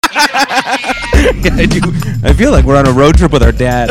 I do. I feel like we're on a road trip with our dad.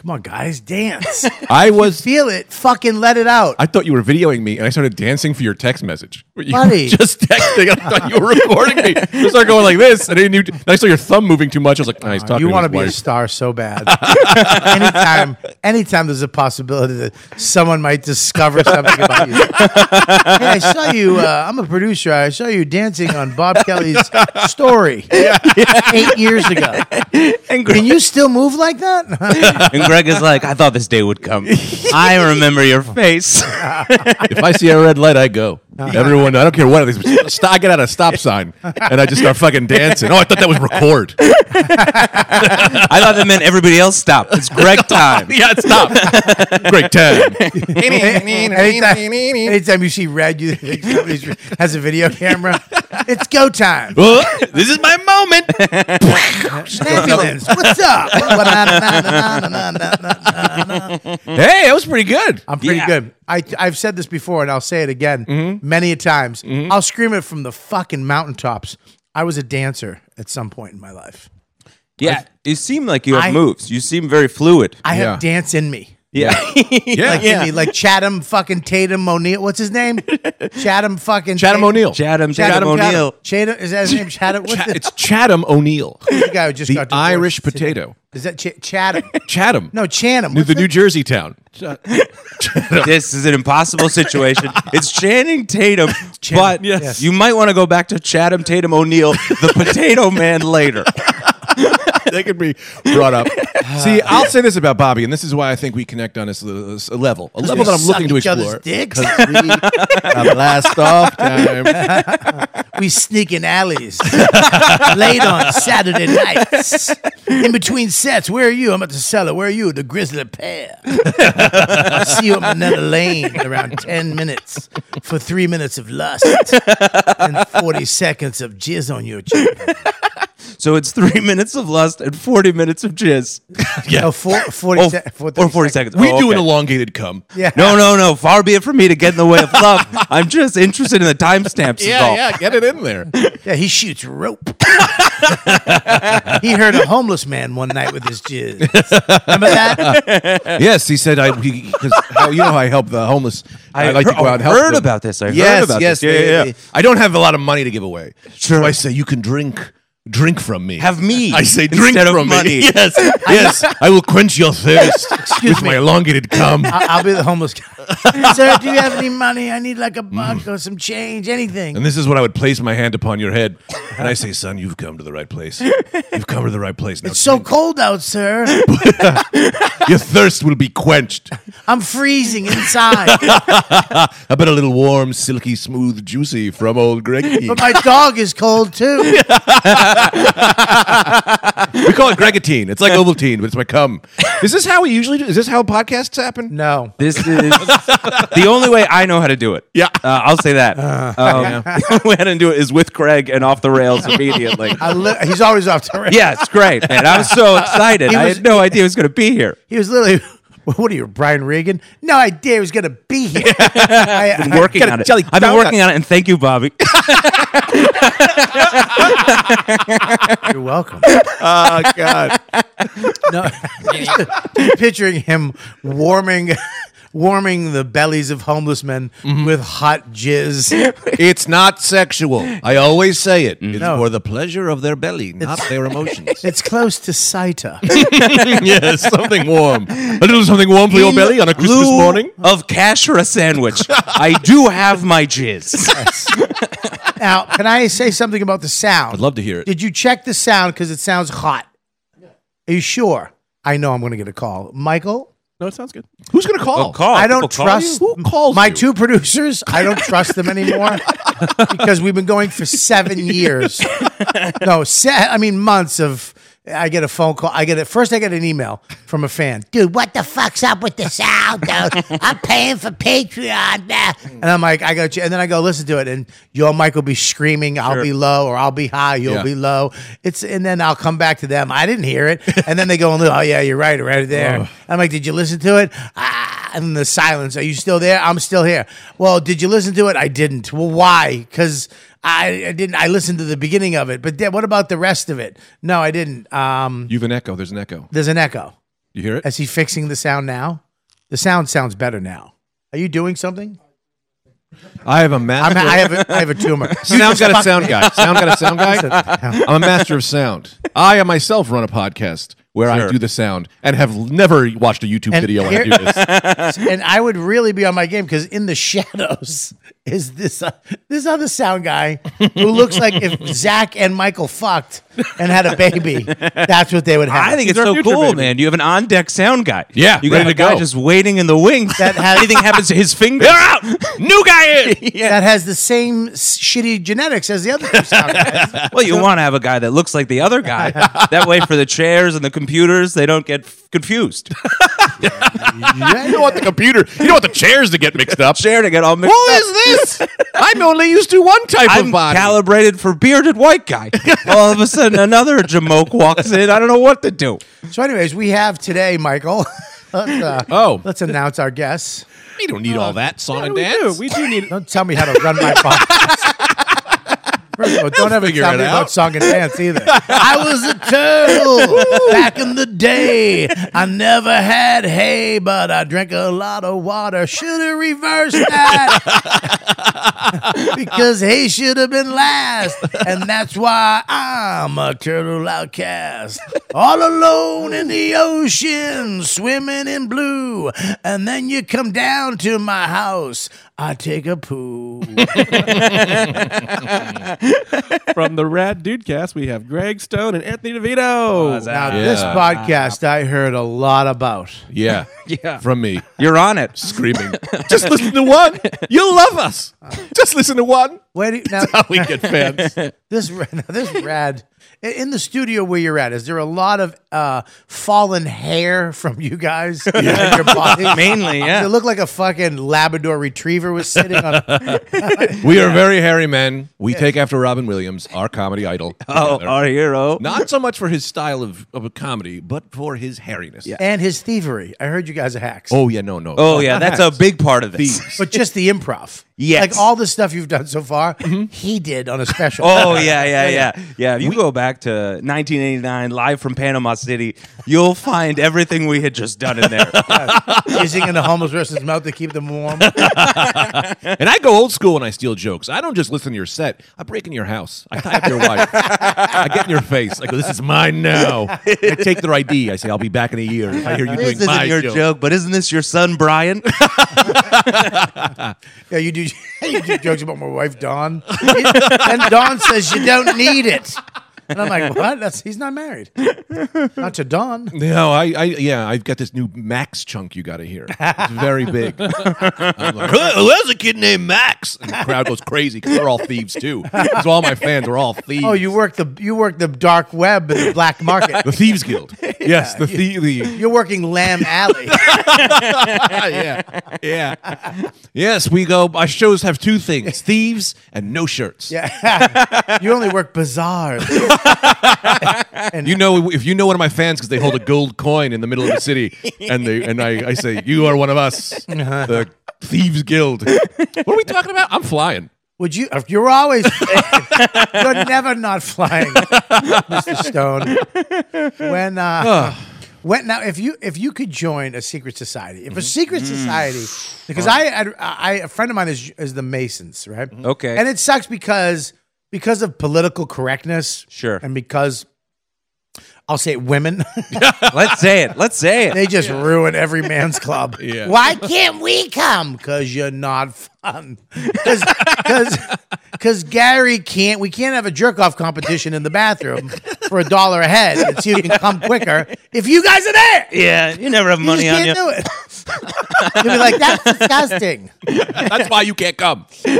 Come on, guys, dance. I was. Feel it. Fucking let it out. I thought you were videoing me, and I started dancing for your text message. You were Buddy. just texting. I thought you were recording me. I started going like this, and then you, I saw your thumb moving too much. I was like, oh, he's talking. Uh, you want to be a his wife. star so bad. anytime, anytime there's a possibility that someone might discover something about you. hey, I saw you. Uh, I'm a producer. I saw you dancing on Bob Kelly's story eight years ago. And Can you still move like that? And Greg is like, I thought this day would come. I remember your face. If I see a red light, I go. Everyone, I don't care what it is. Stop, I get out a stop sign, and I just start fucking dancing. Oh, I thought that was record. I thought that meant everybody else stopped. It's Greg time. yeah, stop. Great ten. anytime, anytime you see red, you think somebody has a video camera. It's go time. Oh, this is my moment. Ambulance, what's up? Hey, that was pretty good. I'm pretty Yeah. good. I, I've said this before and I'll say it again Mm-hmm. many a times. I'll scream it from the fucking mountaintops. I was a dancer at some point in my life. Yeah, you seem like you have I- moves. You seem very fluid. I have Yeah. dance in me. yeah. Yeah, Like, in me. like Chatham fucking Tatum O'Neill. What's his name? Chatham fucking Chatham Tatum- O'Neill. Chatham, Chatham O'Neill. Chatham, is that his name? Chatham. What's Cha- the, it's Chatham O'Neill, the guy who just the got divorced? Irish potato. Is that Ch- Chatham? Chatham. No, Chatham. New, What's the New Jersey town. This is an impossible situation. It's Channing Tatum, but yes. you might want to go back to Chatham Tatum O'Neill, the Potato Man, later. they could be brought up. See, I'll say this about Bobby, and this is why I think we connect on this, l- this level, a level that I'm suck looking to each other's explore. dicks. We have last off time. We sneak in alleys late on Saturday nights. In between sets, where are you? I'm at the cellar. Where are you? The Grizzly Pear. I'll see you at Manetta Lane in around 10 minutes for three minutes of lust and 40 seconds of jizz on your chin. So it's three minutes of lust and 40 minutes of jizz. Yeah. No, four, 40 Oh, se- four- or 40 30 seconds. We Oh, do an okay. elongated cum. Yeah. No, no, no. Far be it from me to get in the way of love. I'm just interested in the timestamps. is all. yeah, get it in there. Yeah, he shoots rope. he heard a homeless man one night with his jizz. Remember that? yes, he said, I, because you know how I help the homeless. I, I like to heard- go out and help heard them. about this. I heard yes, about yes, this. Yeah, they- yeah, yeah. they- I don't have a lot of money to give away. Sure. So I say, you can drink. Drink from me. Have me I say, drink instead of from money. me. Yes, yes. I will quench your thirst with my elongated cum. I- I'll be the homeless guy. Mm. Sir, do you have any money? I need like a buck or some change, anything. And this is when I would place my hand upon your head, and I say, "Son, you've come to the right place. You've come to the right place. Now It's so cold out, sir. your thirst will be quenched. I'm freezing inside, How about a little warm, silky, smooth, juicy from old Greggy? but my dog is cold too. we call it Gregatine. It's like Ovaltine, but it's my cum. Is this how we usually do? Is this how podcasts happen? No. This is the only way I know how to do it. Yeah. Uh, I'll say that. um, The only way how to do it is with Craig and off the rails immediately. I li- he's always off the rails. yeah, it's great, man. I was so excited. I was- had no idea he was going to be here. He was literally, what are you, Brian Regan? No idea he was going to be here. I- I- Working Gotta on it. jelly I've been donut. working on it, and thank you, Bobby. you're welcome. Oh God! No, picturing him warming, warming the bellies of homeless men with hot jizz. It's not sexual. I always say it. It's No. for the pleasure of their belly, not their emotions. It's close to Saita. yes, something warm. A little something warm for your In belly on a Christmas lieu morning. of cash for a sandwich. I do have my jizz. now, can I say something about the sound? I'd love to hear it. Did you check the sound because it sounds hot? Are you sure? I know I'm going to get a call. Michael, No, it sounds good. Who's gonna call? Well, call. I don't People call trust you? Who calls my you? two producers. I don't trust them anymore because we've been going for seven years. No, se- I mean months of. I get a phone call. I get it first. I get an email from a fan, dude. What the fuck's up with the sound, dude? I'm paying for Patreon, nah." and I'm like, I got you. And then I go listen to it, and your mic will be screaming, "I'll be low" or "I'll be high," you'll Yeah. be low. It's and then I'll come back to them. I didn't hear it, and then they go, "Oh yeah, you're right, right there." I'm like, "Did you listen to it?" Ah, and the silence. Are you still there? I'm still here. Well, did you listen to it? I didn't. Well, why? Because I, I didn't. I listened to the beginning of it, but then what about the rest of it? No, I didn't. Um, You've an echo. There's an echo. there's an echo. You hear it? Is he fixing the sound now? The sound sounds better now. Are you doing something? I have a I'm, master. I have a, I have a tumor. Sound got a sound guy. Sound got a sound guy. I'm a master of sound. I myself run a podcast where I Sure. do the sound and have never watched a YouTube And video here- when I do this. and I would really be on my game because in the shadows is this uh, this other sound guy who looks like if Zach and Michael fucked and had a baby, that's what they would have. I think it's our so future, cool, baby. man. You have an on-deck sound guy. Yeah, you got ready a to guy go. just waiting in the wings. That That has- anything happens to his finger. They're out. New guy in. that has the same s- shitty genetics as the other two sound guys. Well, you want to have a guy that looks like the other guy. that way, for the chairs and the computers, they don't get f- confused. You don't want the computer. You don't want the chairs to get mixed up. Chair to get all mixed Who up. is this? I'm only used to one type I'm of body. calibrated for bearded white guy. All of a sudden, another Jamoke walks in. I don't know what to do. So, anyways, we have today, Michael. let's, uh, Oh. let's announce our guests. we don't need all that song and we do. dance. We do need. Don't tell me how to run my podcast. First of all, don't ever figure tell it me about out. song and dance either. I was a turtle back in the day. I never had hay, but I drank a lot of water. Should have reversed that because hay should have been last, and that's why I'm a turtle outcast, all alone in the ocean, swimming in blue. And then you come down to my house. I take a poo. From the Rad Dude Cast, we have Greg Stone and Anthony Oh, DeVito. Now, Yeah. this podcast I heard a lot about. yeah. Yeah. From me. You're on it. Screaming. Just listen to one. You'll love us. Just listen to one. Where do you, now, How we get fans. this ra- now this rad i- in the studio where you're at? Is there a lot of uh, fallen hair from you guys? in your body? Mainly, yeah. You look like a fucking Labrador Retriever was sitting on. A, We are very hairy men. We take after Robin Williams, our comedy idol. Oh, together. our hero. Not so much for his style of, of comedy, but for his hairiness. Yeah. and his thievery. I heard you guys are hacks. Oh, yeah, no, no. Oh yeah, that's a big part of this. But just the improv. Yes. Like all the stuff you've done so far, Mm-hmm. he did on a special. Oh yeah, yeah, yeah, yeah. If you go back to 1989, live from Panama City, you'll find everything we had just done in there. Kissing in a homeless person's mouth to keep them warm. And I go old school when I steal jokes. I don't just listen to your set. I break into your house. I tie up your wife. I get in your face. I go, this is mine now. I take their ID. I say, I'll be back in a year if I hear you this doing isn't my your joke. joke. but isn't this your son Brian? Yeah, you do. You do jokes about my wife Dawn, and Dawn says you don't need it, and I'm like, what? That's he's not married, not to Dawn. No, I, I, yeah, I've got this new Max chunk you got to hear. It's very big. I'm like, "Who- who has a kid named Max? And the crowd goes crazy because they're all thieves too. So all my fans are all thieves. Oh, you work the you work the dark web and the black market. the thieves guild. Yes, the thie- the You're working Lamb Alley. yeah, yeah. Yes, we go. Our shows have two things: thieves and no shirts. Yeah, you only work bazaars. You know, if you know one of my fans because they hold a gold coin in the middle of the city, and they and I, I say, "You are one of us, the Thieves Guild." What are we talking about? I'm flying. Would you? If you're always, you're never not flying, Mr. Stone. When uh, when now, if you if you could join a secret society, Mm-hmm. if a secret society, because I, I I a friend of mine is is the Masons, right? Mm-hmm. Okay. and it sucks because because of political correctness, Sure. and because I'll say women. Let's say it. Let's say it. they just ruin every man's club. Yeah. Why can't we come? Because you're not fun. Because Gary can't, we can't have a jerk off competition in the bathroom for a dollar a head and see who can come quicker if you guys are there. Yeah, you never have You just money on you. can't do it. You'll be like, that's disgusting. That's why you can't come. Yeah,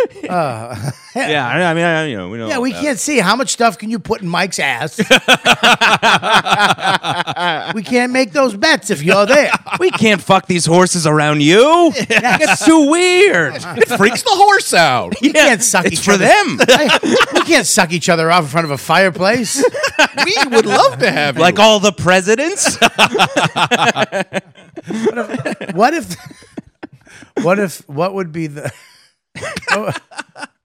I I mean, I, you know, we know. Yeah, we can't see how much stuff can you put in Mike's ass. we can't make those bets if you're there. we can't fuck these horses around you. That's too weird. It freaks the horse out. You can't suck It's each for other. them. we can't suck each other off in front of a fireplace. We would love to have Like you. all the presidents. What if? What if? What would be the?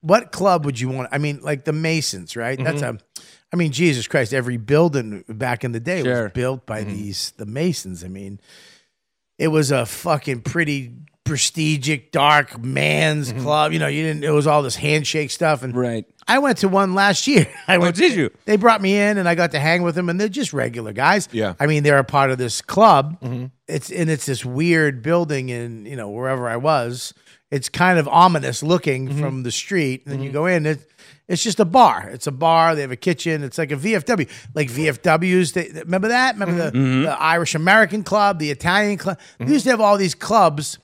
What club would you want? I mean, like the Masons, right? That's Mm-hmm. a. I mean, Jesus Christ! Every building back in the day Sure. Mm-hmm. was built by these the Masons. I mean, it was a fucking pretty prestigious dark man's club. You know, you didn't. It was all this handshake stuff and Mm-hmm. Right. I went to one last year. I went, did you? They brought me in, and I got to hang with them, and they're just regular guys. Yeah. I mean, they're a part of this club. It's and it's this weird building in you know wherever I was. It's kind of ominous looking from the street, and then you go in. It, it's just a bar. It's a bar. They have a kitchen. It's like a VFW, like VFWs. They, they- remember that? Remember the, the Irish American Club, the Italian Club. They used to have all these clubs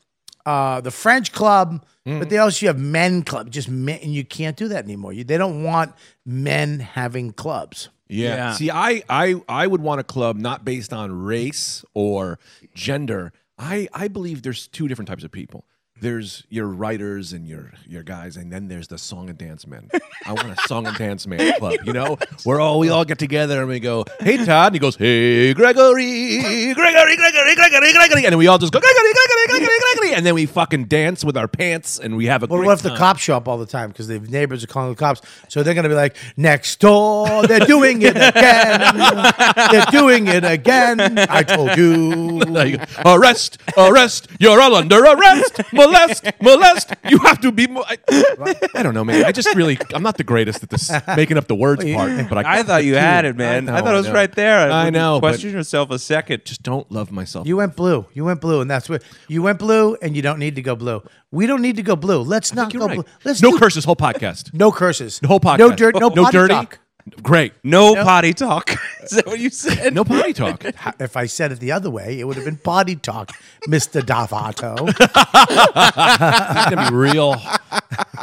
uh, the French club, but Mm. they also have men club. Just men, and you can't do that anymore. You, they don't want men having clubs. Yeah. Yeah. See, I, I I would want a club not based on race or gender. I I believe there's two different types of people. There's your writers and your your guys, and then there's the song and dance men. I want a song and dance man club, you know, where all we all get together and we go, "Hey Todd," and he goes, "Hey Gregory, Gregory, Gregory, Gregory, Gregory," and we all just go, "Gregory, Gregory, Gregory, Gregory," and then we fucking dance with our pants and we have a But great what if the time. cops show up all the time because the neighbors are calling the cops? So they're going to be like, next door, they're doing it again. they're doing it again. I told you. Like, arrest, arrest, you're all under arrest, molest, molest. You have to be. Mo- I, I don't know, man. I just really, I'm not the greatest at this making up the words part, but I, I thought you had it, man. I, know, thought it was know. right there. I, wouldn't know. but Question yourself a second. Just just don't love myself. You went blue. You went blue, and that's what you went blue, and you don't need to go blue. We don't need to go blue. Let's not You're go right. blue. Let's no do- curses. Whole podcast. No curses. The whole podcast. No dirt. No, potty dirty. talk. Great. no potty talk. Is that what you said? No potty talk. If I said it the other way, it would have been potty talk, Mr. Davato. It's gonna be real.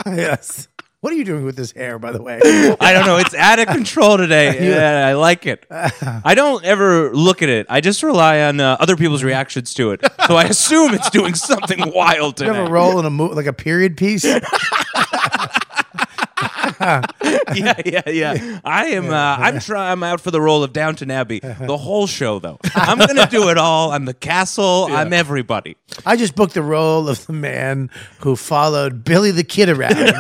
yes. What are you doing with this hair, by the way? I don't know. It's out of control today. Yeah, I like it. I don't ever look at it. I just rely on uh, other people's reactions to it. So I assume it's doing something wild You have a today. roll in a mo- like a period piece? Yeah, yeah, yeah. I am. Uh, I'm trying. I'm out for the role of Downton Abbey. The whole show, though. I'm gonna do it all. I'm the castle. I'm everybody. I just booked the role of the man who followed Billy the Kid around and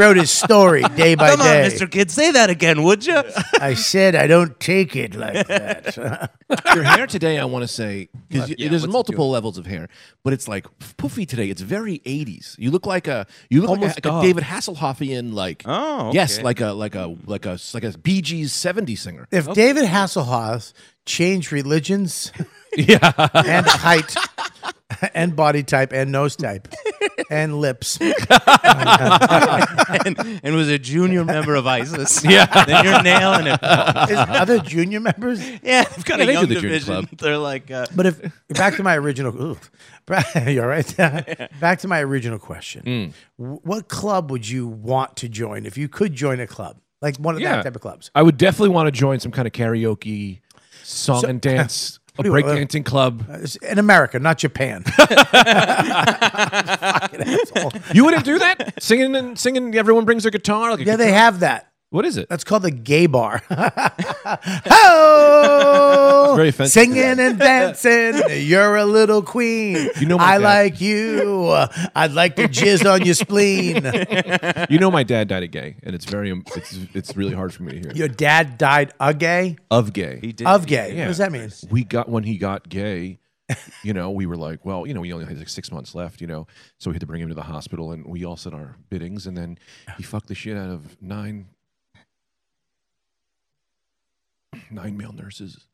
wrote his story day by Come on, day. Mr. Kid, say that again, would you? I said I don't take it like that. your hair today, I want to say, because there's multiple levels of hair, but it's like poofy today. It's very 80s. You look like a you look like, a, like a David Hasselhoffian, like Oh, okay. yes, like a like a like a like a Bee Gees 70s singer. If David Hasselhoff changed religions and height and body type and nose type and lips, and, and was a junior member of ISIS. Yeah, then you're nailing it. is other junior members? Yeah, I've got Yeah, a they do young the junior division. club. They're like, uh, But if back to my original, you're right. back to my original Mm. question. Wh- What club would you want to join if you could join a club, like one of Yeah. that type of clubs? I would definitely want to join some kind of karaoke song and dance. A Wait, what- breakdancing club. It's in America, not Japan. Fucking asshole. You wouldn't do that? Singing and singing. Everyone brings their guitar. Like a Yeah, guitar- they have that. What is it? That's called the gay bar. oh, very offensive. Singing and dancing, you're a little queen. You know my I dad. like you. I'd like to jizz on your spleen. You know, my dad died a gay, and it's very it's it's really hard for me to hear. Your dad died a gay? Of gay. he did. Of gay. What does Yeah. that mean? we got when he got gay you know we were like well you know he only had like six months left you know so we had to bring him to the hospital and we all said our biddings and then he fucked the shit out of nine nine male nurses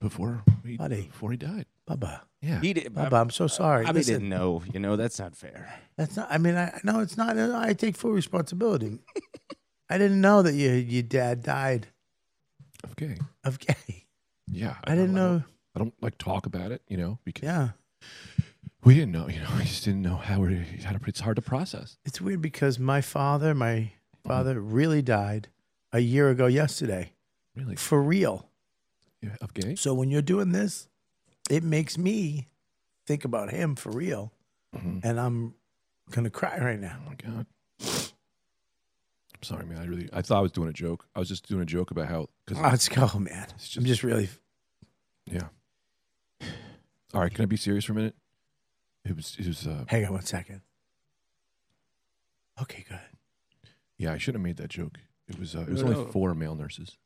before he, Buddy. before he died. Bubba. Yeah. He did, Bubba, I'm so sorry. I mean, Listen, didn't know. You know, that's not fair. That's not. I mean, I no, it's not. I take full responsibility. I didn't know that your your dad died okay. of gay. Yeah. I didn't don't- know. I don't like talk about it, you know, because Yeah, we didn't know, you know, I just didn't know how, we how to, it's hard to process. it's weird because my father, my father, really died a year ago yesterday, Really. for real. Yeah, of gay? So when you're doing this, it makes me think about him for real, and I'm gonna cry right now. Oh my god. I'm sorry, man. I really I thought I was doing a joke. I was just doing a joke about how because Let's go, man. I'm just really. yeah. All right, can I be serious for a minute? It was it was uh Hang on one second. Okay, good. yeah, I shouldn't have made that joke. It was uh, it was only four male nurses.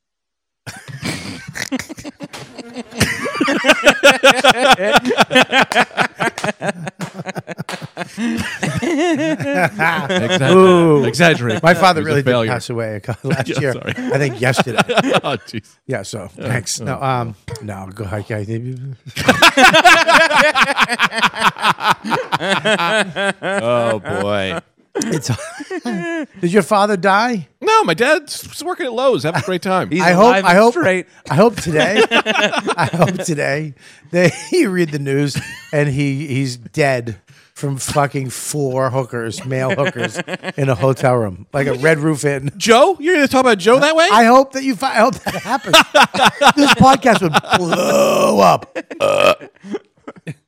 Exaggerate. Exaggerate. My father It was a really did failure. pass away a couple- last year. sorry. I think yesterday. oh, jeez. Yeah. So thanks. No. Um. No. Go ahead. guys. Oh boy. It's. Did your father die? No, my dad's working at Lowe's, having a great time. He's I hope. alive I and hope. straight. I hope today. I hope today that you read the news and he he's dead from fucking four hookers, male hookers, in a hotel room, like a Red Roof Inn. Joe, you're gonna talk about Joe that way? I hope that you. Fi- I hope that happens. this podcast would blow up.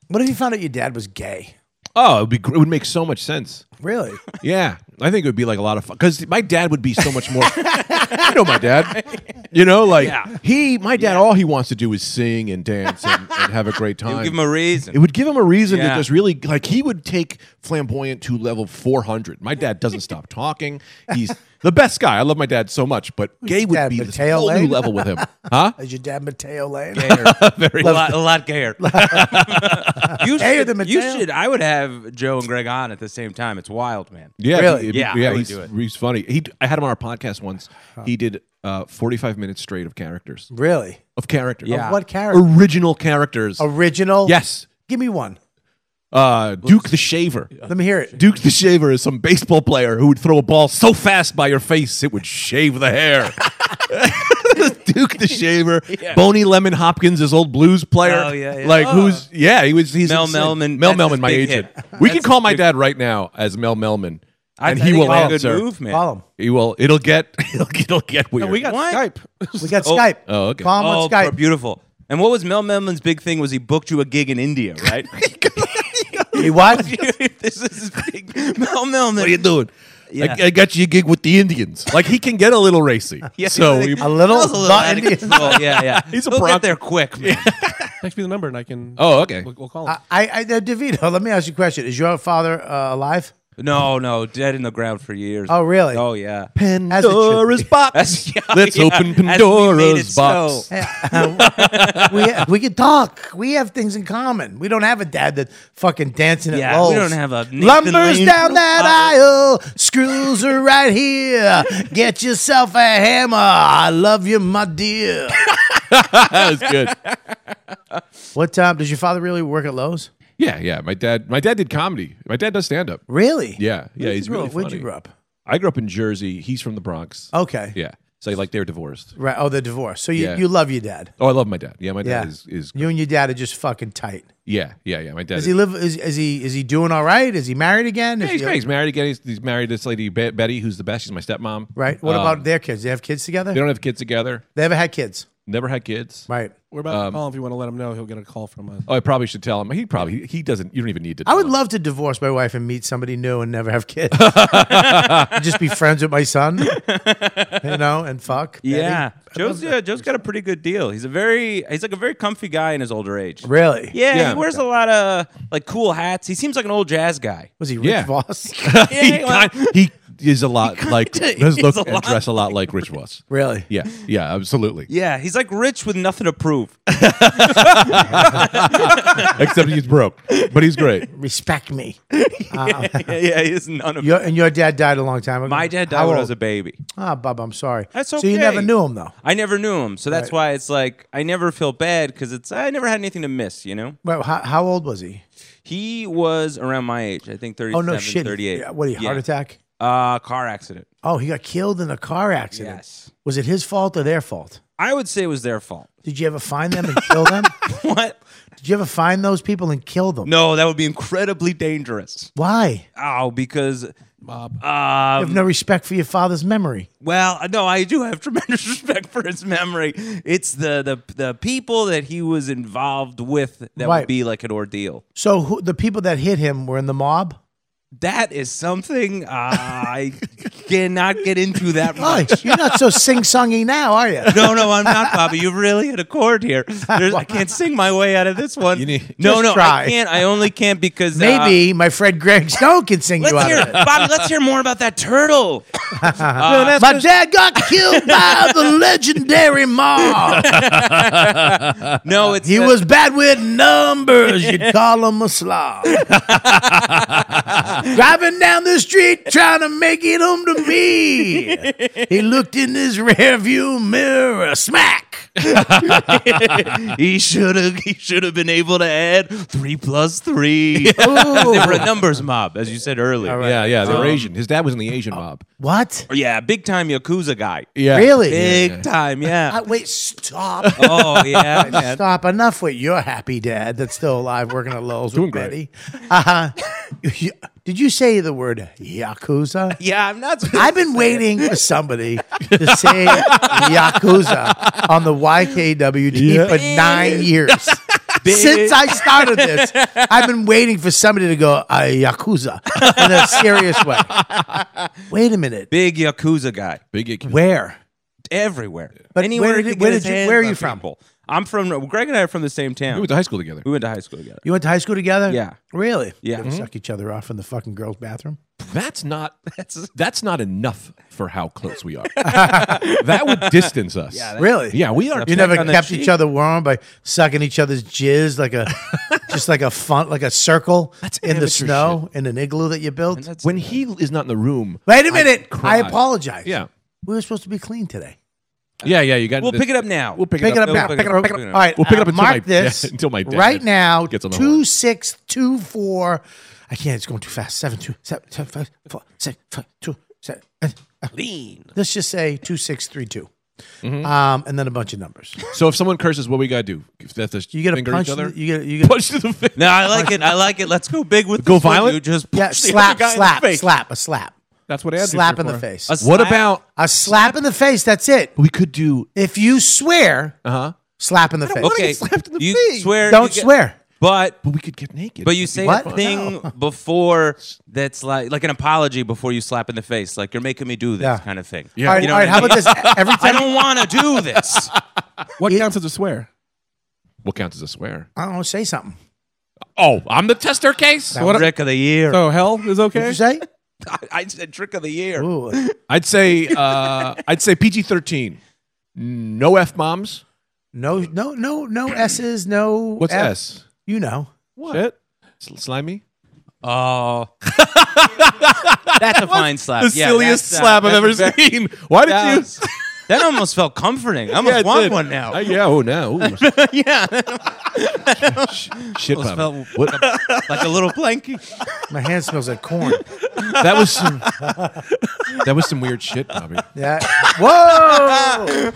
What if you found out your dad was gay? oh, it'd be gr- it would make so much sense. Really? Yeah, I think it would be like a lot of fun because my dad would be so much more. you know, my dad. You know, like he, my dad, all he wants to do is sing and dance and, and have a great time. Give him a reason. it would give him a reason Yeah. to just really like he would take flamboyant to level 400 my dad doesn't stop talking he's the best guy i love my dad so much but gay would dad, be this Mateo whole new Lane? level with him huh Is your dad Mateo Lane? a, lot, a lot gayer. you, Gayer than should, you Mattel. should. I would have Joe and Greg on at the same time. It's wild, man. Yeah, Really? it- Yeah, I yeah. would He's, do it. he's funny. He, I had him on our podcast once. He did uh, forty-five minutes straight of characters, Really? of characters, Yeah. What character? original characters. Original? yes, Give me one. uh, Duke the Shaver. Let me hear it. Duke the Shaver is some baseball player who would throw a ball so fast by your face it would shave the hair. Duke the Shaver, Boney Lemon Hopkins, his old blues player. Oh, yeah, yeah. Like Oh. who's? Yeah, he was. He's Mel insane. Melman. Mel That's Melman, his my big agent. hit. We can call my dad right now as Mel Melman, I, and I he think will it's a answer. Good move, man. Call him. He will. It'll get. It'll, it'll get weird. We got What? Skype. We got Skype. oh, okay. Call him Oh, on Skype. beautiful. And what was Mel Melman's big thing? Was he booked you a gig in India, right? He what? this is big. Mel Melman. What are you doing? Yeah. I, I got you a gig with the Indians. Like he can get a little racy. Yeah, so he's we, like- A little? That was a little Not out of Indian. control. Yeah, yeah. He's a He'll Bronco. get there quick, man. Text me the number and I can. oh okay. we'll, we'll call him. I, I, uh, DeVito, let me ask you a question. Is your father uh, alive? No, no, dead in the ground for years. Oh, really? Oh, yeah. Pandora's box. That's- yeah, Let's yeah. open As we made Pandora's it box. snow. we, Uh, we can talk. We have things in common. We don't have a dad that fucking dancing at Yeah, Lowe's. we don't have a Nathan Lumber's Lane. down that Uh, aisle. Screws are right here. Get yourself a hammer. I love you, my dear. that was good. what time does your father really work at Lowe's? Yeah, yeah. My dad. My dad did comedy. My dad does stand up. Really? Yeah, yeah. He's you grow really up? Where'd funny. you grow up? Oh, I grew up in Jersey. He's from the Bronx. Okay. Yeah. So like they're divorced. Right. Oh, they're divorced. So you, Yeah. you love your dad. Oh, I love my dad. Yeah, my dad Yeah. is, is. You and your dad are just fucking tight. Yeah, yeah, yeah. My dad. Does Is, he live? Is, is he is he doing all right? Is he married again? yeah, Is he's, he- great. he's married again. He's, he's married to this lady Be- Betty, who's the best. She's my stepmom. Right. What Um, about their kids? They have kids together. They don't have kids together. They ever had kids. Never had kids. Right. We're about to call him if you want to let him know. He'll get a call from us. Um, Oh, I probably should tell him. He probably he doesn't. You don't even need to. I tell would him. love to divorce my wife and meet somebody new and never have kids. just be friends with my son, you know, and fuck. Betty. Yeah, Joe's yeah, Joe's got a pretty good deal. He's a very he's like a very comfy guy in his older age. Really? Yeah, Yeah. he wears a lot of like cool hats. He seems like an old jazz guy. Was he Rick Yeah. Voss? Yeah, he, well- kind- he is a lot like does is look a and lot dress a lot like Rich was. Really? Yeah, yeah, absolutely. Yeah, he's like rich with nothing to prove. Except he's broke, but he's great. Respect me. yeah, he is none of Your, and your dad died a long time ago. My dad died How when I old? was a baby. Ah, Bob, I'm sorry. That's So you okay. never knew him though. I never knew him, so that's why it's like I never feel bad because it's I never had anything to miss. You know, Well, how, how old was he? he was around my age. I think 37, Oh no, shit. 38. Yeah, What? He heart Yeah. attack? Uh, car accident. Oh, he got killed in a car accident. Yes. Was it his fault or their fault? I would say it was their fault. Did you ever find them and kill them? What? Did you ever find those people and kill them? No, that would be incredibly dangerous. Why? Oh, because Bob. You have no respect for your father's memory. Well, no, I do have tremendous respect for his memory. It's the the, the people that he was involved with that Right. would be like an ordeal. So who, the people that hit him were in the mob. That is something I cannot get into that Oh, much. you're not so sing-songy now, are you? No, no, I'm not, Bobby. You've really hit a chord here. There's, I can't sing my way out of this one. You need- no, Just no, try. I can't. I only can't because uh, Maybe my friend Greg Stone can sing you let's out hear, of it. Bobby. Let's hear more about that turtle. Uh, My dad got killed by the legendary mob. No, it's He uh, was bad with numbers. You'd call him a slob. Driving down the street trying to make it home to me. He looked in his rearview mirror. Smack. He should have. He should have been able to add three plus three. Ooh. they were a numbers mob, as you said earlier. Yeah, yeah, they were Asian. His dad was in the Asian mob. What? Yeah, big time yakuza guy. Yeah, Really? Big time, yeah. Uh, wait, stop. oh yeah, man. Stop. Enough with your happy dad that's still alive working at Lowell's Doing with Betty. great. Uh-huh. You- Did you say the word Yakuza? Yeah, I'm not. supposed I've to been say waiting for somebody to say Yakuza on the YKWD for nine years. Since I started this, I've been waiting for somebody to go, uh, Yakuza, in a serious way. Wait a it. minute. Big yakuza guy Big. Where? everywhere. But Anywhere where he did- could get where his did you- hands where are on you from? people. I'm from. Greg and I are from the same town. We went to high school together. We went to high school together. You went to high school together? Yeah. Really? Yeah. Mm-hmm. You ever Suck each other off in the fucking girls' bathroom? That's not that's that's not enough for how close we are. that would distance us. Yeah, Really? yeah, we are. You never on the kept cheek. each other warm by sucking each other's jizz like a, just like a fun, like a circle in amateur the snow in an igloo that you built. That's- When he is not in the room. Wait a minute. I, cry. apologize. Yeah. We were supposed to be clean today. Yeah, yeah. You got. we'll this- pick it up now. We'll pick, Pick it up We'll now. pick Pick it it up. up. Pick it up. All right. We'll pick it up uh, until mark my- this yeah, until my dad right now. gets on the horn. two six two four. I can't. It's going too fast. Seven two seven seven five four six five two seven. Lean. Let's just say two six three two. Um, and then a bunch of numbers. So if someone curses, what we gotta do? If that's a You get a finger punch. each other. in the- e- You get. You get. punch to the face. No, I like it. I like it. Let's go big with Go this one, violent? dude. Just yeah. punch the other Slap. guy in the Slap. face. Slap. A slap. That's what Andrew's slap here in the for. face. A A, What slap. about slap in the face. That's it. we could do? If you swear, Uh Uh-huh. huh. slap in the face. Okay, slapped in the you face. swear. you Don't get- swear. But But we could get naked. But you say What? a thing before that's like like an apology before you slap in the face, like you're making me do this Yeah. kind of thing. Yeah. All right. You know all right. what How I about mean? this? Every I time. don't want to do this. What counts as a swear? what counts as a swear? I don't know, say something. Oh, I'm the tester case. What- trick of the year. So Oh, hell is Did okay. you say? I, I said trick of the year. Ooh. I'd say uh, I'd say PG-13. No f bombs. No, no, no, no S's, no. What's F- S? You know. What? Shit. Sl- Slimy. Oh, that's a fine slap. the Yeah, silliest that's, uh, slap I've that's ever a very- seen. Why did That, you? was- that almost felt comforting. I Yeah, almost it want did. one now. Uh, yeah. Oh no. Ooh. yeah, Sh- Shit, almost Bob. felt What? like a little blankie. My hand smells like corn. That was some. That was some weird shit, Bobby. Yeah. Whoa.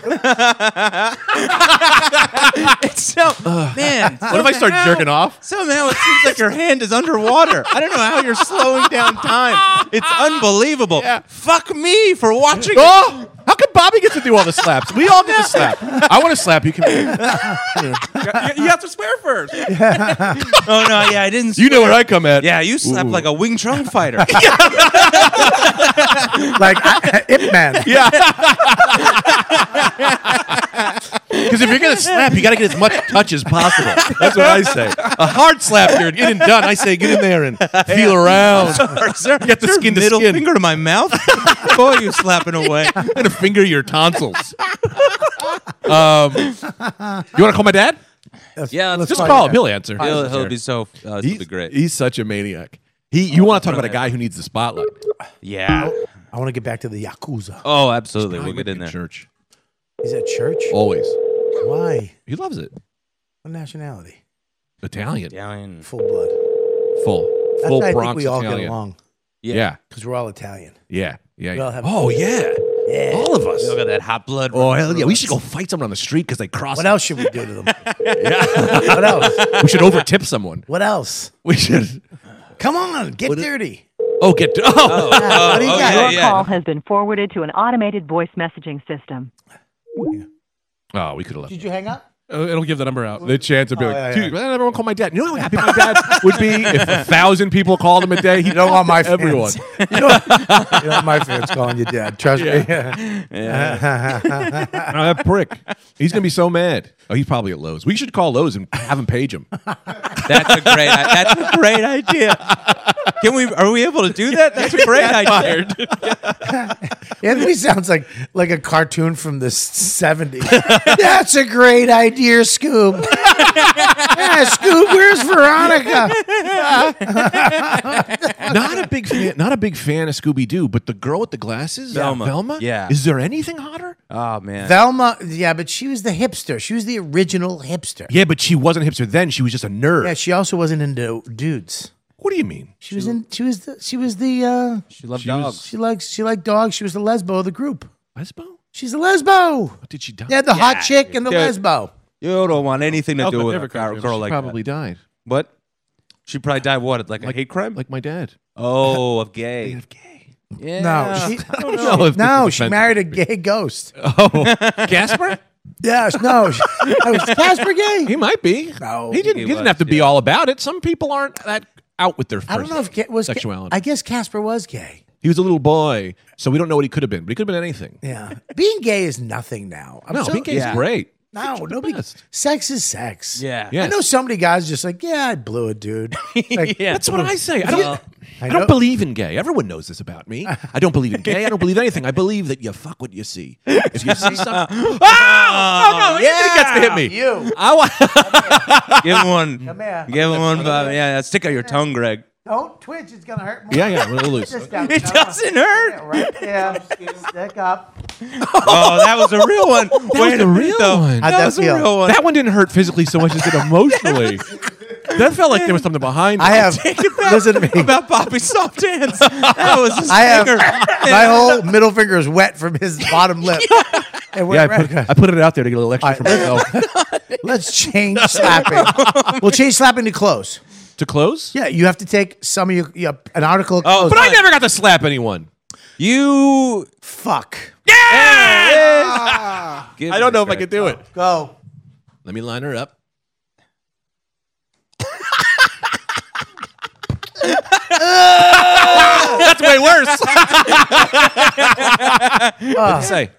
It's so man. What if I start somehow- jerking off? Somehow it seems like your hand is underwater. I don't know how you're slowing down time. It's unbelievable. Fuck me for watching. Oh, how come Bobby gets to do all the slaps? We all get to slap. I want to slap you. Come you, you have to swear first. Oh no, yeah, I didn't. you know where I come at. yeah, you slapped Ooh. like a Wing Chun fighter. like I, Ip Man. Yeah. Because if you're gonna slap, you gotta get as much touch as possible. That's what I say. A hard slap, you're in and done. I say get in there and feel around. Sir, Get the your skin to middle skin. finger to my mouth. Boy, you slapping away. I'm gonna finger your tonsils. Um, you wanna call my dad? Yeah, let's Just call call him. He'll answer. He'll, he'll be so. Uh, he'll he's, be great. he's such a maniac. He, you want to talk about a guy who needs the spotlight? yeah. I want to get back to the Yakuza. Oh, absolutely. We'll get in there. Church Is that church? Oh. always. Why? He loves it. What nationality? Italian, Italian. Full blood. full, That's full why I Bronx think we all Italian. get along Yeah, because we're all Italian. yeah, yeah. We all have- oh yeah. Yeah. all of us. Look at that hot blood. Oh hell yeah! We should go fight someone on the street because they cross. What else should we do to them? Yeah. what else? we should overtip someone. What else? We should. Come on, get dirty. Oh, get. Oh, Ah, what do you oh, yeah, got? Your yeah. call has been forwarded to an automated voice messaging system. oh we could have left. Did you hang up? Uh, it'll give the number out. The chance of being Oh, like, yeah, dude, why did everyone call my dad? You know how happy my dad would be if a thousand people called him a day. He don't want my everyone. you, know, you know my fans calling you dad. Trust me. Oh, that prick. He's gonna be so mad. Oh, he's probably at Lowe's. We should call Lowe's and have him page him. That's a great. That's a great idea. Can we? Are we able to do that? That's a great idea. Anthony sounds like like a cartoon from the '70s. That's a great idea, Scoob. yeah, Scoob, where's Veronica? not a big fan. Not a big fan of Scooby Doo, but the girl with the glasses, Velma. Velma. Yeah. Is there anything hotter? Oh man. Velma. Yeah, but she was the hipster. She was the original hipster. Yeah, but she wasn't hipster then. She was just a nerd. Yeah, she also wasn't into dudes. what do you mean? She was in. She was the. She was the. Uh, she loved She was- dogs. she likes. She liked dogs. She was the lesbo of the group. Lesbo? She's a lesbo. Did she die? They had the hot chick and the Yeah. lesbo. you don't want anything to Oh, do but with never a girl, could. girl She like probably that. died. What? She probably died. What? Like, a hate crime? Like my dad. oh, of gay. Gay. Yeah. No, she, know if no, this is she offensive. married a gay ghost. Casper? Yes, no, she, I was Casper gay. He might be. No. He didn't, he He didn't was, have to be yeah. all about it. Some people aren't that out with their I don't know if gay, was sexuality. Gay, I guess Casper was gay. he was a little boy, so we don't know what he could have been, but he could have been anything. Yeah, being gay is nothing now. I'm No, so- being gay is great. No, It's the nobody. best. Sex is sex. Yeah. Yeah. I know so many guys just like, yeah, I blew a dude. Like, Yeah. That's what I say. I don't, I know. don't believe in gay. Everyone knows this about me. I don't believe in gay. I don't believe anything. I believe that you fuck what you see. If you see something, oh, oh no, yeah, he gets to hit me. You. I want. Give him one. here. Give him one. Bob. Yeah. Stick out your tongue, Greg. Don't twitch. It's gonna hurt more. yeah, yeah, we'll lose. It doesn't hurt. Right there. Stick up. Oh, that was a real one. That was a real one. That, How'd that was a feel? real one. That one didn't hurt physically so much as it emotionally. that felt like there was something behind. it. I have. Listen to me. about Bobby soft dance. That was a I have stinger. my whole middle finger is wet from his bottom lip. And we're Yeah, I right- put, I put it out there to get a little extra for myself. Let's change slapping. we'll change slapping to close. to close. Yeah, you have to take some of your, your an article. Of Oh, clothes. But I never got to slap anyone. You. fuck. Ah! I don't know if I could do it. Go. Oh. Let me line her up. That's way worse. What'd you say?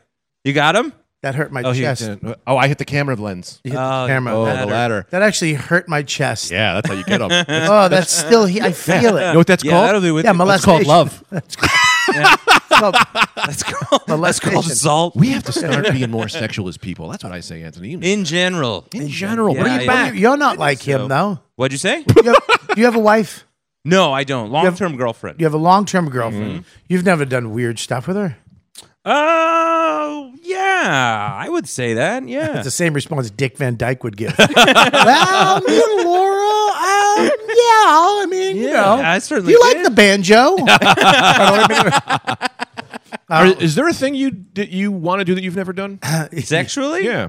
You got him? Ah. That hurt my Oh, he chest. didn't. oh, I hit the camera lens. You hit the Oh, camera. Oh, that, the ladder. that actually hurt my chest. Yeah, that's how you get them. you Oh, that's still. He- I feel it. know what that's yeah, called? that'll be with yeah, you. that's called love. molestation. Well, That's called, that's Molestation. called assault. We have to start being more sexual as people. That's what I say, Anthony. You- In general. in general, Yeah, bring it yeah. back. You're not like him, though. What'd you say? You have, you have a wife. No, I don't. Long term girlfriend. You have a long-term girlfriend. Mm-hmm. You've never done weird stuff with her. Oh, yeah. I would say that. Yeah. It's the same response Dick Van Dyke would give. well, me and Laura, um, yeah, I mean, you Yeah, know, I certainly you like did. the banjo. Are- is there a thing you that you want to do that you've never done? Sexually? yeah.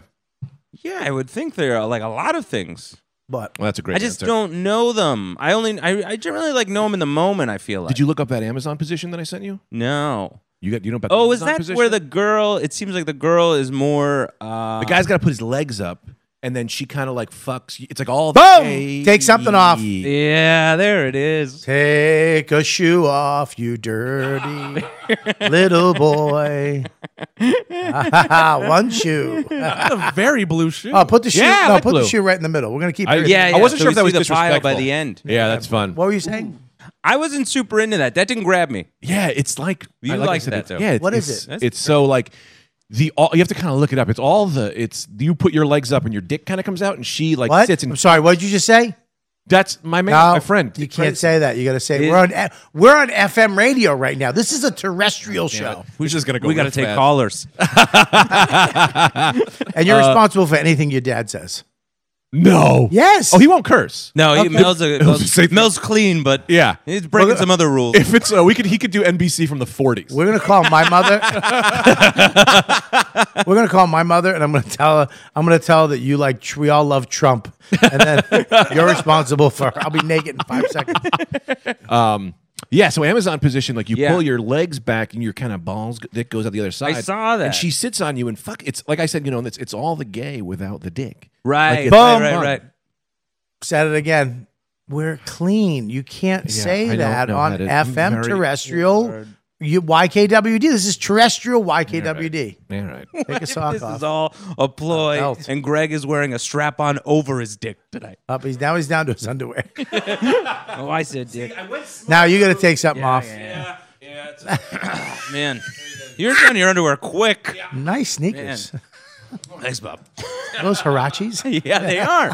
Yeah, I would think there are like a lot of things. but Well, that's a great. I just answer. don't know them. I only I, I generally like know them in the moment. I feel like. Did you look up that Amazon position that I sent you? No. You got you know about. Oh, the is Amazon that position? where the girl? It seems like the girl is more. Uh, the guy's got to put his legs up, and then she kind of like fucks. It's like all Boom! day. Take something off. Yeah, there it is. take a shoe off, you dirty little boy. One shoe. That's a very blue shoe. Oh, put the shoe. Yeah, I no, like put the blue. shoe right in the middle. We're gonna keep. I- everything- Yeah, I wasn't yeah, so sure if that we was see the pile by disrespectful. the end. Yeah, that's fun. What were you saying? I wasn't super into that. That didn't grab me. Yeah, it's like You I I like said, that, it's- though. Yeah, it's, What is it's- it? That's It's so like the all you have to kind of look it up. It's all the it's you put your legs up and your dick kind of comes out and she like What? sits I'm and sorry. What did you just say? that's my man, my friend. You can't say that. You got to say It- we're on F- we're on FM radio right now. This is a terrestrial show, We're just gonna go. we got to riff take fast. callers. and you're responsible for anything your dad says. No. Yes. Uh, Oh, he won't curse. No, he Mel's, a, just Mel's, say- Mel's clean, but Yeah. he's breaking Well, some other rules. If it's uh, we could, he could do NBC from the forties. We're gonna call my mother. We're gonna call my mother, and I'm gonna tell her. I'm gonna tell her that you like. tr- We all love Trump, and then you're responsible for. I'll be naked in five seconds. Yeah, so Amazon position, like you Yeah. pull your legs back and your kind of balls dick goes out the other side. saw that. And she sits on you and fuck. It's like I said, you know, it's it's all the gay without the dick. right, it's- right, Boom. right, right. Said it again. We're clean. You can't I say don't that know on how to- FM very- terrestrial. You, YKWd. This is terrestrial YKWd. All right. Take a sock This off. is all a ploy, Belt. and Greg is wearing a strap on over his dick tonight. Up. He's now he's down to his underwear. Oh, I said dick. now you got to take something off. Man, you're down your underwear quick. Nice sneakers. Thanks, Bob. Those Hirachis. Yeah, they are.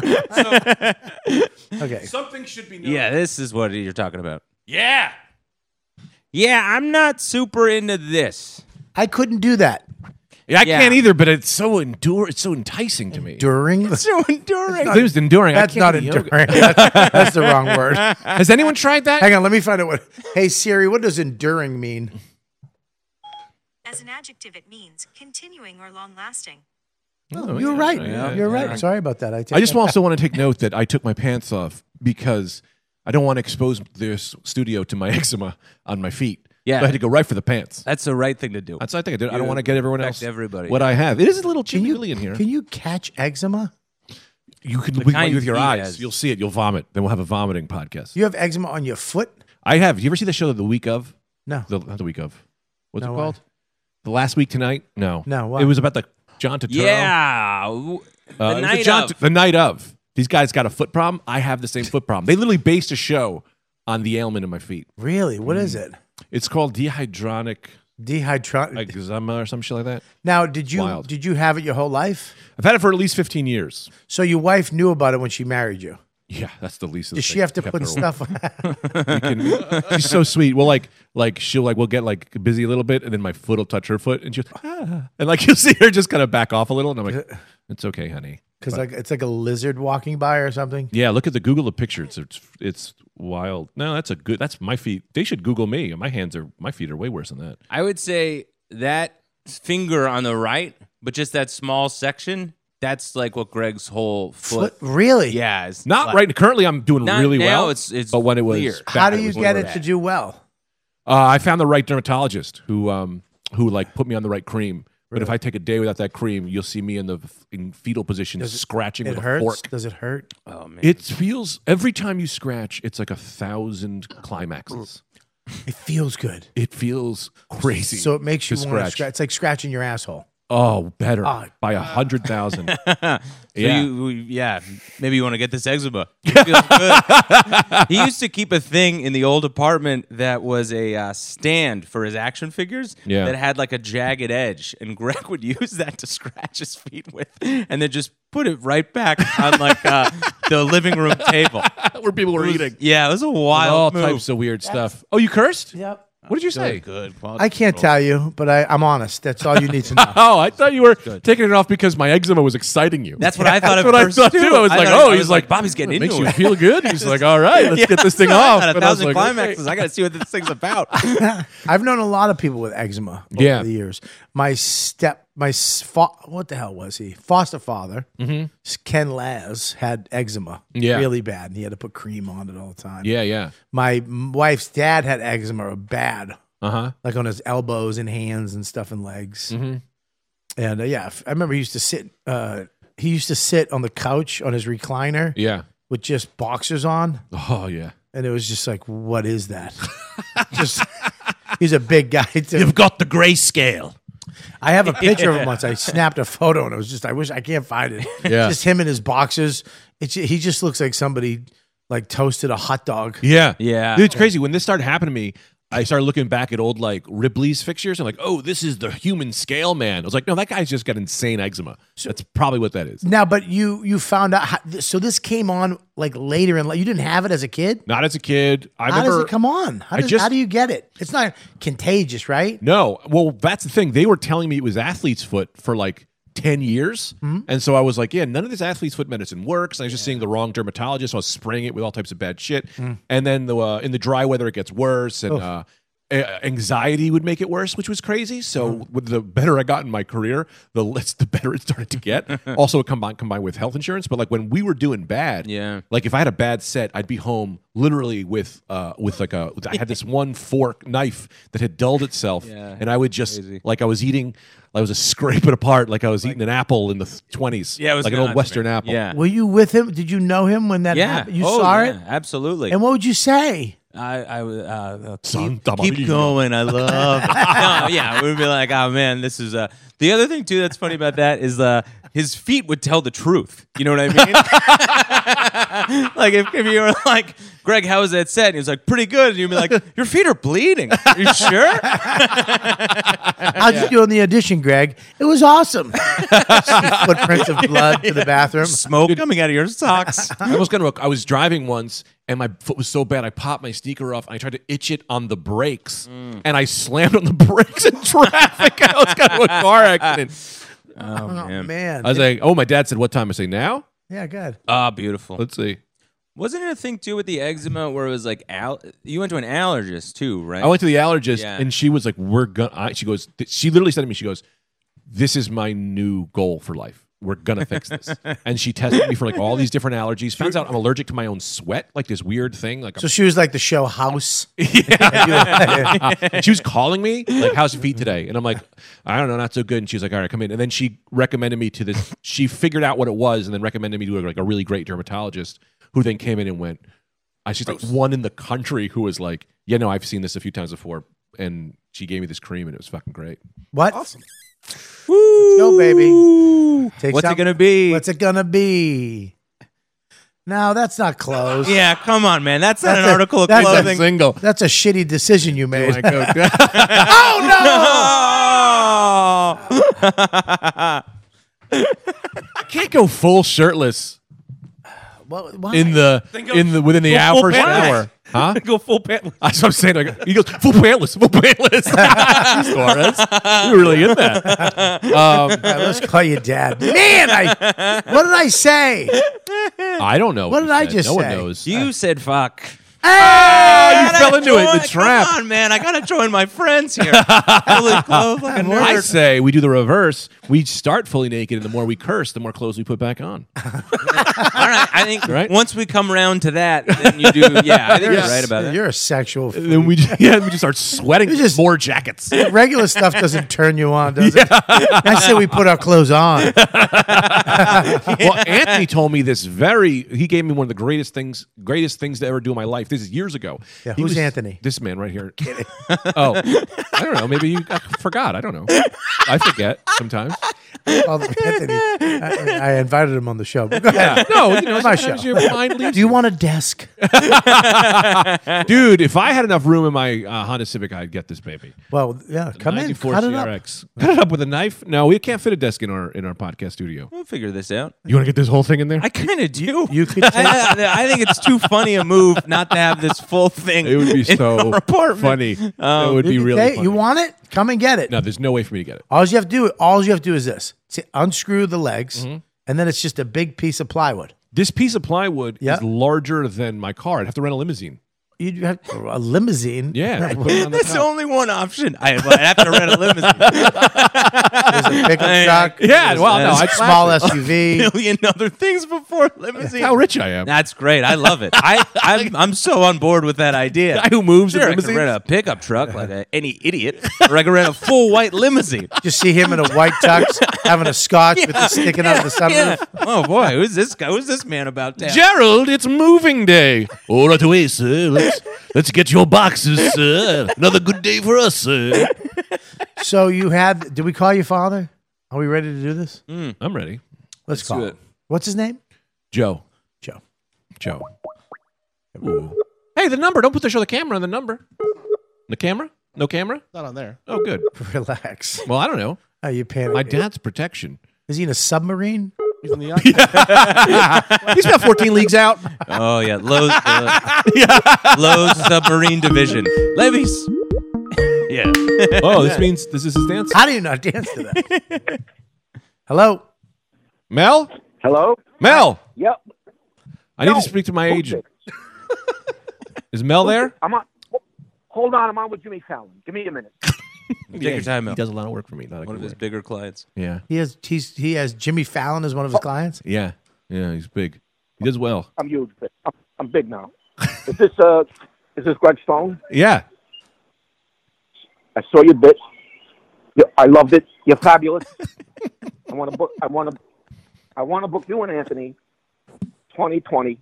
Okay. Something should be known. yeah, this is what you're talking about. Yeah. Yeah, I'm not super into this. I couldn't do that Yeah, I Yeah. can't either, but it's so endure. It's so enticing to me. during. The, So enduring. It was enduring. I that's can't not do yoga. enduring. that's, that's the wrong word. Has anyone tried that? Hang on. Let me find out what. Hey Siri, what does enduring mean? As an adjective, it means continuing or long lasting. Oh, You're yeah, right. yeah, You're yeah. right. Sorry about that. I, take I just that also want to take note that I took my pants off because I don't want to expose this studio to my eczema on my feet. Yeah. So I had to go right for the pants. That's the right thing to do. That's what I think I did. I You don't want to get everyone affect else everybody. what I have. It is a little chilly in here. back. Can you catch eczema? You can look kind with your he eyes. has. You'll see it. You'll vomit. Then we'll have a vomiting podcast. You have eczema on your foot? I have. You ever see the show The Week of? No. The, not The Week of. What's No, it why? called? The Last Week Tonight? No. No, what? It was about the John Turturro. yeah. w- The Uh, it was night John of. the night of. These guys got a foot problem. I have the same foot problem. They literally based a show on the ailment in my feet. Really? What is Mm. it? It's called dehydronic Dehydron. eczema or some shit like that. now, did you Wild. did you have it your whole life? I've had it for at least 15 years. So your wife knew about it when she married you. Yeah, that's the least. of the Does she thing. have to Kept put her away. stuff? And she's so sweet. Well, like, like she'll like we'll get like busy a little bit, and then my foot will touch her foot, and she'll ah. and like you'll see her just kind of back off a little, and I'm like, it's okay, honey. Because like it's like a lizard walking by or something. Yeah, look at the Google the picture. It's it's, it's wild. No, that's a good. That's my feet. They should Google me. My hands are my feet are way worse than that. I would say that finger on the right, but just that small section, that's like what Greg's whole foot. Foot- really? Yeah. It's Not like- right. Currently, I'm doing Not really now, well. it's- it's but when it was, clear. back, How do you was get really it bad. to do well? Uh, I found the right dermatologist who um who like put me on the right cream. But if I take a day without that cream, you'll see me in the f- in fetal position, scratching It with hurts. a fork. Does it hurt? Oh, man. It feels every time you scratch, it's like a thousand climaxes. It feels good. It feels crazy. So it makes you to want to scratch. scratch. It's like scratching your asshole. Oh, better Oh. by a hundred thousand. So yeah. you- yeah, maybe you want to get this eczema. It feels good. he used to keep a thing in the old apartment that was a uh, stand for his action figures Yeah. that had like a jagged edge, and Greg would use that to scratch his feet with, and then just put it right back on like uh, the living room table. Where people were eating Yeah, it was a all wild move. types of weird stuff. Oh, you cursed? Yep. What did you say? good I can't tell you, but I, I'm honest. That's all you need to know. Oh, I thought you were taking it off because my eczema was exciting you. That's what I thought That's at what I first, thought too. I was like, thought- oh, I he's was like, Bobby's getting makes into you it. feel good. He's like, all right, let's get this thing So off. I had a And I was thousand like, climaxes. okay. I got to see what this thing's about. I've known a lot of people with eczema over Yeah. the years. My step, my s- fa- what the hell was he? Foster father, Ken Laz had eczema, Mm-hmm. Yeah. really bad, and he had to put cream on it all the time. Yeah, yeah. My m- wife's dad had eczema, bad, Uh huh. like on his elbows and hands and stuff and legs. Mm-hmm. And uh, yeah, I remember he used to sit. Uh, he used to sit on the couch on his recliner Yeah. with just boxers on, Oh yeah. and it was just like, what is that? just he's a big guy too. got the grayscale. I have a picture of him once. I snapped a photo and it was just, I wish I can't find it. Yeah. Just him in his boxers. It's, he just looks like somebody like toasted a hot dog. Yeah. Yeah. Dude, it's crazy. When this started happening to me, I started looking back at old like Ripley's fixtures and like, oh, this is the human scale man. I was like, no, that guy's just got insane eczema. That's probably what that is. Now, but you you found out. How, so this came on like later in life. You didn't have it as a kid. Not as a kid. I How remember does it come on? How, I does, just- how do you get it? It's not contagious, right? No. Well, that's the thing. They were telling me it was athlete's foot for like 10 years. And so I was like, yeah, none of this athlete's foot medicine works. And I was just seeing the wrong dermatologist. So I was spraying it with all types of bad shit. And then the, uh, in the dry weather, it gets worse. And uh, a- anxiety would make it worse, which was crazy. So with the better I got in my career, the less, the better it started to get. also combined, combined with health insurance. But like when we were doing bad, Yeah. like if I had a bad set, I'd be home literally with uh with like a I had this one fork knife that had dulled itself, Yeah, and I would just like I was eating, I was just scraping apart like I was eating an apple in the twenties, Yeah, it was like an old nuts, Western man. apple. Yeah. Were you with him? Did you know him when that yeah. happened? You Oh, saw yeah, it? Absolutely. And what would you say? I, I w- uh, uh, Son keep, keep Maria. going. I love. no, yeah, we'd be like, oh man, this is. Uh, the other thing too that's funny about that is uh, his feet would tell the truth. You know what I mean? like if, if you were like, Greg, how was that set? And he was like, pretty good. And you'd be like, your feet are bleeding. Are you sure? How'd you do on the audition, Greg? It was awesome. Footprints of blood to the bathroom. Smoke coming out of your socks. I was gonna. I was driving once, and my foot was so bad. I popped my sneaker off, and I tried to itch it on the brakes, Mm. and I slammed on the brakes in traffic. I was got into a car accident. Oh man. Man. I was like, "Oh, my dad said what time?" I say, "Now." yeah, good. Ah, beautiful. Let's see. Wasn't it a thing too with the eczema where it was like al- you went to an allergist too, right? I went to the allergist Yeah. and she was like, "We're gonna." I, she goes. th- She literally said to me, "She goes, this is my new goal for life. We're gonna fix this." and she tested me for like all these different allergies. Finds out I'm allergic to my own sweat, like this weird thing. Like So she was like the show house. and she was calling me like, "How's your feet today?" And I'm like, "I don't know, not so good." And she's like, "All right, come in." And then she recommended me to this. She figured out what it was and then recommended me to like a really great dermatologist, who then came in and went. I she's like one in the country who was like, "Yeah, no, I've seen this a few times before," and she gave me this cream and it was fucking great. What? Let's go, baby. Take What's it some- gonna be? What's it gonna be? No, that's not close. Yeah, come on, man. That's not That's an a- article of that's a clothing. single. That's a shitty decision you made. Oh! I can't go full shirtless What- why? in the in the within the hour full first pants. hour. Huh? Go full pant. That's what I'm saying. Like, he goes full pantless, full pantless. Suarez, you really get that? Um, All right, let's call you dad. Man, I what did I say? I don't know. What he did I said. just No one say? knows. you said fuck. Ah, Gotta you fell into it. join- The trap. Come on, man. I gotta join my friends here. Holy clothes, like a I nerd. say we do the reverse. We start fully naked, and the more we curse, the more clothes we put back on. All right. I think Right? once we come round to that, then you do. Yeah, I think you're right about that. You're a sexual. f- then we just, yeah, we just start sweating. just- more jackets. Regular stuff doesn't turn you on, does it? I said we put our clothes on. Well, Anthony told me this very. He gave me one of the greatest things, greatest things to ever do in my life. This is years ago. Yeah, He who's Anthony? This man right here. oh, I don't know. Maybe you I forgot. I don't know. I forget sometimes. Called Anthony. I, I invited him on the show. But go ahead. No, you know, My sometimes show. your mind leaves Do you want a desk? Dude, if I had enough room in my uh, Honda Civic, I'd get this baby. Well, yeah, come in. 94 Cut it up. CRX. Cut it up with a knife. No, we can't fit a desk in our in our podcast studio. We'll figure this out. You want to get this whole thing in there? I kind of do. You could take- I, I- I think it's too funny a move not to have this full thing. it would be in so our apartment. funny. it would be You really take- funny. You want it? Come and get it. no, there's no way for me to get it. All you have to do. All you have to do is this: See, unscrew the legs, Mm-hmm. and then it's just a big piece of plywood. This piece of plywood Yeah. is larger than my car. I'd have to rent a limousine. You have a limousine. Yeah. I'd put it on the That's top. only one option. I, I have to rent a limousine. There's a pickup Hey, truck. yeah, well, no, That's I'd small SUV. Million other things before limousine. how rich I am. That's great. I love it. I, I'm, I'm so on board with that idea. Guy who moves in Sure, I can limousines? rent a pickup truck like uh, any idiot, or I can rent a full white limousine. Just see him in a white tux having a scotch with it sticking out of the sunroof. Oh boy, who's this guy? Who's this man about town? Gerald, it's moving day. All right away, sir. Let's, let's get your boxes, sir. Another good day for us, sir. So you had? Did we call you father? Are we ready to do this? I'm ready. Let's, do call. it. Him. What's his name? Joe. Joe. Joe. Hey, the number. Don't put the show the camera on the number. The camera? No camera? Not on there. Oh, good. Relax. Well, I don't know. Are you panicking? My dad's protection. Is he in a submarine? He's in the yeah. He's about 14 leagues out. Oh yeah, Lowe's, uh, Lowe's submarine division. Levies. yeah. Oh, this means this is his dance. How do you not dance to that? Hello. Mel? Hello? Mel! Yep. I need No. to speak to my agent. Is Mel there? I'm on. Hold on, I'm on with Jimmy Fallon. Give me a minute. Take your time He out. does a lot of work for me. Not a One good of his work. bigger clients. Yeah. He has he's, he has Jimmy Fallon as one of Oh. his clients. Yeah. Yeah, he's big. He does well. I'm huge. But I'm, I'm big now. Is this uh? Is this Greg Stone? Yeah. I saw your bit. You- I loved it. You're fabulous. I want to book. I want to. I want to book you and Anthony. 2020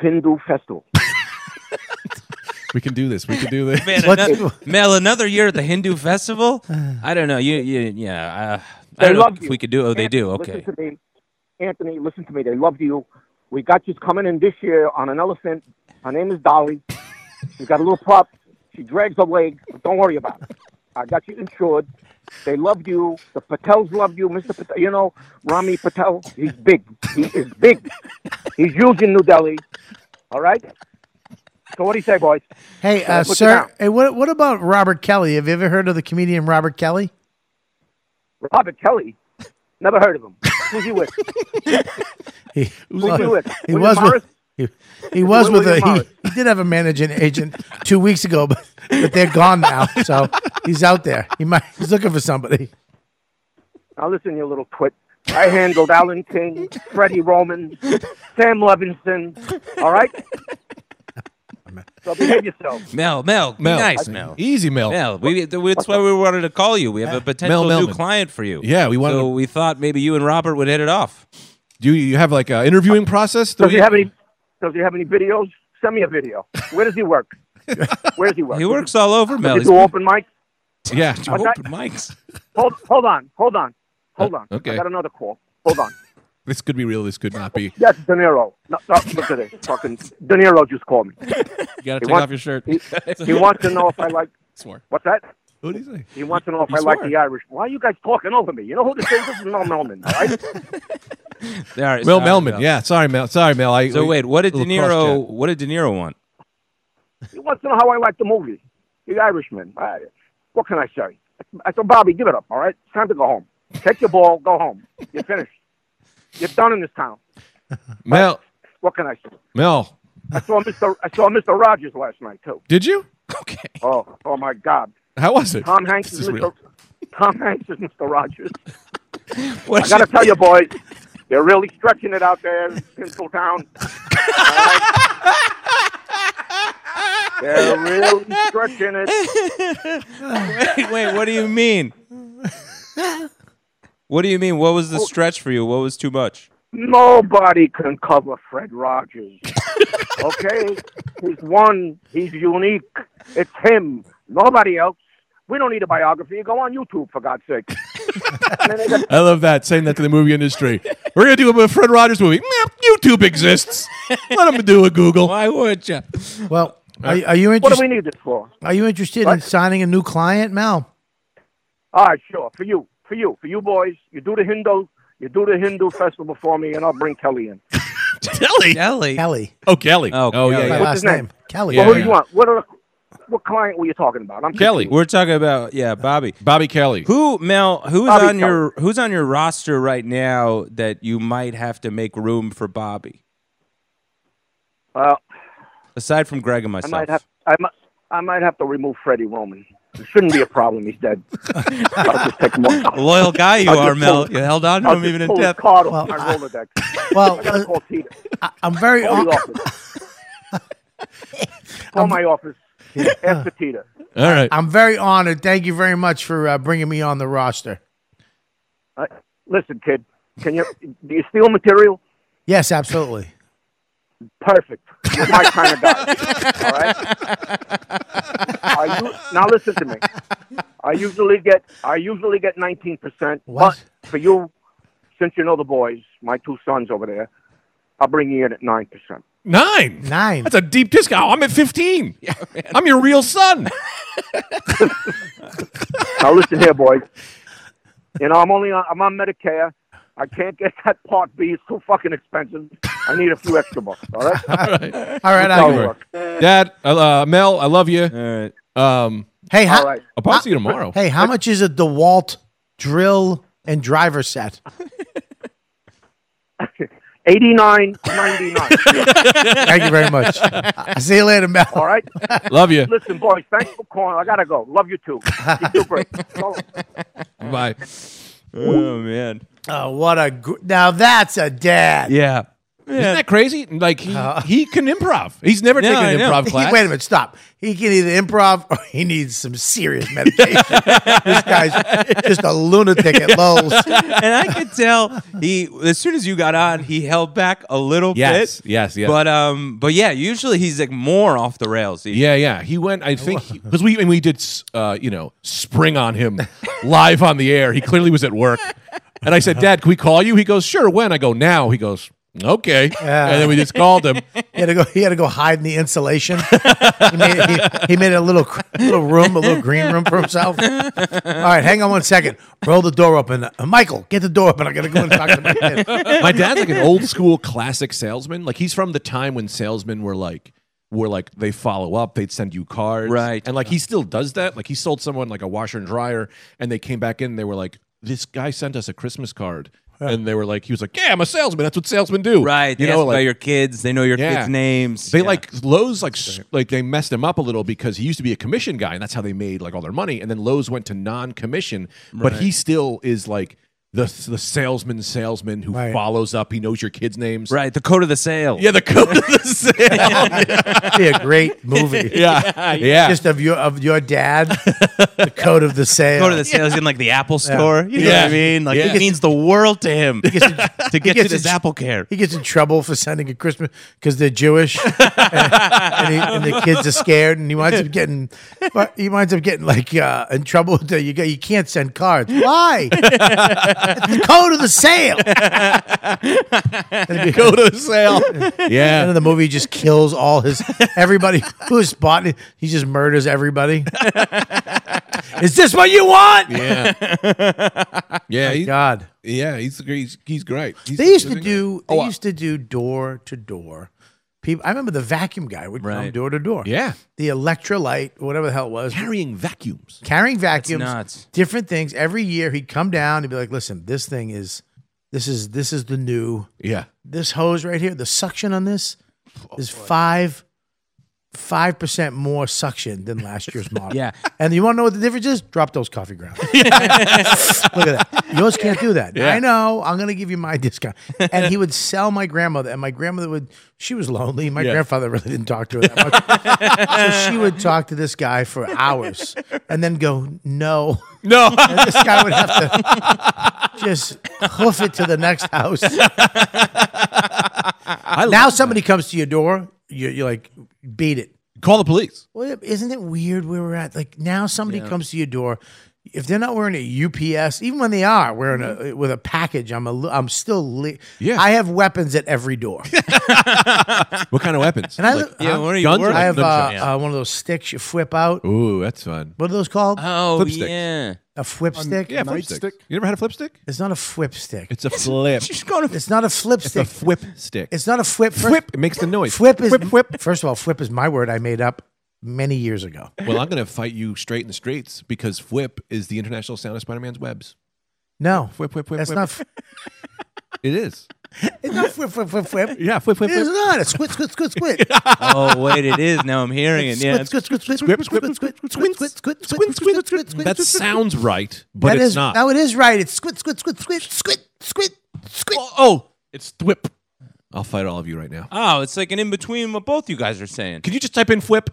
Hindu Festival. We can do this. We can do this. Man, uh, What- another, Mel, another year at the Hindu festival. I don't know. You, you yeah. Uh, I They don't know love if you. we could do. Oh, they do. Anthony, Okay. Listen to me, Anthony. Listen to me. They loved you. We got you coming in this year on an elephant. Her name is Dolly. She's got a little pup. She drags her leg. But don't worry about it. I got you insured. They loved you. The Patels loved you, Mr. Patel. You know, Rami Patel. He's big. He is big. He's huge in New Delhi. All right. So what do you say, boys? Hey, uh, Look it sir. up. Hey, what what about Robert Kelly? Have you ever heard of the comedian Robert Kelly? Robert Kelly. Never heard of him. Who's he with? He, Who's he with? he William was Morris? with. He, he was with William a Morris. he, he did have a managing agent two weeks ago, but, but they're gone now. So he's out there. He might he's looking for somebody. Now listen, you little twit. I handled Alan King, Freddie Roman, Sam Levinson. All right. So behave yourself. Mel, Mel, be Mel. nice, Mel. Easy, Mel. Mel, we, that's why we wanted to call you. We have a potential new Oh. Melman. client for you. Yeah, we wanted So to- we thought maybe you and Robert would hit it off. Do you, you have like an interviewing process? Do Does we- he have any? Does he have any videos? Send me a video. Where does he work? Where does he work? He works all over, Mel. Does he He's do open mic? Yeah. Okay. open mics. Hold, hold on, hold on, hold on. okay. I got another call. Hold on. This could be real. This could not be. Yes, De Niro. No, no, look at this. Fucking De Niro just called me. You gotta take want- off your shirt. He, he wants to know if I like. Swore. What's that? What do you say? He wants to know if You I like swore. the Irish. Why are you guys talking over me? You know who this is? This is Mel Melman. All right. All right, Mel sorry, Melman. Mel. Yeah. Sorry, Mel. Sorry, Mel. I, So wait, what did De little Niro? cross-chat. What did De Niro want? He wants to know how I like the movie, The Irishman. I, what can I say? I said, Bobby, give it up, all right? It's time to go home. Take your ball, go home. You're finished. You're done in this town. Mel. What can I say? Mel. I saw Mr. I saw Mr. Rogers last night too. Did you? Okay. Oh, oh my God! How was it? Tom Hanks This is is Mr. real. Tom Hanks is Mr. Rogers. What I gotta tell you, boys, they're really stretching it out there in Tinseltown. All right? They're really stretching it. wait, wait, what do you mean? What do you mean? What was the Oh. stretch for you? What was too much? Nobody can cover Fred Rogers. okay? He's one, he's unique. It's him. Nobody else. We don't need a biography. Go on YouTube, for God's sake. And then they got- I love that. Saying that to the movie industry. We're gonna do a Fred Rogers movie. Meh, YouTube exists. Let him do a Google. Why would you? Well, are, are you what do we interested? need this for? Are you interested in What? signing a new client, Mel? All right, sure. For you. For you. For you boys. You do the Hindu. You do the Hindu festival for me, and I'll bring Kelly in. Kelly. Kelly. Kelly, Oh, Kelly. Oh, yeah. Kelly. my yeah. last his name. name? Kelly. Well, who do Yeah. you want? What, are, what client were you talking about? I'm Kelly. We're talking about yeah, Bobby. Bobby Kelly. Who Mel? Who's Bobby on your Who's on your roster right now that you might have to make room for Bobby? Uh, Aside from Greg and I myself, might have. I might. I might have to remove Freddie Roman. It shouldn't be a problem. He's dead. I'll just take him off. A loyal guy you I'll are, just Mel. pull- You held on to I'll him just even in pull his death. card off my Rolodex. Well, I gotta uh, call Peter. I- I'm very. Call the hon- office. Call my office. Ask for Peter. All right. I'm very honored. Thank you very much for uh, bringing me on the roster. Uh, listen, kid. Can you do you steal material? Yes, absolutely. Perfect. You're my kind of guy. All right. Are you, now listen to me. I usually get I usually get nineteen percent. What? But for you, since you know the boys, my two sons over there, I'll bring you in at nine percent. Nine. Nine. That's a deep discount. I'm at 15. I'm your real son. Now listen here, boys. You know I'm only on, I'm on Medicare. I can't get that Part B. It's too fucking expensive. I need a few extra bucks. All right. All right, That'll I'll give work. Dad, uh, Mel, I love you. Um, Hey, how, All right. I'll probably see you tomorrow. hey, how much is a DeWalt drill and driver set? Eighty nine ninety nine. Thank you very much. I'll see you later, Mel. All right. Love you. Listen, boys. Thanks for calling. I gotta go. Love you too. Keep it bright. Go. Bye. Oh man. Oh, what a gr- now that's a dad. Yeah. Isn't that crazy? Like he, he can improv. He's never No, taken I an know. improv He- class. wait a minute, stop. He can either improv or he needs some serious medication. this guy's just a lunatic at Lowell's. and I could tell he as soon as you got on, he held back a little Yes, bit. yes, yes. But um, but yeah, usually he's like more off the rails. He- Yeah, yeah. He went. I think because we and we did, s- uh, you know, spring on him live on the air. He clearly was at work, and I said, "Dad, can we call you?" He goes, "Sure." When I go now, he goes, "Okay." And then we just called him. He had to go. He had to go hide in the insulation. he, made, he, he made a little cr- little room, a little green room for himself. All right, hang on one second. Roll the door open. Uh, Michael, get the door open. I gotta go and talk to my kid. My dad's like an old school classic salesman. Like he's from the time when salesmen were like were like they follow up, they'd send you cards. Right. And like he still does that. Like he sold someone like a washer and dryer and they came back in they were like, This guy sent us a Christmas card. And they were like, he was like, Yeah, I'm a salesman. That's what salesmen do. right. They You ask know, about like your kids. They know your Yeah. kids' names. they Yeah. like Lowe's like s- like they messed him up a little because he used to be a commission guy and that's how they made like all their money and then Lowe's went to non-commission but he still is like the the salesman salesman who Right. follows up he knows your kids names right the code of the sale. yeah, the code of the sale. Be a great movie. yeah, yeah. Just of your of your dad, the code of the sale. Go to the sales in like the Apple store. You know Yeah. what I mean? Like Yeah. it means the world to him to get to gets this a- Apple Care. He gets in trouble for sending a Christmas because they're Jewish, and, and he, and the kids are scared, and he winds up getting, but he winds up getting like uh, in trouble. With the, you go, you can't send cards. Why? it's the code of the sale. And Go to the sale. Yeah. in the movie, he just kills all his everybody who's bought it. He just murders everybody. Is this what you want? Yeah. Yeah. he- God. yeah. He's great. He's, he's great. He's- They used he's to a- do. They Oh, uh, used to do door to door. People, I remember the vacuum guy would come Right. door to door. Yeah. the electrolyte, whatever the hell it was, Carrying vacuums. carrying vacuums, nuts. different things. Every year he'd come down and be like, "Listen, this thing is, this is this is the new Yeah. this hose right here. The suction on this is five five percent more suction than last year's model. Yeah. and you want to know what the difference is? Drop those coffee grounds. Look at that. Yours can't do that. I know. I'm gonna give you my discount. And he would sell my grandmother, and my grandmother would. She was lonely. My Yeah. grandfather really didn't talk to her that much, so she would talk to this guy for hours, and then go no. No. And this guy would have to just hoof it to the next house. now somebody comes to your door, you're, you're like, beat it. Call the police. Well, yeah, isn't it weird where we're at? Like now somebody comes to your door, if they're not wearing a UPS, even when they are wearing a with a package, I'm a li- I'm still li- Mm-hmm. Yeah. I have weapons at every door, What kind of weapons? and I Like- li- Yeah, huh? what are you Guns worried or I have uh, nunchucks? uh, one of those sticks you flip out. Ooh, that's fun. What are those called? Oh Flip sticks. yeah. a flip stick? Um, Yeah, flip stick. You never had a flip stick? It's not a flip stick. It's a flip. Just go to It's not a flip stick. It's a whip stick. It's not a flip. First, whip. It makes the noise. Flip is First of all, flip is my word I made up many years ago. Well, I'm gonna fight you straight in the streets because whip is the international sound of Spider-Man's webs. No, Whip, whip, whip, that's whip. not. f- It is. It's not flip, flip, flip, flip. Yeah, whip, whip, It's whip. not. It's squid, squid, squid, squid. Oh wait, it is. Now I'm hearing it. Yeah. Squid, squid, squid, squid, Squip, squid, squip, squid, squid, squint, squid, squid, squid, squint, squid, squid, squid, squid. That sounds right, but That it's is- not. No, it is right. It's squid, squid, squid, squid, squid, squid, squid. oh, oh, it's thwip. I'll fight all of you right now. Oh, it's like an in between what both you guys are saying. Can you just type in thwip?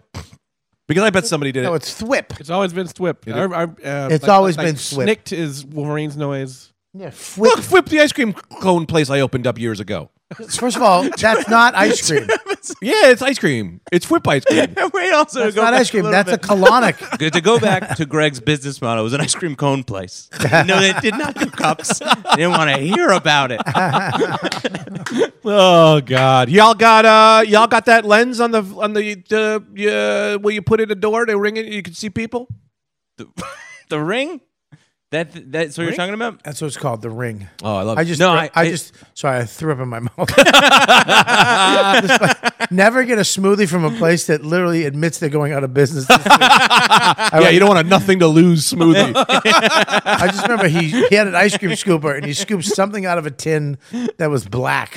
Because I bet somebody did No, it. it's thwip. It's always been Swip. It is. It's always been Swip. uh, Snicked is Wolverine's noise. Yeah, Look, flip. thwip, the ice cream cone place I opened up years ago. First of all, that's not ice cream. was. Yeah, it's ice cream. It's whip ice cream. We also That's go not back ice cream. little That's bit. a colonic. Good to go back to Greg's business model. It was an ice cream cone place. No, they did not do cups. They didn't want to hear about it. Oh God, y'all got uh, y'all got that lens on the on the uh, uh, where you put it a door to ring it, you can see people. The ring? That that's what you're talking about? That's what it's called, the ring. Oh, I love. I just, No, I, I- it- just, sorry, I threw up in my mouth. Never get a smoothie from a place that literally admits they're going out of business. yeah, you don't want a nothing to lose smoothie. I just remember he, he had an ice cream scooper and he scooped something out of a tin that was black.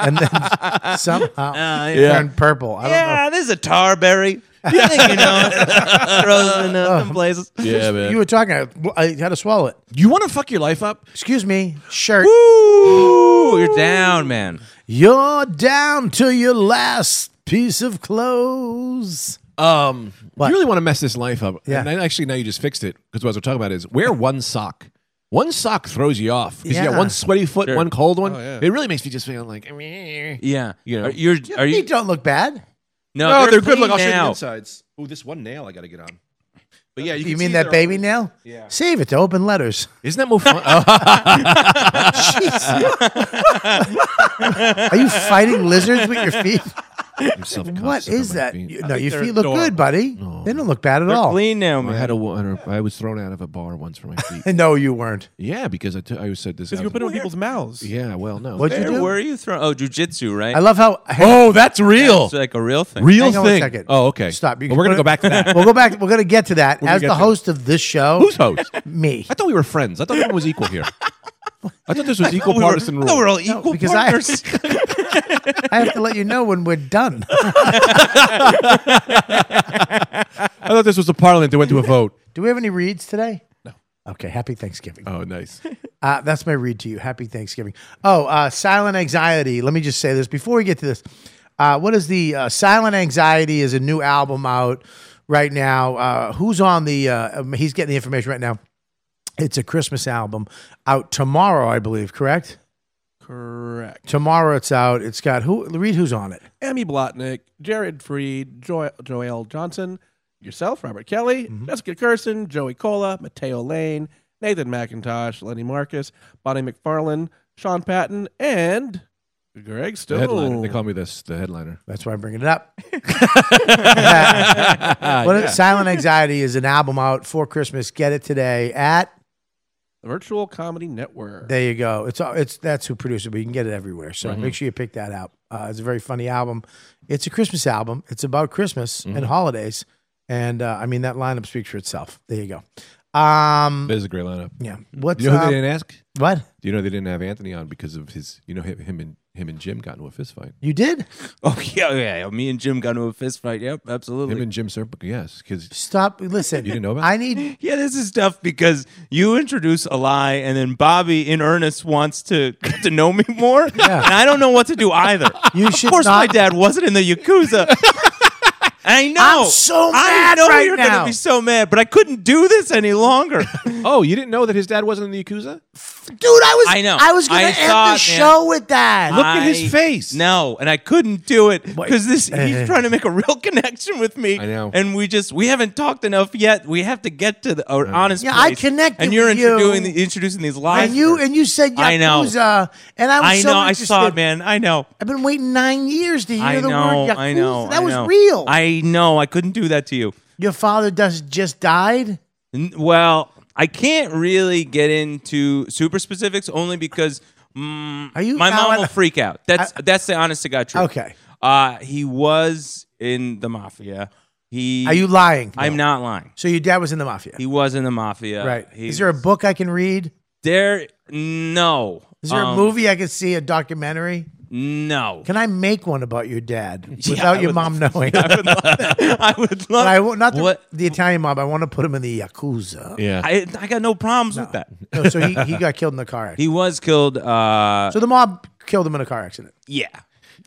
and then somehow it yeah. turned purple. I don't Uh, Yeah, this is a tarberry. I think you know it. Throws in uh, some places. yeah, know. man. You You, were talking, I, I had to swallow it. want to fuck your life up? Excuse me, shirt. Ooh, you're down, man. You're down to your last piece of clothes. Um, What? you really want to mess this life up? Yeah. And I- actually, now you just fixed it because what I was talking about is wear one sock. One sock throws you off. 'Cause You Yeah. got one sweaty foot, Sure. one cold one. yeah. It really makes me just feel like. "Meh." Yeah. You know. Are, you're, are You you? don't look bad. No, Oh, they're good. clean Look, I'll show you the now. insides. Ooh, this one nail I got to get on. But yeah, you, You can mean see that they're- baby nail? Yeah. Save it to open letters. Isn't that more fun? Oh, Are you fighting lizards with your feet? I'm self-conscious What of is my that? feet. You- no, your feet look good, buddy. They don't look bad at They're all. clean now, I man. had a wa- I don't- I was thrown out of a bar once for my feet. No, you weren't. yeah, because I took- I said this. Because I you was- put it in people's mouths. yeah, well, no. What'd you Where do? were you throwing? Oh, jujitsu, right? I love how. oh, that's real. It's like a real thing. real Hang on thing. one second. Oh, okay. Stop. You Well, we're can gonna go back to that. we'll go back. We're gonna get to that gonna as get the to host of this show. Who's host? me? I thought we were friends. I thought everyone was equal here. I thought this was equal We Oh, were, I partisan thought rule. we were all equal because I- partners. I have to let you know when we're done. I thought this was the parliament that went to a vote. do we have any reads today? No. Okay. Happy Thanksgiving. Oh, nice. Uh, that's my read to you. Happy Thanksgiving. Oh, uh, silent anxiety. Let me just say this before we get to this. Uh, what is the uh, silent anxiety? Is a new album out right now. Uh, who's on the? Uh, um, he's getting the information right now. It's a Christmas album out tomorrow, I believe. Correct. Correct. Tomorrow it's out. It's got who? Read who's on it. Emmy Blotnick, Jared Freed, jo- Joel Johnson, yourself, Robert Kelly, Mm-hmm. Jessica Kirsten, Joey Cola, Mateo Lane, Nathan McIntosh, Lenny Marcus, Bonnie McFarlane, Sean Patton, and Greg The headliner. Stone. They call me this. The headliner. That's why I'm bringing it up. What- Silent Anxiety is an album out for Christmas. Get it today at the Virtual Comedy Network. There you go. It's all it's that's who produced it, but you can get it everywhere. So make sure you pick that out. Uh, it's a very funny album. It's a Christmas album. It's about Christmas and Mm-hmm. holidays, and uh, I mean that lineup speaks for itself. There you go. Um, There's a great lineup. yeah. What's You know who um, they didn't ask? what Do you know they didn't have Anthony on because of his? You know him, him and him and Jim got into a fist fight. you did? oh yeah, yeah, yeah. Me and Jim got into a fist fight. Yep, absolutely. Him and Jim Serpico. Yes, because Stop. Listen. You didn't know about I need. Yeah, this is tough because you introduce a lie, and then Bobby, in earnest, wants to get to know me more, and I don't know what to do either. You of should course, my not- dad wasn't in the yakuza. I know. I'm so I mad know right you're now. gonna be so mad, but I couldn't do this any longer. oh, you didn't know that his dad wasn't in the Yakuza. Dude, I was. I know. I was gonna I end thought, the man. show with that. Look at his I- face. No, and I couldn't do it because this Eh. he's trying to make a real connection with me. I know. And we just we haven't talked enough yet. We have to get to the our honest. Yeah, I place. connected And you're with you. introducing the- introducing these lies. and you first. and you said Yakuza, I know. and I was I so know. I interested. saw it, man. I know. I've been waiting nine years to hear I know. the word Yakuza. I know. That I was know. real. I know. I couldn't do that to you. Your father does just died. N- Well, I can't really get into super specifics only because mm, Are you- my no, mom I- will freak out. That's that's the honest to God truth. Okay. Uh, he was in the mafia. He. Are you lying? I'm No. not lying. So your dad was in the mafia, He was in the mafia. right? He, is there a book I can read? there? No. Is there a Um, movie I can see? A documentary? No. Can I make one about your dad without Yeah, I your would- mom knowing? I would love. I would love But I won't- not the, what? the Italian mob. I want to put him in the yakuza. Yeah. I, I got no problems with that. No, so he, he got killed in the car. accident. He was killed. Uh, so the mob killed him in a car accident. yeah.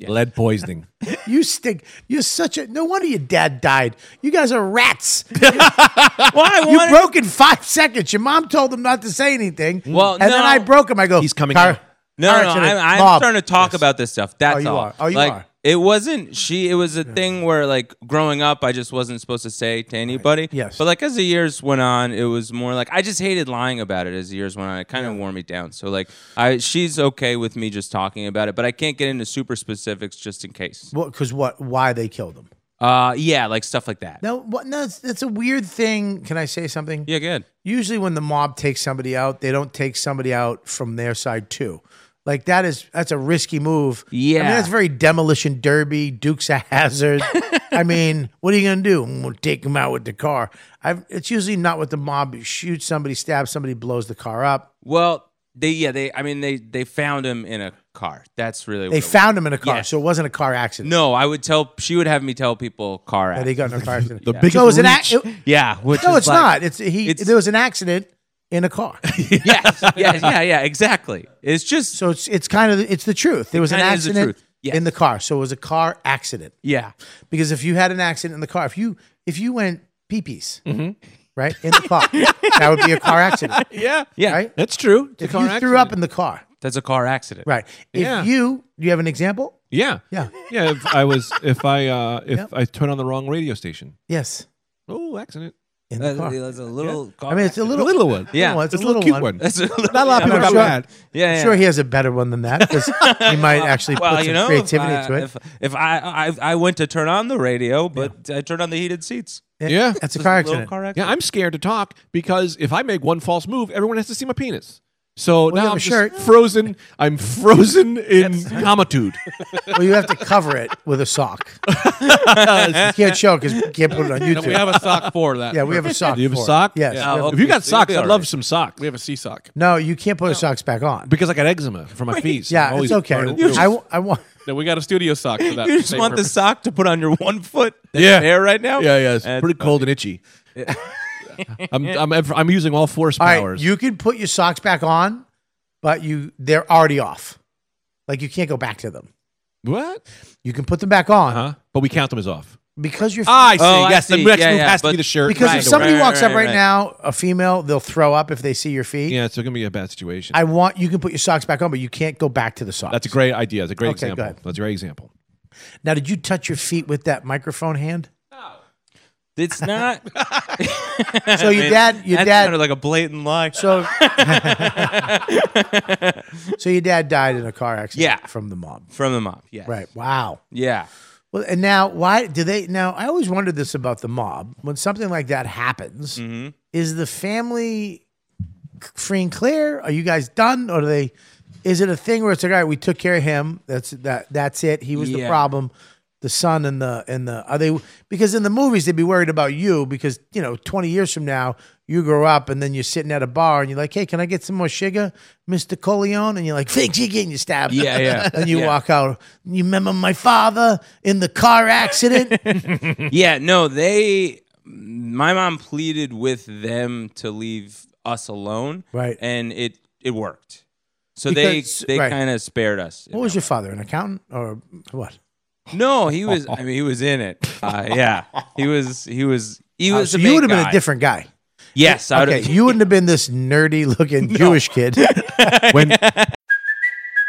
Lead poisoning. You stink. You're such a. No wonder your dad died. You guys are rats. Well, I You wanted. broke in five seconds. Your mom told him not to say anything. Well, and then no. I broke him. I go. He's coming "Car- out." No, car no, accident. I'm, I'm Mob. starting to talk Yes. about this stuff. That's you all. are. Oh, you like, are. It wasn't she. It was a thing where, like, growing up, I just wasn't supposed to say to anybody. Yes. But like as the years went on, it was more like I just hated lying about it. As the years went on, it kind of wore me down. So like, I she's okay with me just talking about it, but I can't get into super specifics just in case. Because what? Why they killed him? Uh, yeah, like stuff like that. No, what? No, it's, it's a weird thing. Can I say something? Yeah, good. usually when the mob takes somebody out, they don't take somebody out from their side too. Like that is that's a risky move. I mean, Yeah. that's very demolition derby, Dukes of Hazard. I mean, what are you gonna do? Mm, We'll take them out with the car. I've, it's usually not with the mob. You shoot somebody, stab somebody, blows the car up. Well, they yeah they I mean they they found him in a car. That's really what They it was. found him in a car, Yeah. so it wasn't a car accident. No, I would tell she would have me tell people car accident. that he got in a car accident. The biggest so it was an reach. ac- it- Yeah, which No, is it's like- not. It's he. It's- there was an accident in a car, yes, yeah, yeah, yeah, exactly. It's just so it's it's kind of it's the truth. There was an kinda is the accident truth. Yeah. in the car, so it was a car accident. yeah, Because if you had an accident in the car, if you if you went peepees, right in the car, that would be a car accident. Yeah, yeah. Right? that's true. if you threw up in the car, That's a car accident. right? If Yeah. you do you have an example? Yeah. Yeah. Yeah. If I was, if I, uh, if Yep. I turn on the wrong radio station. yes, Oh, accident. in the That's, car. that's a little. Car I mean, it's a little The little one. Yeah. It's, a little, cute one. one. That's a little, Not a lot of yeah, people I'm are sure- bad. Yeah, I'm yeah. sure he has a better one than that because he might actually well, put you some know, creativity if I, to it. If, if I, I I went to turn on the radio, but I turned on the heated seats. Yeah. that's a It's car little accident. Car Yeah, accident. I'm scared to talk because if I make one false move, everyone has to see my penis. So you have now a I'm shirt. just frozen. I'm frozen in comitude. Well, you have to cover it with a sock. you can't show because you can't put it on YouTube. we have a sock for that. yeah, we have a sock. Do you have for a it. sock? Yes. Yeah. Oh, We have- okay. If you got So you'll socks, be I'd all love right. some socks we have a sea sock No, you can't put the socks back on. because I got eczema from my feet. I'm Yeah, always it's okay. burning I, through. wa- I want. No, we got a studio sock for that. You just same want the purpose. sock to put on your one foot. that's Yeah. There right now. yeah, yeah, it's That's pretty cold and itchy. I'm, I'm I'm using all force All right, powers. you can put your socks back on, but you they're already off. Like you can't go back to them. what? You can put them back on Huh? But we count them as off. because you're Uh-huh. Ah, I see. Oh, I yes, see. the next Yeah, move yeah, has to but- be the shirt. because Right, if somebody right, walks up right, right, right. now, a female, they'll throw up if they see your feet. yeah, it's going to be a bad situation. I want you can put your socks back on, but you can't go back to the socks. That's a great idea. That's a great Okay, go example. ahead. That's a great example. now, did you touch your feet with that microphone hand? It's not. So your dad, your that dad, sounded like a blatant lie. so so your dad died in a car accident Yeah. from the mob. From the mob. Yeah. Right. Wow. Yeah. Well, and now why do they? Now I always wondered this about the mob. When something like that happens, is the family c- free and clear? Are you guys done, or do they? Is it a thing where it's like, all right, we took care of him. That's that. That's it. He was the Yeah. problem. The son and the and the are they? Because in the movies they'd be worried about you because you know twenty years from now you grow up and then you're sitting at a bar and you're like, hey, can I get some more sugar, Mister Coleone? And you're like, thanks again, you stabbed. Yeah, yeah. And you Yeah. walk out. You remember my father in the car accident? Yeah, no, they. My mom pleaded with them to leave us alone, Right. And it it worked. So Because- they they right. kind of spared us. what was your father, an accountant or what? No, he was. I mean, he was in it. Uh, yeah, he was. He was. He Oh, was. so the you main would have been guy. a different guy. Yes, I would Okay, have. you wouldn't have been this nerdy looking Jewish kid. When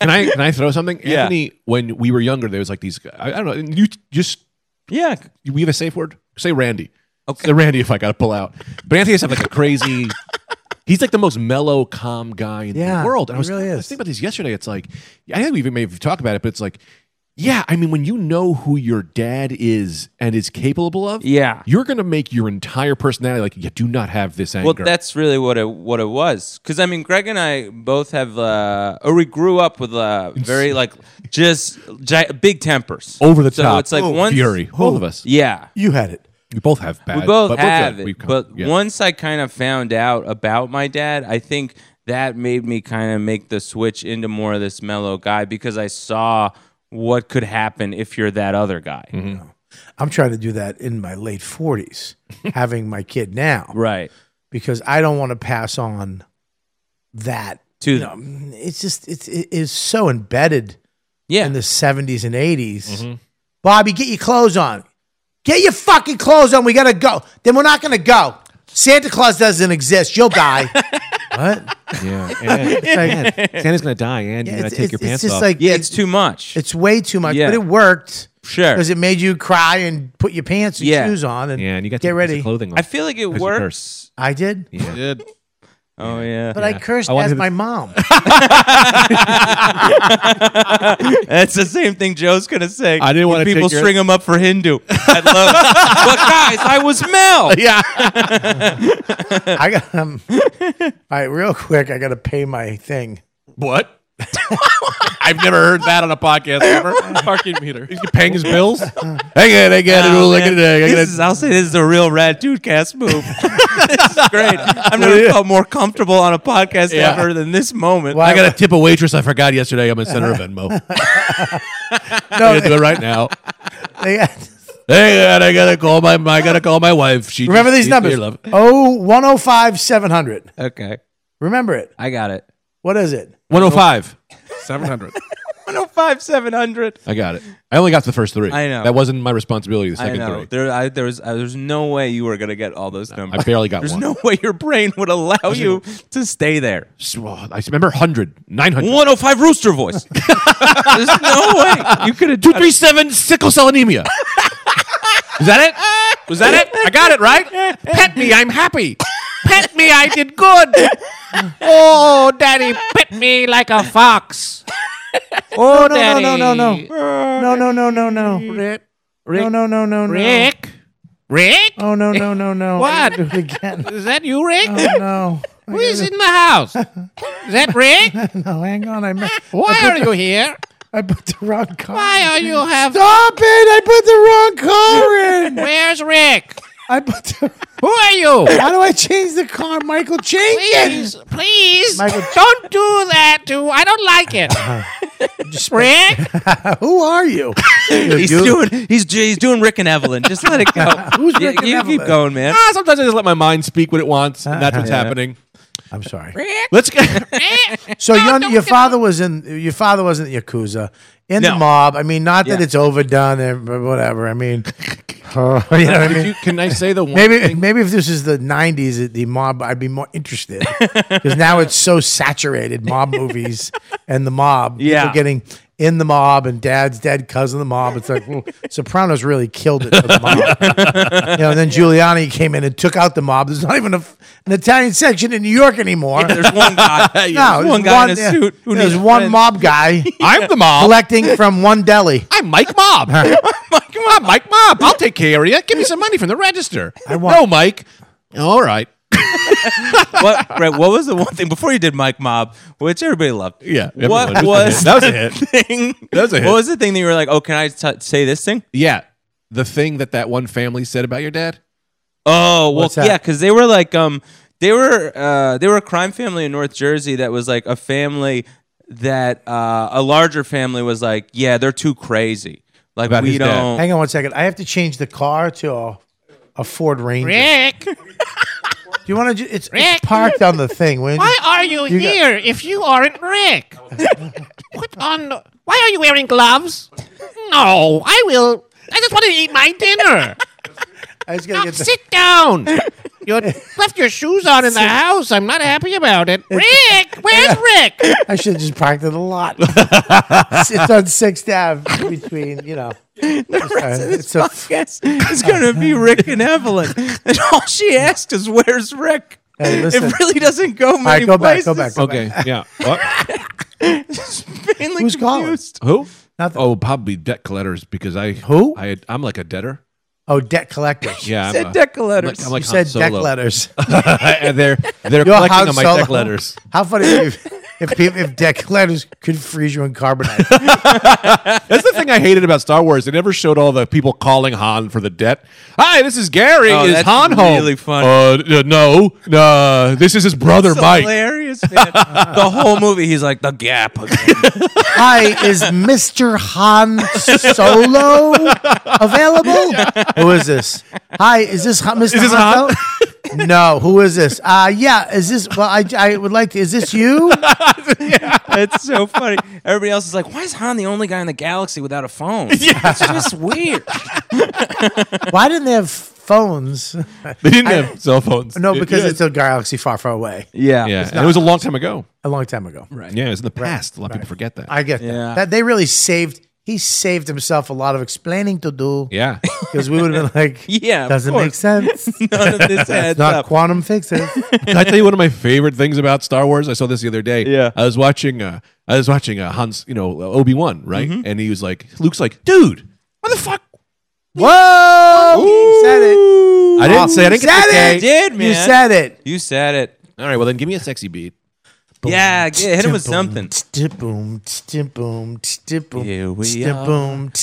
can I can I throw something? Yeah. Anthony, when we were younger, there was like these. I, I don't know. You just yeah. we have a safe word. Say Randy. Okay. Say Randy if I got to pull out. But Anthony has to have like a crazy. he's like the most mellow, calm guy in Yeah, the world. And I he was, really I is. was thinking about this yesterday. It's like I think we even maybe talked about it, but it's like, yeah. I mean, when you know who your dad is and is capable of, Yeah. you're gonna make your entire personality like you do not have this anger. Well, that's really what it what it was. Because I mean, Greg and I both have, uh, or we grew up with uh, very like just gi- big tempers, over the so top. It's like Oh, once fury. Both of us. Yeah, you had it. We both have bad. we both but have good. We've it. come- But yeah. once I kind of found out about my dad, I think that made me kind of make the switch into more of this mellow guy because I saw what could happen if you're that other guy. Mm-hmm. I'm trying to do that in my late 40s, having my kid now, Right. because I don't want to pass on that. To You know, it's just it's it is so embedded yeah. in the 70s and 80s. Mm-hmm. Bobby, get your clothes on. Get your fucking clothes on. We gotta go. Then we're not gonna go. Santa Claus doesn't exist. You'll die. what? Yeah. And, and Santa's gonna die, and Yeah, you're gonna it's- take your it's- it's pants just off. like yeah, it- it's too much. It's way too much, Yeah. but it worked sure. because it made you cry and put your pants and Yeah. shoes on and, yeah, and you got to take get a piece of ready. clothing off. I feel like it As you works. I did, yeah. Did. Oh yeah. but I cursed I wanted as to- my mom. That's the same thing Joe's gonna say. I didn't When wanna people take your- string him up for Hindu. I love. but guys, I was Mel. I got um, all right, real quick. I got to pay my thing. What? I've never heard that on a podcast ever. Parking meter. He's paying his bills. I got it. I got it. Oh, Look at it. I got This is, I'll say this is a real rat dude cast move. this is great. I've never felt more comfortable on a podcast Yeah. ever than this moment. Why- Like, I got to tip a waitress I forgot yesterday. I'm gonna send her a Venmo. I'm No, gonna do it right now. they- Hey, God, I gotta call my I gotta call my wife. She remember just these needs numbers: your love. oh one oh five seven hundred. okay, Remember it. I got it. What is it? 105. 700. 105, 700. I got it. I only got the first three. I know. that wasn't my responsibility. The I second know. three, There, I, there was, uh, there's no way you were gonna get all those numbers. I barely got There's one. no way your brain would allow you to stay there. Sw- I remember 100, 900, 105 rooster voice. There's no way you could have done 237 sickle cell anemia. Is that it? Was that it? I got it right. Pet me, I'm happy. Pet me, I did good. Oh, daddy, pet me like a fox. Oh no no no no no no no no no no Rick, no no no no no. Rick, Rick, Oh no no no no! What? Do it again? is that you, Rick? Oh no! Who is in the house? Is that Rick? No, hang on. I me- Why are you here? I put the wrong car. Why are you have? Stop it! I put the wrong car in. Where's Rick? I put the. Who are you? How do I change the car, Michael? Change it. Please, please, Michael- don't do that to. I don't like it. Rick, Who are you? He's doing he's he's doing Rick and Evelyn. Just let it go. Who's you, Rick and you keep Evelyn? going, man. ah, sometimes I just let my mind speak what it wants, and that's what's happening. I'm sorry. Let's go. So your, your father was in your father was in the yakuza, in No. the mob. I mean, not that Yeah. it's overdone and whatever. I mean, uh, you know what I mean. can I say the one? Maybe maybe if this is the '90s, at the mob, I'd be more interested because now it's so saturated. Mob movies and the mob, people Yeah. getting in the mob and dad's dead cousin of the mob. It's like well, Sopranos really killed it for the mob. you know, and then Giuliani came in and took out the mob. There's not even a, an Italian section in New York anymore. There's one guy. there's no, there's one guy in a yeah, suit. Who there's needs one friends. mob guy I'm the mob. collecting from one deli. I'm Mike Mob. Mike Mob. Mike Mob. I'll take care of you. Give me some money from the register. I want- No, Mike. All right. What, right, what was the one thing before you did Mike Mob, which everybody loved? Yeah, everyone. What That was was a hit. That was a the hit. Thing? That was a hit. What was the thing that you were like? Oh, can I t- say this thing? Yeah. The thing that that one family said about your dad. Oh well, What's that? yeah, because they were like, um, they were uh, they were a crime family in North Jersey that was like a family that uh, a larger family was like, yeah, they're too crazy. Like About we his dad. don't. Hang on one second. I have to change the car to a, a Ford Ranger. Rick, Do you want to? It's, it's parked on the thing. Why are you, You got- here if you aren't Rick? Put on. Why are you wearing gloves? No, I will. I just want to eat my dinner. I was gonna get the, Sit down. You left your shoes on in the house. I'm not happy about it. Rick, where's Rick? I should have just parked it a lot. it's on Sixth Ave between, you know. it's a, Yes, it's gonna be Rick and Evelyn, and all she asked is, "Where's Rick?" Hey, listen. It really doesn't go many all right, go back, places. go back. Go back. yeah. Mainly Who's calling? confused. Who? Nothing. Oh, probably debt collectors because I Who? I had, I'm like a debtor. Oh, debt collectors. Yeah, I'm Said a- deck I'm letters. like, I'm like You said Han Solo. deck letters. And they're they're You're collecting Han on my Solo. deck letters. How funny if, if peop- if deck ladders could freeze you in carbonite. That's the thing I hated about Star Wars. They never showed all the people calling Han for the debt. Hi, this is Gary. Oh, is that's Han home? really funny. Uh, uh, no, uh, this is his brother It's Mike. Hilarious, man. the whole movie, he's like the gap. Hi, is Mr. Han Solo available? Who is this? Hi, is this Han, Mr. Is this Han? Solo? No, who is this? Uh yeah, is this? Well, I, I would like to. Is this you? It's so funny. Everybody else is like, "Why is Han the only guy in the galaxy without a phone?" It's just weird. Why didn't they have phones? They didn't have cell phones. No, It- because yeah, it's a galaxy far, far away. Yeah, yeah, and it was a long time ago. A long time ago. Right. Yeah, it was in the past. A lot of people forget that. I get that. Yeah. that. They really saved. He saved himself a lot of explaining to do yeah, because we would have been like, Yeah, of doesn't make course. sense. None of this It's adds not up. quantum fixes. Can I tell you one of my favorite things about Star Wars? I saw this the other day. Yeah. I was watching. Uh, I was watching uh, Hans, you know, Obi Wan, right? And he was like, Luke's like, dude, what the fuck? Oh, Whoa! You said it. I didn't say. I didn't get said the it. You did, You man. said it. You said it. All right, well then, give me a sexy beat. Yeah, g- hit him with something. Boom, boom, boom, Here we are. boom.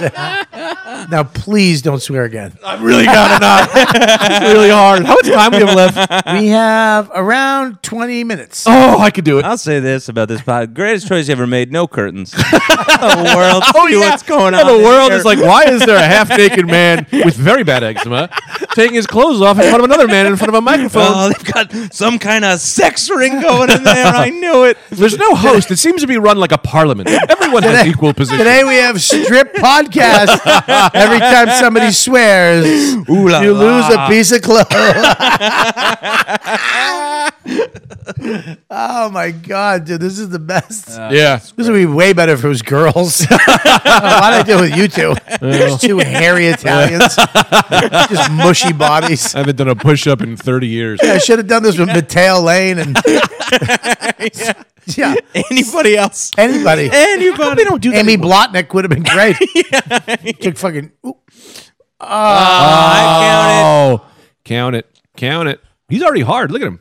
Now, please don't swear again. I've really got it out. it's really hard. How much time we have left? We have around 20 minutes. Oh, I could do it. I'll say this about this pod: greatest choice you ever made. No curtains. the world. Oh yeah. what's going on? Yeah, the in world here. is like, why is there a half naked man with very bad eczema taking his clothes off in front of another man in front of a microphone? Oh, they've got some kind of sex ring going in there. I knew it. There's no host. It seems to be run like a parliament. Everyone has equal position. Today we have strip podcast. Every time somebody swears, Ooh la you la. lose a piece of clothes. oh my god, dude, this is the best. Uh, yeah. This would be way better if it was girls. Why did I deal with you two? There's two hairy Italians, just mushy bodies. I haven't done a push up in 30 years. I should have done this with Mateo Lane and yeah, Anybody else? anybody. Anybody? They don't do Amy Blotnick would have been great. Took fucking. ooh, Ah, I Oh, count it. Count it. He's already hard. Look at him.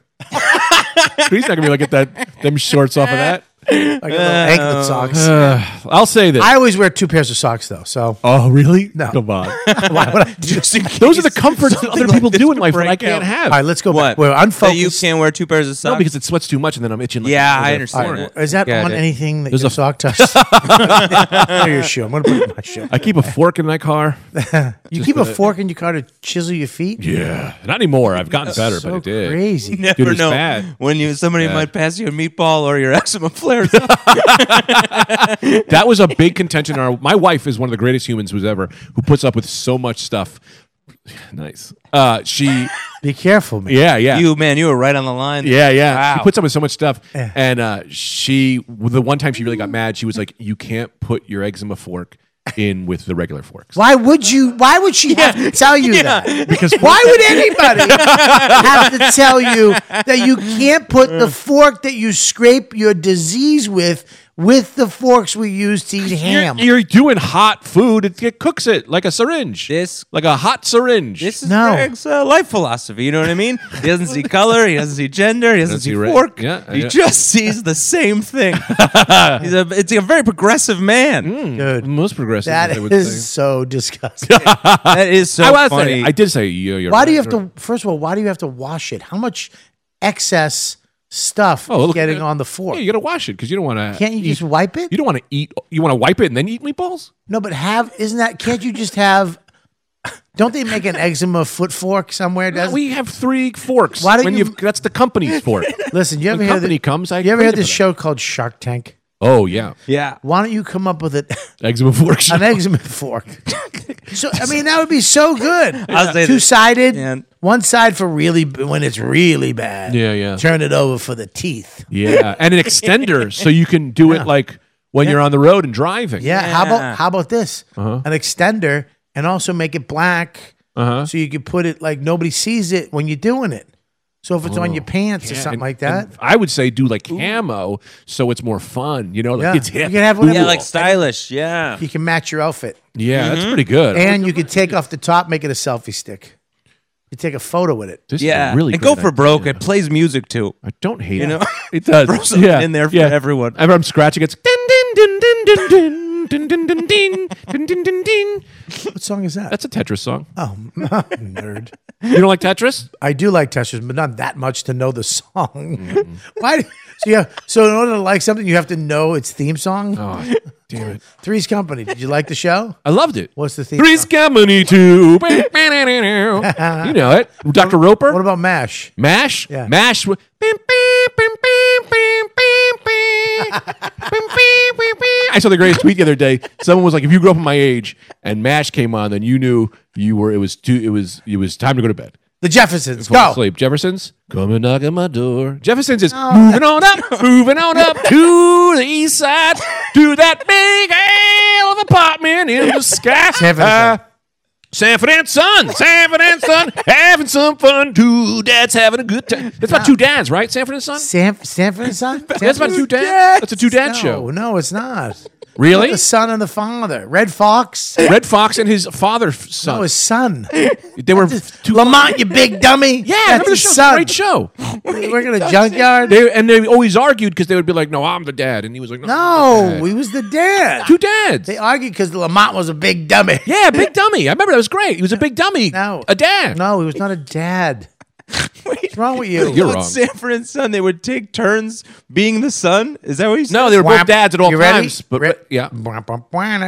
He's not going to be able to get that, them shorts off of that. I got little Oh. anklet socks. Uh, I'll say this. I always wear two pairs of socks though, so oh, really? No. Come on. why would I do? Just in case Those are the comforts that something other like people this do in could life that I break can't out. All have. right, let's go What? back. We're That you unfocused. can't wear two pairs of socks. No, because it sweats too much and then I'm itching. Like yeah, I All understand. right, that. well, is that Got on it. anything that There's your a- sock touches? Under your shoe. I'm gonna put it in my shoe. I keep a fork in my car. You keep a fork in your car to chisel your feet. Yeah. Not anymore. I've gotten better, so but it did. crazy. You never Dude, it's know bad. when you somebody Bad. might pass you a meatball or your eczema flares. That was a big contention. Our my wife is one of the greatest humans who's ever who puts up with so much stuff. Nice. Uh, she Be careful, man. yeah yeah you man, you were right on the line. yeah yeah. Wow. She puts up with so much stuff, and uh, she the one time she really got mad, she was like, "You can't put your eczema fork in with the regular forks." Why would you? Why would she have to tell you that? Because why would anybody have to tell you that you can't put the fork that you scrape your disease with with the forks we use to eat ham? You're, you're doing hot food; it, it cooks it like a syringe, This- like a hot syringe. This is No. Greg's uh, life philosophy. You know what I mean? He doesn't see color. He doesn't see gender. He doesn't, Doesn't see see ra- fork. yeah, he yeah. just sees the same thing. He's a, it's a very progressive man. the most progressive. That I would is say. so disgusting. That is so I was funny. saying, I did say you. You're Why do you right. have to? First of all, why do you have to wash it? How much excess stuff Oh, is look, getting uh, on the fork? Yeah, you got to wash it because you don't want to. Can't you just wipe it? You don't want to eat. You want to wipe it and then eat meatballs? No, but have isn't that? Can't you just have? Don't they make an eczema foot fork somewhere? Does we have three forks. Why Why don't when you- you? have That's the company's fork. listen? You ever when hear company the, comes, I You ever pay heard for this that. show called Shark Tank? Oh yeah, yeah. Why don't you come up with it, eczema fork. an eczema fork? So I mean, that would be so good. I'll say Two this. sided, Yeah. one side for really b- when it's really bad. Yeah, yeah. Turn it over for the teeth. yeah, and an extender so you can do it like when you're on the road and driving. Yeah. How Yeah. about how about this? Uh-huh. An extender and also make it black, Uh-huh. so you can put it like nobody sees it when you're doing it. So if it's on your pants or something Oh, And- like that, and I would say do like camo so it's more fun. You know, like Yeah. it's You hip. can have Ooh. like- Yeah, like stylish. Yeah. you can match your outfit. Mm-hmm. yeah, that's pretty good. And you could take off the top, make it a selfie stick. You take a photo with it. yeah, and go for broke. It plays music too. I don't hate you it. know? It does. Throw something in there for yeah. everyone. Ever I'm scratching, it's din din din din din din din din din din din din din. What song is that? That's a Tetris song. Oh, nerd. You don't like Tetris? I do like Tetris, but not that much to know the song. Mm-hmm. Why? So yeah. So in order to like something, you have to know its theme song. Oh, damn it! Three's Company. Did you like the show? I loved it. What's the theme? Three's Company too. you know it. Dr. Roper. What about Mash? Mash. Yeah. Mash. w- I saw the greatest tweet the other day. Someone was like, "If you grew up in my age and Mash came on, then you knew you were. It was too. It was. It was time to go to bed. The Jeffersons. Fall Go. asleep. Jefferson's come and knock at my door. Jefferson's is Oh. moving on up, moving on up to the east side, to that big hell of apartment in the sky. Uh, San Francisco. Sanford and Son, Sanford and Son, having some fun. Two dads having a good time. That's about two dads, right? Sanford and Son. Sanf- Sanford and Son. That's about two dads. That's a two dad no, show. No, it's not. Really? The son and the father. Red Fox. Red Fox and his father's son. No, his son. they were two. Lamont, you big dummy. yeah, That's remember the his show? It's a son. Great show. We work in a junkyard. They and they always argued because they would be like, "No, I'm the dad," and he was like, "No, I'm the no, dad." he was the dad. two dads." They argued because Lamont was a big dummy. Yeah, big dummy. I remember that was great. He was a big dummy. No. a dad. No, he was not a dad. What's wrong with you? You're So wrong. it's Sanford and Son. They would take turns being the son. Is that what you said? No, they were both Whap. dads at all You ready? times. But Re- yeah, Bwah, bwah, bwah,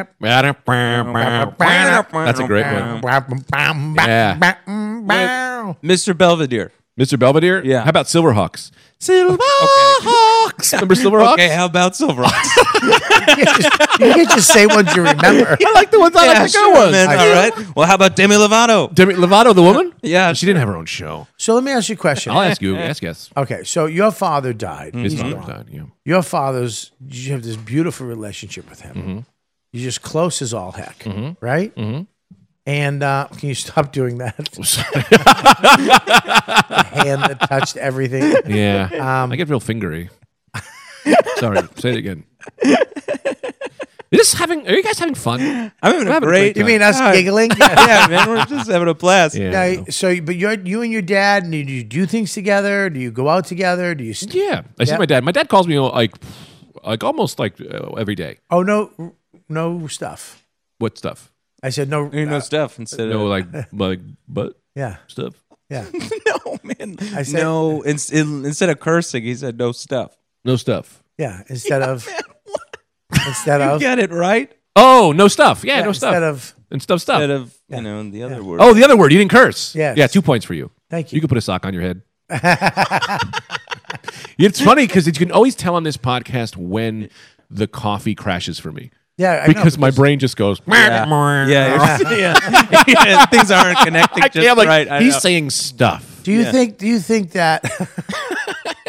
nah. that's a great one, Bwah, bwah, bwah, bwah, Yeah. bwah, mm, bwah. Mr. Belvedere. Mr. Belvedere. Yeah. how about Silverhawks? Silverhawks. Remember Silverhawks? Okay, how about Silver? You can't just- you can't just say ones you remember. I like the ones I like the good ones. man. All right. Well, how about Demi Lovato? Demi Lovato, the woman. Yeah, she didn't have her own show. So let me ask you a question. I'll ask you. Ask yes. Okay, so your father died. Mm-hmm. His He's father gone. died. Yeah. Your father's, you have this beautiful relationship with him. Mm-hmm. You're just close as all heck, right? And uh, can you stop doing that? The hand that touched everything. Yeah. I get real fingery. Sorry. Say it again. Is this having? Are you guys having fun? I'm having We're a having a great. great You mean us God. giggling? yeah, man, we're just having a blast. Yeah. Now, so, but you're you and your dad, do you do things together? Do you go out together? Do you? St- Yeah, I see Yeah. my dad. My dad calls me uh, like, like almost like uh, every day. Oh no, no stuff. What stuff? I said no. You know uh, stuff instead No, of like like butt yeah, stuff. yeah. no man. I said- no. In, in, instead of cursing, he said no stuff. No stuff. Yeah, instead of instead of Get it right. Oh, no stuff. Yeah, yeah, no stuff. instead of and stuff stuff. Instead of you know the other word. oh, the other word. You didn't curse. Yes. Yeah, two points for you. Thank You you. could put a sock on your head. it's funny because you can always tell on this podcast when the coffee crashes for me yeah, I know, because my brain just goes. yeah, yeah, you're- yeah. Yeah, Things aren't connecting just Yeah, I'm like, right. I he's know. saying stuff. Do you think? Do you think that?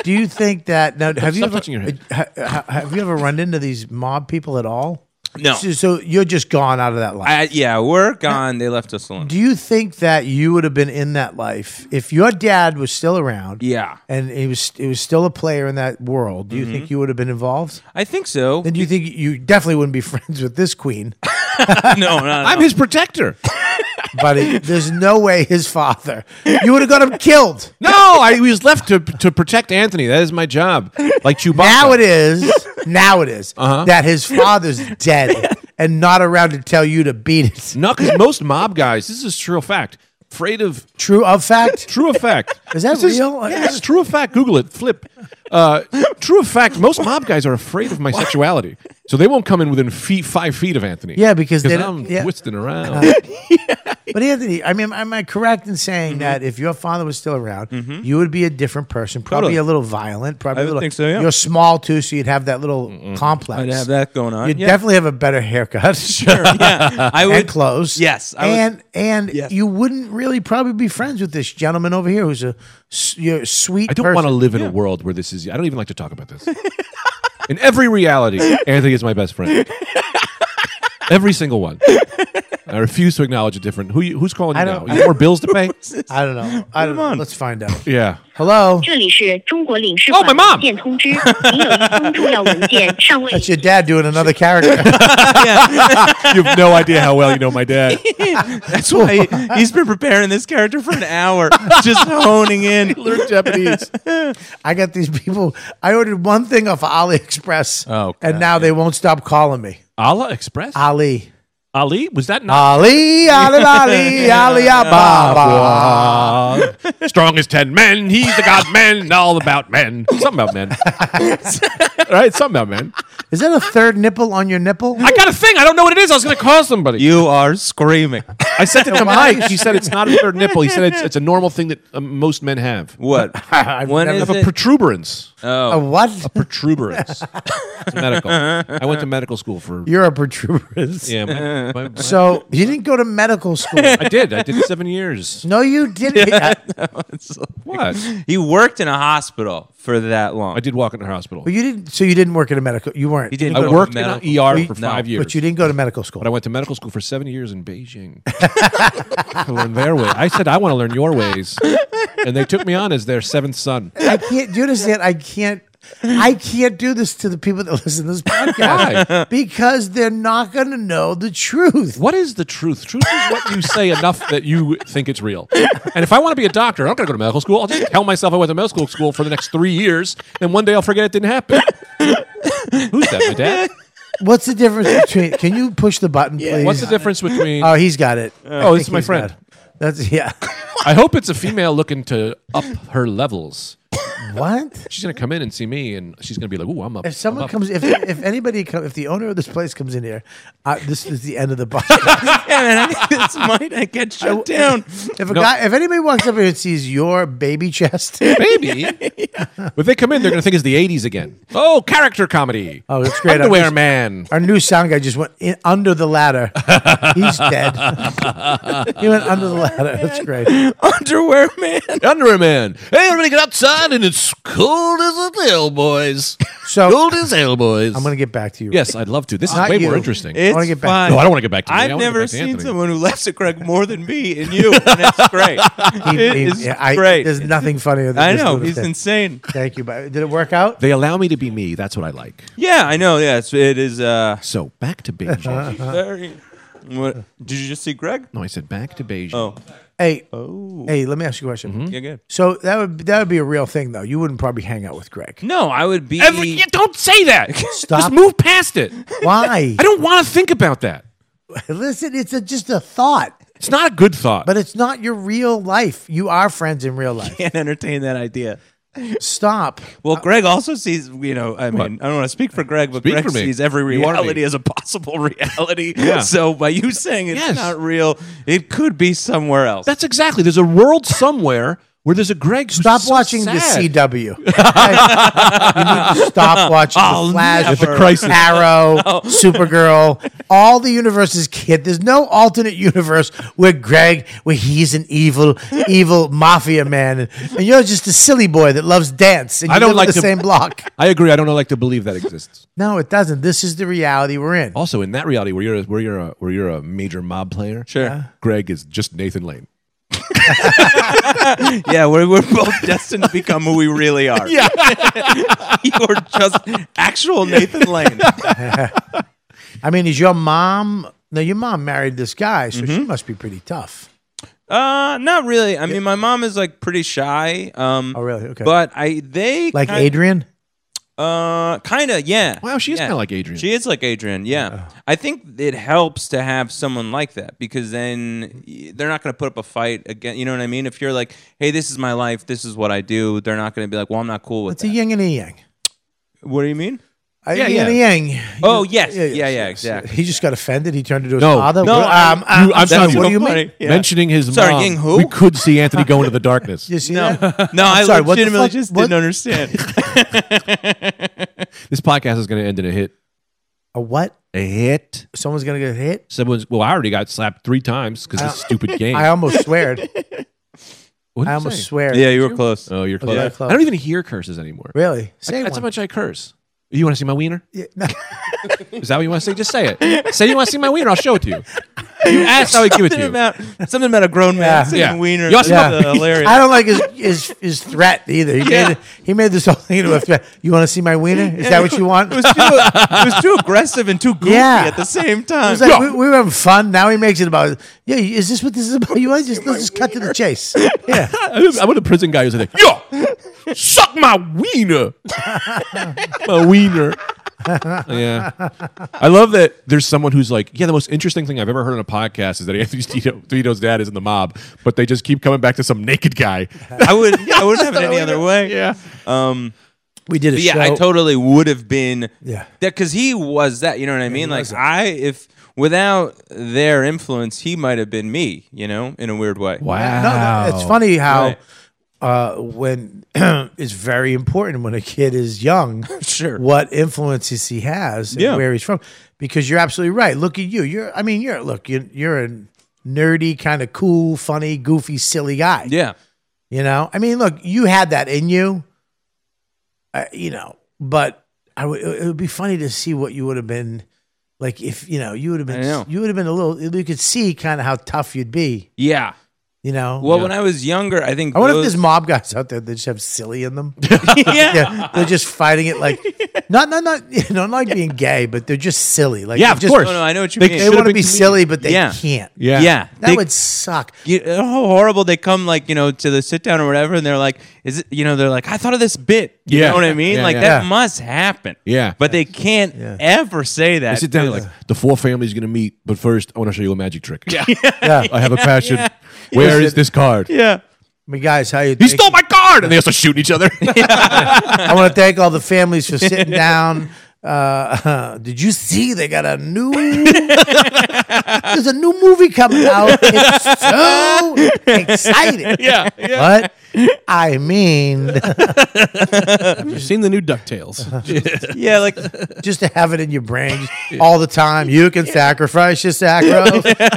do you think that? Now, have you stop ever, touching your head. ha- ha- have you ever run into these mob people at all? no. So, so you're just gone out of that life. I, yeah, we're gone. They left us alone. do you think that you would have been in that life if your dad was still around? Yeah, Mm-hmm. and he was it was still a player in that world. Do you think you would have been involved? I think so. Then you think you definitely wouldn't be friends with this queen, no, no, I'm no. his protector. but it- there's no way his father. You would have got him killed. No, I was left to to protect Anthony. That is my job. Like Chewbacca. Now it is. Now it is, Uh-huh. that his father's dead and not around to tell you to beat it. No, because most mob guys, this is true fact. Afraid of True of fact. true effect. Is that This real? yeah, it's true fact. Google it. Flip. Uh, true fact. Most mob guys are afraid of my sexuality, so they won't come in within feet, five feet of Anthony. Yeah, because they I'm don't. Yeah. Uh, twisting around. But Anthony, I mean, am I correct in saying Mm-hmm. that if your father was still around, you would be a different person, probably Totally. a little violent, probably I a would little. think so, yeah. You're small too, so you'd have that little complex. I'd have that going on. You'd yeah. definitely have a better haircut. Sure. yeah, I and would. clothes. Yes, I would- and and Yes. you wouldn't really probably be friends with this gentleman over here who's a s- you're a sweet I don't person. want to live in a world where this is. I don't even like to talk about this. in every reality, Anthony is my best friend. Every single one. I refuse to acknowledge a different. Who you, who's calling you I now? don't- You got more bills to pay? I don't know. I don't know. Let's find out. Yeah. Hello. 这里是中国 领事 Oh, 馆文件通知，您有一封重要文件尚 未。 That's your dad doing another character. you have no idea how well you know my dad. That's why he, he's been preparing this character for an hour, just honing in. Learn Japanese. I got these people. I ordered one thing off AliExpress, Oh, God, and now they won't stop calling me. Allah Express? Ali. Ali? Was that not? Ali, Ali, Ali, Ali, Ah, Ababa. Strongest Strong as ten men. He's a god man. All about men. Something about men. right? Something about men. Is that a third nipple on your nipple? I got a thing. I don't know what it is. I was going to call somebody. You are screaming. I said to them, Why Mike, he said it's not a third nipple. He said it's, it's a normal thing that um, most men have. What? I've When never- is Of a it? protuberance. A Oh, what? protuberance. It's medical. I went to medical school for. You're a protuberance. Yeah. my- my- my- So you didn't go to medical school. I did. I did seven years. No, you didn't. Uh, What? he worked in a hospital for that long. I did walk into the hospital. Well, you didn't. So you didn't work at a medical. You weren't. He didn't I go to worked in an medical- ER for No. five years. But you didn't go to medical school. But I went to medical school for seven years in Beijing. I learned their way. I said, I want to learn your ways. And they took me on as their seventh son. I can't. Do you understand? I can't. I can't do this to the people that listen to this podcast Why? because they're not going to know the truth. What is the truth? Truth is what you say enough that you think it's real. And if I want to be a doctor, I'm not going to go to medical school. I'll just tell myself I went to medical school for the next three years, and one day I'll forget it didn't happen. Who's that, my dad? What's the difference between? Can you push the button, please? What's the difference between? Oh, he's got it. I oh, this think is my he's friend. got it. That's yeah. I hope it's a female looking to up her levels. what? She's going to come in and see me, and she's going to be like, "Ooh, I'm up." If someone I'm up." comes, if if anybody comes, if the owner of this place comes in here, uh, this is the end of the podcast. yeah, man, I, this might I get shut down. If a guy, if anybody walks up here and sees your baby chest, Maybe. If they come in, they're going to think it's the 80s again. Oh, character comedy. Oh, that's great. Underwear I'm just- man. Our new sound guy just went in, under the ladder. He's dead. he went under the ladder. That's great. Underwear man. Underwear man. Hey, everybody get outside and it's cold as a hell, boys. So Cold as hell, boys. I'm going to get back to you. yes, I'd love to. This is Not way you. more interesting. It's It- wanna get back- fine. no, I don't want to get back to me. I I've wanna get never back to seen Anthony. someone who laughs at Craig more than me and you, and it's great. He- It he- is yeah, I- great. There's nothing funnier than I this know little he's thing. insane. Thank you. But did it work out? They allow me to be me. That's what I like. Yeah, I know. Yeah, it's, it is. Uh, So back to Beijing. very. What, did you just see Greg? no, I said back to Beijing. Oh, Hey, hey, let me ask you a question. yeah, good. So that would that would be a real thing though. You wouldn't probably hang out with Greg. No, I would be. Every- yeah, don't say that. Stop. Just move past it. Why? I don't want to think about that. Listen, it's a, just a thought, It's not a good thought. but it's not your real life. You are friends in real life. Can't entertain that idea. Stop. Well, Greg also sees, you know, I mean, I don't want to speak for Greg, but Speak Greg for me. sees every You are me. reality as a possible reality. Yeah. So by you saying it's Yes. not real, it could be somewhere else. That's exactly. There's a world somewhere where there's a Greg. who's Stop so watching sad. the CW. okay? you need to stop watching I'll the Flash, never. It's a crisis. Oh. Arrow, Supergirl, all the universes. Kid, there's no alternate universe where Greg, where he's an evil, evil mafia man, and, and you're just a silly boy that loves dance. And you I don't live on like the to- same block. I agree. I don't like to believe that exists. No, it doesn't. This is the reality we're in. Also, in that reality, where you're a, where you're a, where you're a major mob player, Sure. Yeah. Greg is just Nathan Lane. yeah, we're, we're both destined to become who we really are. Yeah. You're just actual Nathan Lane. I mean, is your mom? No, your mom married this guy, so Mm-hmm. she must be pretty tough. Uh, not really. I mean, my mom is like pretty shy. Um, Oh, really? Okay. But I they Like kind, Adrian. Uh, kind of, yeah. Wow, she is Yeah. kinda like Adrian. She is like Adrian, yeah. I think it helps to have someone like that because then y- they're not going to put up a fight again. You know what I mean? If you're like, hey, this is my life, this is what I do, they're not going to be like, well, I'm not cool with It's a that. yin and a yang. what do you mean? A Yeah, yin and a yeah. yang. Oh, yes. Yeah, yeah, exactly. He just got offended. He turned into his No. father. No, What- I- um, I'm, You- I'm sorry. sorry. What do you Funny. mean? Yeah. Mentioning his Sorry, mom, Ying who? we could see Anthony go into the darkness. You see No, that? no, I sorry, what the legitimately fuck? just What- didn't understand. This podcast is going to end in a hit. A what? A hit. Someone's gonna get hit? Someone's. Well, I already got slapped three times because this stupid game. I almost sweared. What did I you almost say? swear. yeah, you were close. Oh, you're Was close. I close? I don't even hear curses anymore. Really? Say That's how one. much I curse. You want to see my wiener? Yeah, no. Is that what you want to say? Just say it. Say you want to see my wiener. I'll show it to you. You asked, I would give it to you. something about a grown man Yeah. singing wiener. Yeah. That's, uh, hilarious. I don't like his his, his threat either. He, Yeah. made, he made this whole thing into a threat. You want to see my wiener? Is Yeah, that what you want? It was too, it was too aggressive and too goofy Yeah. at the same time. It was like, we, we were having fun. Now he makes it about, yeah, is this what this is about? You want to just, let's just cut to the chase. Yeah. I want a prison guy who's like, yo, suck my wiener. my wiener. yeah. I love that there's someone who's like, yeah, the most interesting thing I've ever heard on a podcast is that Anthony Tito, Tito's dad is in the mob, but they just keep coming back to some naked guy. I would. Yeah, I wouldn't have it any other way. Yeah. Um, we did a Yeah, I show- totally would have been. Yeah. That because he was that. You know what I mean? Like I, if without their influence, he might have been me. You know, in a weird way. No, no, it's funny how Right. uh, when it's very important when a kid is young, sure, what influences he has and Yeah. where he's from. Because you're absolutely right. Look at you. You're. I mean, you're. Look, you're, you're a nerdy, kind of cool, funny, goofy, silly guy. Yeah. You know. I mean, look, you had that in you. Uh, you know, but I would. It would be funny to see what you would have been. Like if you know you would have I know. been you would have been a little you could see kind of how tough you'd be Yeah. you know Well, when I was younger, I think I wonder those- if there's mob guys out there that just have silly in them. yeah. they're just fighting it like not not not you know not like being gay, but they're just silly. Like Yeah, they of just, course. No, no, I know what you they, mean. They Should've want to been be comedians. silly, but they Yeah. can't. Yeah. Yeah. that They- would suck. You, how horrible they come like you know to the sit down or whatever, and they're like, "Is it?" You know, they're like, "I thought of this bit." You Yeah. know what I mean? Yeah, like yeah. that Yeah. must happen. Yeah. but they can't ever say I that. sit down like the four families going to meet, but first I want to show you a magic trick. Yeah. I have a passion. Yeah. Where Yeah. is this card? Yeah. I mean, guys, how you? He think- stole my card, and they start shooting each other. I want to thank all the families for sitting down. Uh, did you see they got a new? there's a new movie coming out. It's so exciting. Yeah, yeah. What? I mean, Have you seen the new DuckTales? yeah, like just to have it in your brain just all the time. You can sacrifice your sacro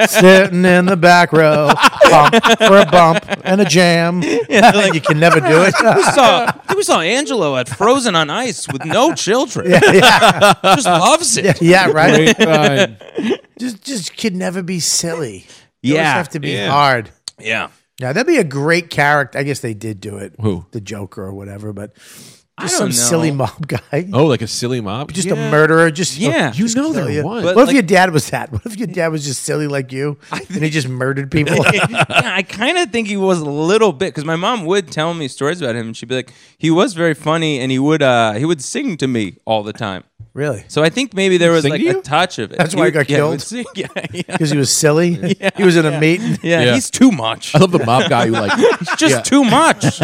sitting in the back row, bump for a bump and a jam. and you can never do it. we saw I think we saw Angelo at Frozen on Ice with no children. Yeah, yeah. Just loves yeah, it. yeah, Great time. right. just, just can never be silly. You always Yeah. have to be Yeah. hard. Yeah. Yeah, that'd be a great character. I guess they did do it. Who? the Joker or whatever, but just I some don't silly know. mob guy. oh, like a silly mob? Just a murderer, just oh, Yeah. just You know kill there you. was. What But, if your dad was that? What if your dad was just silly like you, and he just murdered people? yeah, I kind of think he was a little bit because my mom would tell me stories about him, and she'd be like, "He was very funny, and he would uh, he would sing to me all the time." Really? So I think maybe there was Sing like to you? a touch of it. That's why he would- got yeah, killed? would sing- Yeah, yeah. Because he was silly. he was in a meeting. Yeah, he's too much. I love the mob guy who like he's just too much.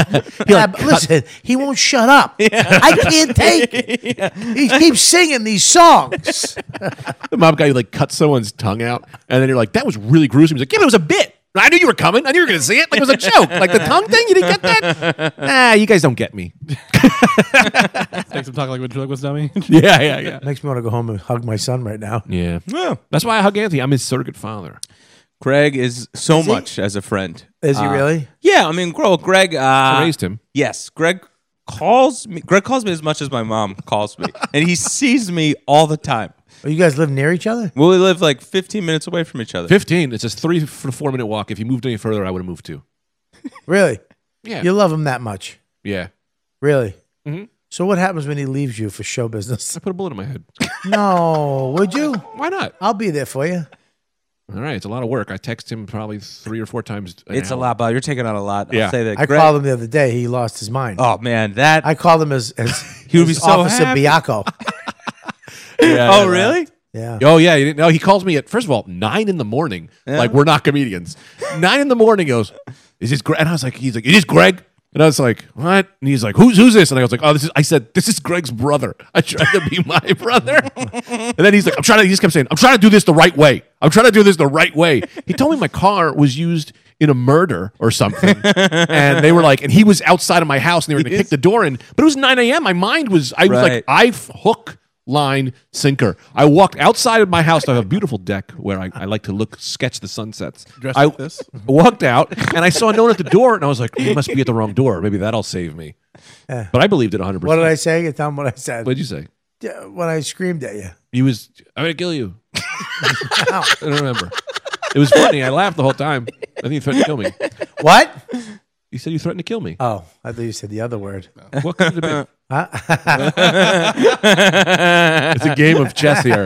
Yeah, but listen, he won't shut up. I can't take it. He keeps singing these songs. the mob guy who like cut someone's tongue out, and then you're like, "That was really gruesome." He's like, "Yeah, but it was a bit. I knew you were coming. I knew you were going to see it. Like it was a joke. Like the tongue thing. You didn't get that. Nah, you guys don't get me." Makes him talk like a ventriloquist dummy. Yeah, yeah, yeah. Makes me want to go home and hug my son right now. Yeah, that's why I hug Anthony. I'm his surrogate father. Greg is so much as a friend. Is he Uh, really? Yeah, I mean, Greg. Greg uh, I raised him. Yes, Greg calls me. Greg calls me as much as my mom calls me, and he sees me all the time. Oh, you guys live near each other? Well, we live like 15 minutes away from each other. Fifteen. It's a three to four minute walk. If you moved any further, I would have moved too. Really? Yeah. You love him that much? Yeah. Really? Mm-hmm. Mhm. So what happens when he leaves you for show business? I put a bullet in my head. No, would you? Why not? I'll be there for you. All right, it's a lot of work. I text him probably three or four times. an It's a hour. lot, Bob. You're taking on a lot. Yeah. I'll say that. I Greg- called him the other day. He lost his mind. Oh man, that. I called him as as He would be as so Officer happy. Biacco. Yeah, oh yeah. really? Yeah. Oh yeah, he didn't, no. He calls me at first of all nine in the morning. Like we're not comedians. Nine in the morning he goes. Is this Greg? And I was like, he's like, is this Greg? And I was like, what? And he's like, who's who's this? And I was like, oh, this is. I said, this is Greg's brother. I tried to be my brother. and then he's like, I'm trying to. He just kept saying, I'm trying to do this the right way. I'm trying to do this the right way. He told me my car was used in a murder or something, and they were like, and he was outside of my house, and they were going to kick the door in. But it was 9 a.m. My mind was. I was Right. like, I f- hook line sinker. I walked outside of my house. I have a beautiful deck where I, I like to look, sketch the sunsets. Dressed I like this? walked out and I saw no one at the door, and I was like, "We must be at the wrong door. Maybe that'll save me." Eh. But I believed it 100. What percent did I say? You Tell him what I said. What'd you say? Yeah, When I screamed at you. He was. I'm gonna kill you. I don't remember. It was funny. I laughed the whole time. I think you threatened to kill me. What? You said you threatened to kill me. Uh, Oh, I thought you said the other word. What could it have been? Huh? It's a game of chess here.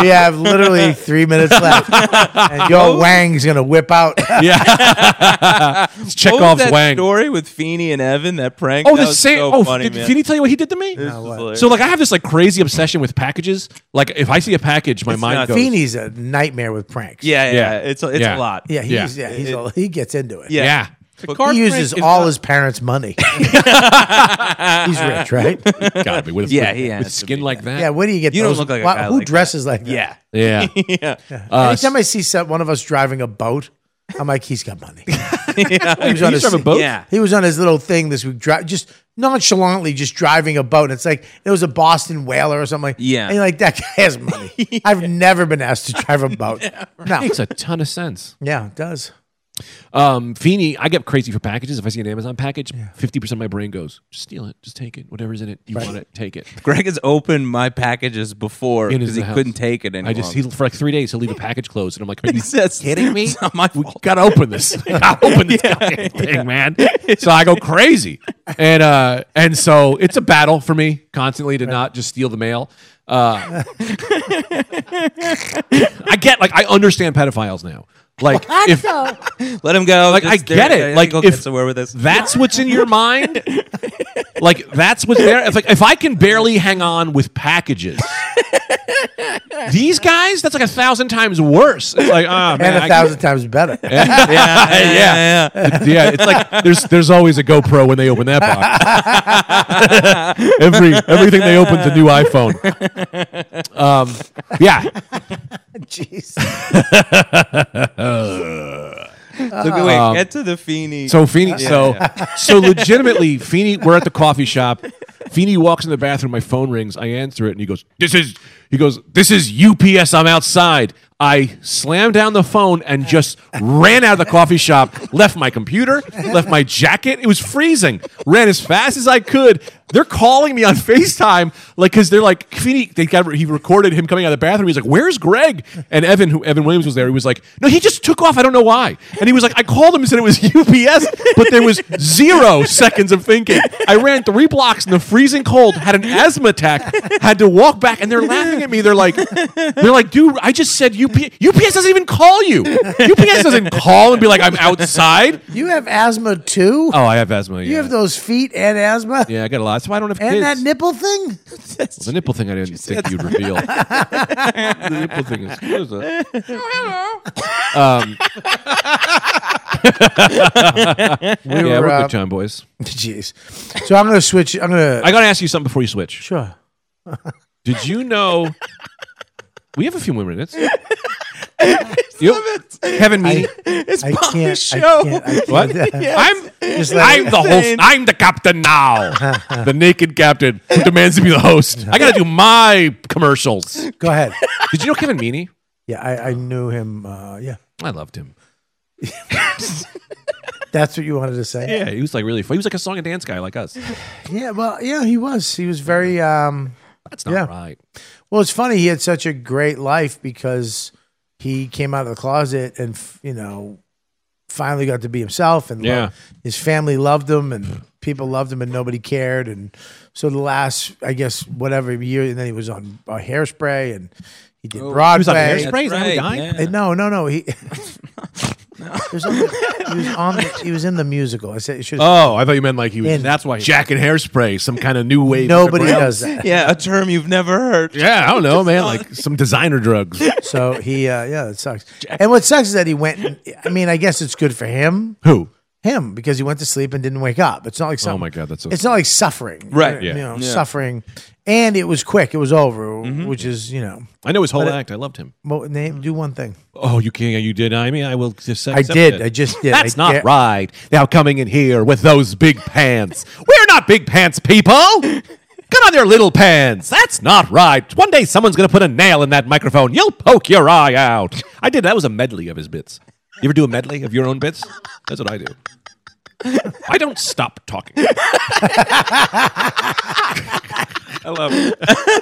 we have literally three minutes left, and your Wang's gonna whip out. yeah, it's What was Chekhov's that Wang. story with Feeney and Evan, that prank. Oh, That the was same. So oh, funny, did man. Feeney tell you what he did to me? This is hilarious. So like, I have this like crazy obsession with packages. Like, if I see a package, my mind goes. Feeney's a nightmare with pranks. yeah, yeah, Yeah. yeah, it's a, it's Yeah. a lot. Yeah, Yeah. he's, yeah. he's all, he gets into it. Yeah. Yeah. he uses all his parents' money. he's rich, right? Gotta be with, Yeah, with, he with has to skin like that. Yeah, where do you get You don't those? look like a guy who like that. dresses like that? yeah, Yeah. yeah. Uh, Anytime I see some, one of us driving a boat, I'm like, he's got money. he, was you drive a boat? Yeah. he was on his little thing this week, dri- just nonchalantly just driving a boat. And it's like, it was a Boston whaler or something. Like, Yeah. And you're like, that guy has money. I've never been asked to drive a boat. No. makes a ton of sense. Yeah, it does. Um, Feeney, I get crazy for packages. If I see an Amazon package, fifty percent of my brain goes, "Just steal it, just take it, whatever's in it. You want it, take it." Greg has opened my packages before In his because he house. couldn't take it anymore. I just he, for like three days he'll leave a package closed, and I'm like, "Are you says, kidding me? It's not my we fault. gotta open this. gotta open this goddamn thing, man." So I go crazy, and uh, and so it's a battle for me constantly to not just steal the mail. Uh, I get like I understand pedophiles now. Like if Let him go. Like, I Just- get there- it. I Like, think if- he'll get somewhere with this. That's what's in your mind. like that's what's there. If, like, if I can barely hang on with packages, these guys, that's like a thousand times worse. It's like, ah, man, and I- a thousand times better. yeah, yeah, yeah, yeah. yeah, it's like there's there's always a GoPro when they open that box. Every everything they open's a new iPhone. Um, yeah, Jeez. Look, wait, get to the Feeney. So Feeney, so so legitimately, Feeney, we're at the coffee shop. Feeney walks in the bathroom. My phone rings. I answer it, and he goes, "This is." He goes, "This is UPS. I'm outside." I slammed down the phone and just ran out of the coffee shop. Left my computer. Left my jacket. It was freezing. Ran as fast as I could. They're calling me on Facetime, like because they're like Feeney. They got he recorded him coming out of the bathroom. He's like, "Where's Greg?" And Evan, who Evan Williams was there, he was like, "No, he just took off. I don't know why." And he was like, "I called him and said it was UPS, but there was zero seconds of thinking. I ran three blocks in the freezing cold, had an asthma attack, had to walk back, and they're laughing at me. They're like, they're like, dude, I just said UPS. UPS doesn't even call you. UPS doesn't call and be like, I'm outside. You have asthma too? Oh, I have asthma. Yeah. You have those feet and asthma? yeah, I got a lot. That's why I don't have And kids. that nipple thing? Well, the nipple thing I didn't think you'd reveal. the nipple thing is. what is that? Um, We yeah, were, we're uh, good, John boys. Jeez. So I'm going to switch. I'm going to. I got to ask you something before you switch. Sure. Did you know? We have a few more minutes. You- Kevin Meany. it's I Bob's can't. I show. can't. I can't. What? I'm Just let I'm the host. I'm the captain now. the naked captain who demands to be the host. I gotta do my commercials. Go ahead. Did you know Kevin Meany? Yeah, I, I knew him. Uh, yeah. I loved him. That's what you wanted to say? Yeah, he was like really. Fun. He was like a song and dance guy like us. Yeah, well, yeah, he was. He was very. Um, That's not Yeah. right. well, it's funny. He had such a great life because he came out of the closet and, f- you know, finally got to be himself. And Yeah. lo- his family loved him and people loved him and nobody cared. And so the last, I guess, whatever year, and then he was on uh, hairspray and he did Broadway. Oh. He was on hairspray. That's Is that how he right, died? yeah. Uh, No, no, no. He, he was on the, he was on the, he was in the musical. I said, it should, Oh, I thought you meant like he was. And that's why Jack and hairspray, some kind of new wave. nobody does that. Yeah, a term you've never heard. Yeah, I don't know, man. Like some designer drugs. So he, uh, yeah, it sucks. And what sucks is that he went. and- I mean, I guess it's good for him, Who? him, because he went to sleep and didn't wake up. It's not like Oh something. my god, that's so. It's not like suffering, Right, You yeah. know, Yeah. suffering, and it was quick. It was over, Mm-hmm. which is you know, I know his whole but it- act. I loved him. mo- name, do one thing. Oh, you can't. You did. I mean, I will just. I did. I just did. That's I not get- right. Now coming in here with those big pants. We're not big pants people. Come on, your little pants. That's not right. One day someone's gonna put a nail in that microphone. You'll poke your eye out. I did. That was a medley of his bits. You ever do a medley of your own bits? That's what I do. I don't stop talking. I love it.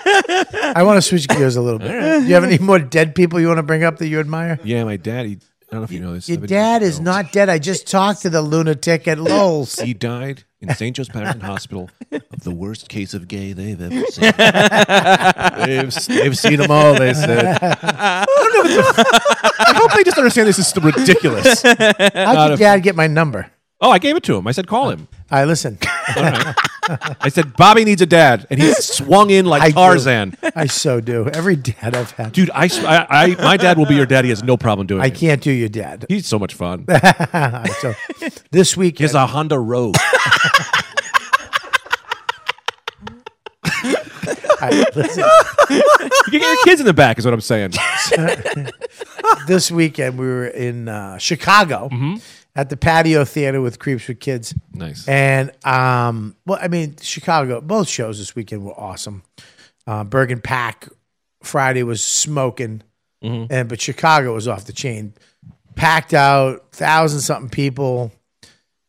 I want to switch gears a little bit. Do you have any more dead people you want to bring up that you admire? Yeah, my dad. He, I don't know if you know this. Your but dad is not dead. I just talked to the lunatic at Lowell's. He died in St. Joe's Patterson Hospital of the worst case of gay they've ever seen. they've, they've seen them all, they said. I don't know if it's a- I hope they just understand this is ridiculous. How'd your if- dad get my number? Oh, I gave it to him. I said, Uh. call him. I listen. I said, Bobby needs a dad. And he swung in like I do. Tarzan. I so do. Every dad I've had. Dude, I, s- I- I- my dad will be your dad. He has no problem doing I it. can't do your dad. He's so much fun. so this week He has a Honda Road. I, listen, You can get your kids in the back, is what I'm saying. this weekend we were in uh, Chicago at the patio theater with Creeps with Kids. Nice. And um, well, I mean, Chicago. Both shows this weekend were awesome. Uh, Bergen Pack Friday was smoking, Mm-hmm. and but Chicago was off the chain, packed out, thousand something people.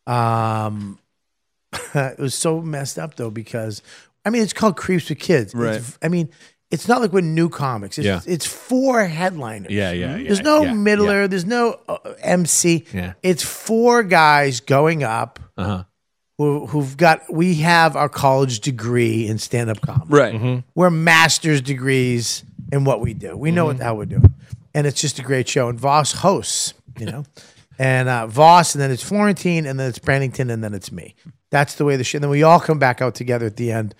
Um, it was so messed up though because I mean it's called Creeps with Kids. Right. It's, I mean. It's not like we're new comics. It's, Yeah. it's four headliners. Yeah, yeah, yeah, There's no yeah, middler. There's no uh, MC. Yeah. It's four guys going up Uh-huh. who, who've got. We have our college degree in stand up comedy. Right. We're master's degrees in what we do. We know Mm-hmm. what the hell we're doing, and it's just a great show. And Voss hosts, you know, and uh, Voss, and then it's Florentine, and then it's Brandington, and then it's me. That's the way the shit. And then we all come back out together at the end,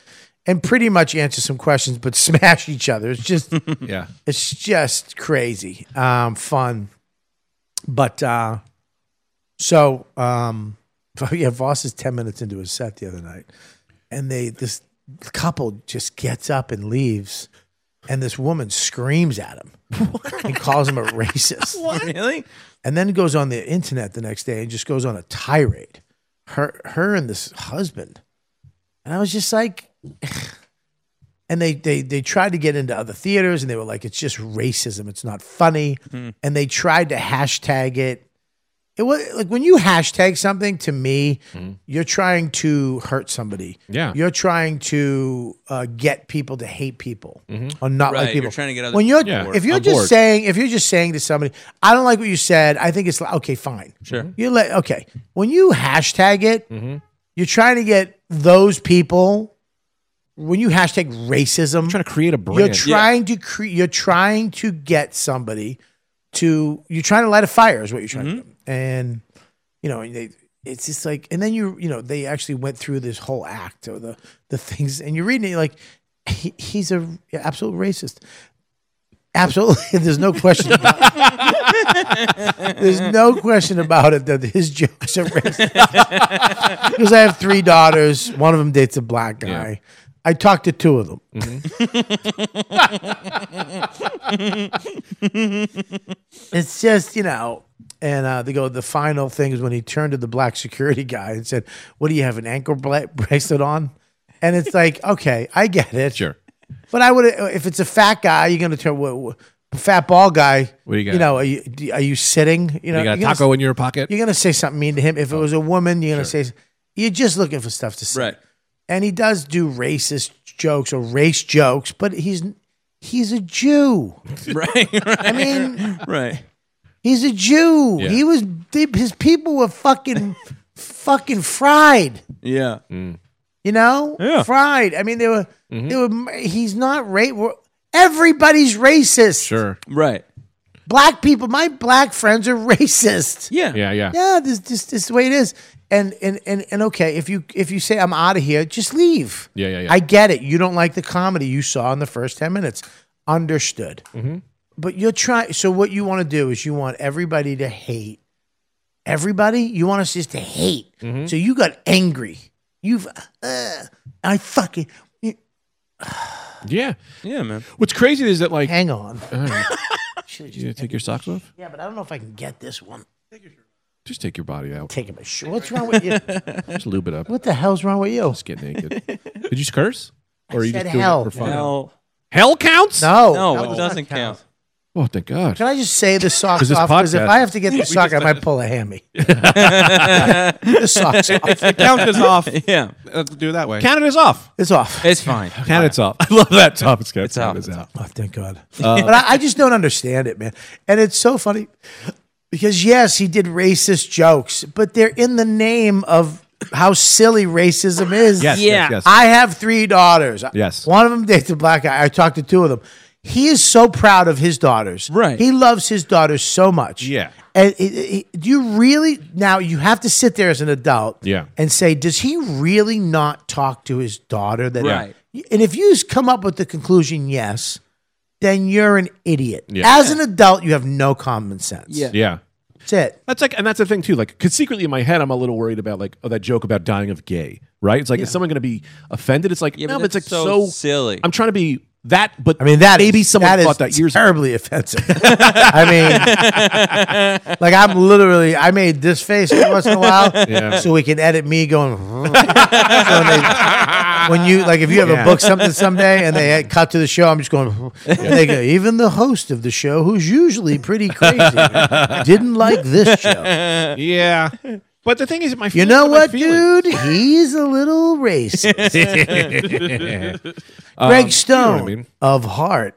and pretty much answer some questions, but smash each other. It's just. Yeah. It's just crazy, um, fun. But uh, so um, yeah, Voss is ten minutes into his set the other night, and they this couple just gets up and leaves, and this woman screams at him and calls him a racist, Really? and then goes on the internet the next day and just goes on a tirade. Her, her, and this husband, and I was just like, and they they they tried to get into other theaters and they were like it's just racism it's not funny and they tried to hashtag it it was like when you hashtag something to me you're trying to hurt somebody Yeah. you're trying to uh, get people to hate people or not like Right, people you're trying to get other when you're people on board. if you're On just board. saying if you're just saying to somebody i don't like what you said i think it's li- okay fine Sure. you let okay when you hashtag it Mm-hmm. you're trying to get those people when you hashtag racism trying to create a brand. you're trying to cre- you're trying to get somebody to you're trying to light a fire is what you're trying to do. And you know, they it's just like and then you you know, they actually went through this whole act or the the things and you're reading it you're like he, he's a absolute racist. Absolutely, there's no question. About it. There's no question about it that his jokes are racist. Because I have three daughters. One of them dates a black guy. I talked to two of them. it's just you know and uh, they go the final thing is when he turned to the black security guy and said what do you have an ankle bla- bracelet on and it's like okay i get it Sure. but i would if it's a fat guy you're gonna turn what, what- fat ball guy What do you got? you know are you, do- are you sitting Uh, you know You got a you're gonna- taco Oh. in your pocket? you're gonna say something mean to him if it was a woman you're gonna say you're just looking for stuff to say Right. and he does do racist jokes or race jokes but he's he's a jew Right. Right. i mean right. He's a Jew. Yeah. He was they, his people were fucking fucking fried. Yeah. You know, Yeah. Mm-hmm. fried. I mean, they were they were. He's not ra- Everybody's racist. Sure. Right. Black people. My black friends are racist. Yeah. Yeah, yeah. Yeah, this this this is the way it is. And and and and okay, if you if you say I'm out of here, just leave. Yeah, yeah, yeah. I get it. You don't like the comedy you saw in the first ten minutes. Understood. Mm-hmm. But you're trying. So what you want to do is you want everybody to hate everybody. You want us just to hate. Mm-hmm. So you got angry. You've uh, I fucking Yeah. Yeah, man. What's crazy is that, like, hang on. Should have you just, take your socks off? yeah, but I don't know if I can get this one. Just take your body out. Taking my shirt. What's wrong with you? Just lube it up. What the hell's wrong with you? Just get naked. Did you curse? Or are you said just doing hell. it for fun? Hell, Hell counts? No, no, That it was- doesn't count. Oh, thank God. Can I just say the socks 'Cause this off? Because if podcast- I have to get We the sock, I just- might pull a hammy. the socks off. The count is off. Yeah. Let's do it that way. Canada's off. It's off. It's fine. Canada's off. I love that topic. It's Canada's off. Oh, thank God. Uh, but I, I just don't understand it, man. And it's so funny because yes, he did racist jokes, but they're in the name of how silly racism is. Yes, yes, Yeah. yes. I have three daughters. Yes. One of them dates a black guy. I talked to two of them. He is so proud of his daughters. Right. He loves his daughters so much. Yeah. And it- it- do you really now? You have to sit there as an adult Yeah. and say, does he really not talk to his daughter? That Right. And if you come up with the conclusion yes, then you're an idiot. Yeah. As an adult, you have no common sense. Yeah. That's it. That's like, and that's the thing too. Like, because secretly in my head, I'm a little worried about like, oh, that joke about dying of gay, right? It's like, is someone going to be offended? It's like, no, but it's like so, silly. I'm trying to be that, but I mean, that maybe is- someone that is thought that years terribly offensive. I mean, like I'm literally, I made this face every once in a while, Yeah. so we can edit me going. so when, they- when you like, if you ever Yeah. book something someday and they cut to the show, I'm just going. And they go, even the host of the show, who's usually pretty crazy, didn't like this show. yeah. But the thing is, my You know what, dude? He's a little Um, racist. Greg Stone of Heart.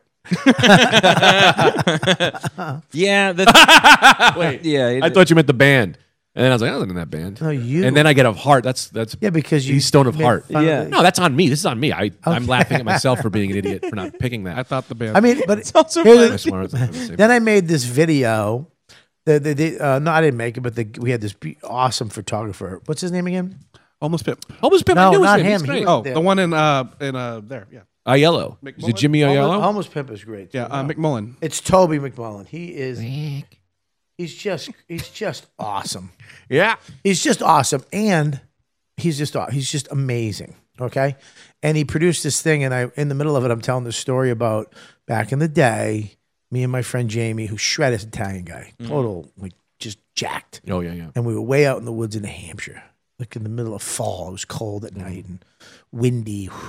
Yeah. That's, Wait. Yeah. I thought you meant the band, and then I was like, I was in that band. No, you. And then I get of heart. That's that's Yeah, because you he's stone of made heart. fun of Yeah. it. No, that's on me. This is on me. I I'm laughing at myself for being an idiot for not picking that. I thought the band. I mean, but also here's- That's why I was- I was saying- then I made this video. The, the, the, uh, no, I didn't make it, but the, we had this be- awesome photographer. What's his name again? Almost Pip. Almost Pimp. I No, knew his not name. He's him. He great. was Oh, there. the one in uh in uh there. Yeah. Oh, Aiello. Is it McMullen? Jimmy Almost, Aiello? almost Pimp is great. Yeah. too. Uh, McMullen. It's Toby McMullen. He is. He's just. He's just awesome. Yeah. He's just awesome, and he's just aw- he's just amazing. Okay, and he produced this thing, and I in the middle of it, I'm telling this story about back in the day, me and my friend Jamie, who shred is Italian guy, total like just jacked. Oh yeah, yeah. and we were way out in the woods in New Hampshire, like in the middle of fall. It was cold at night and windy.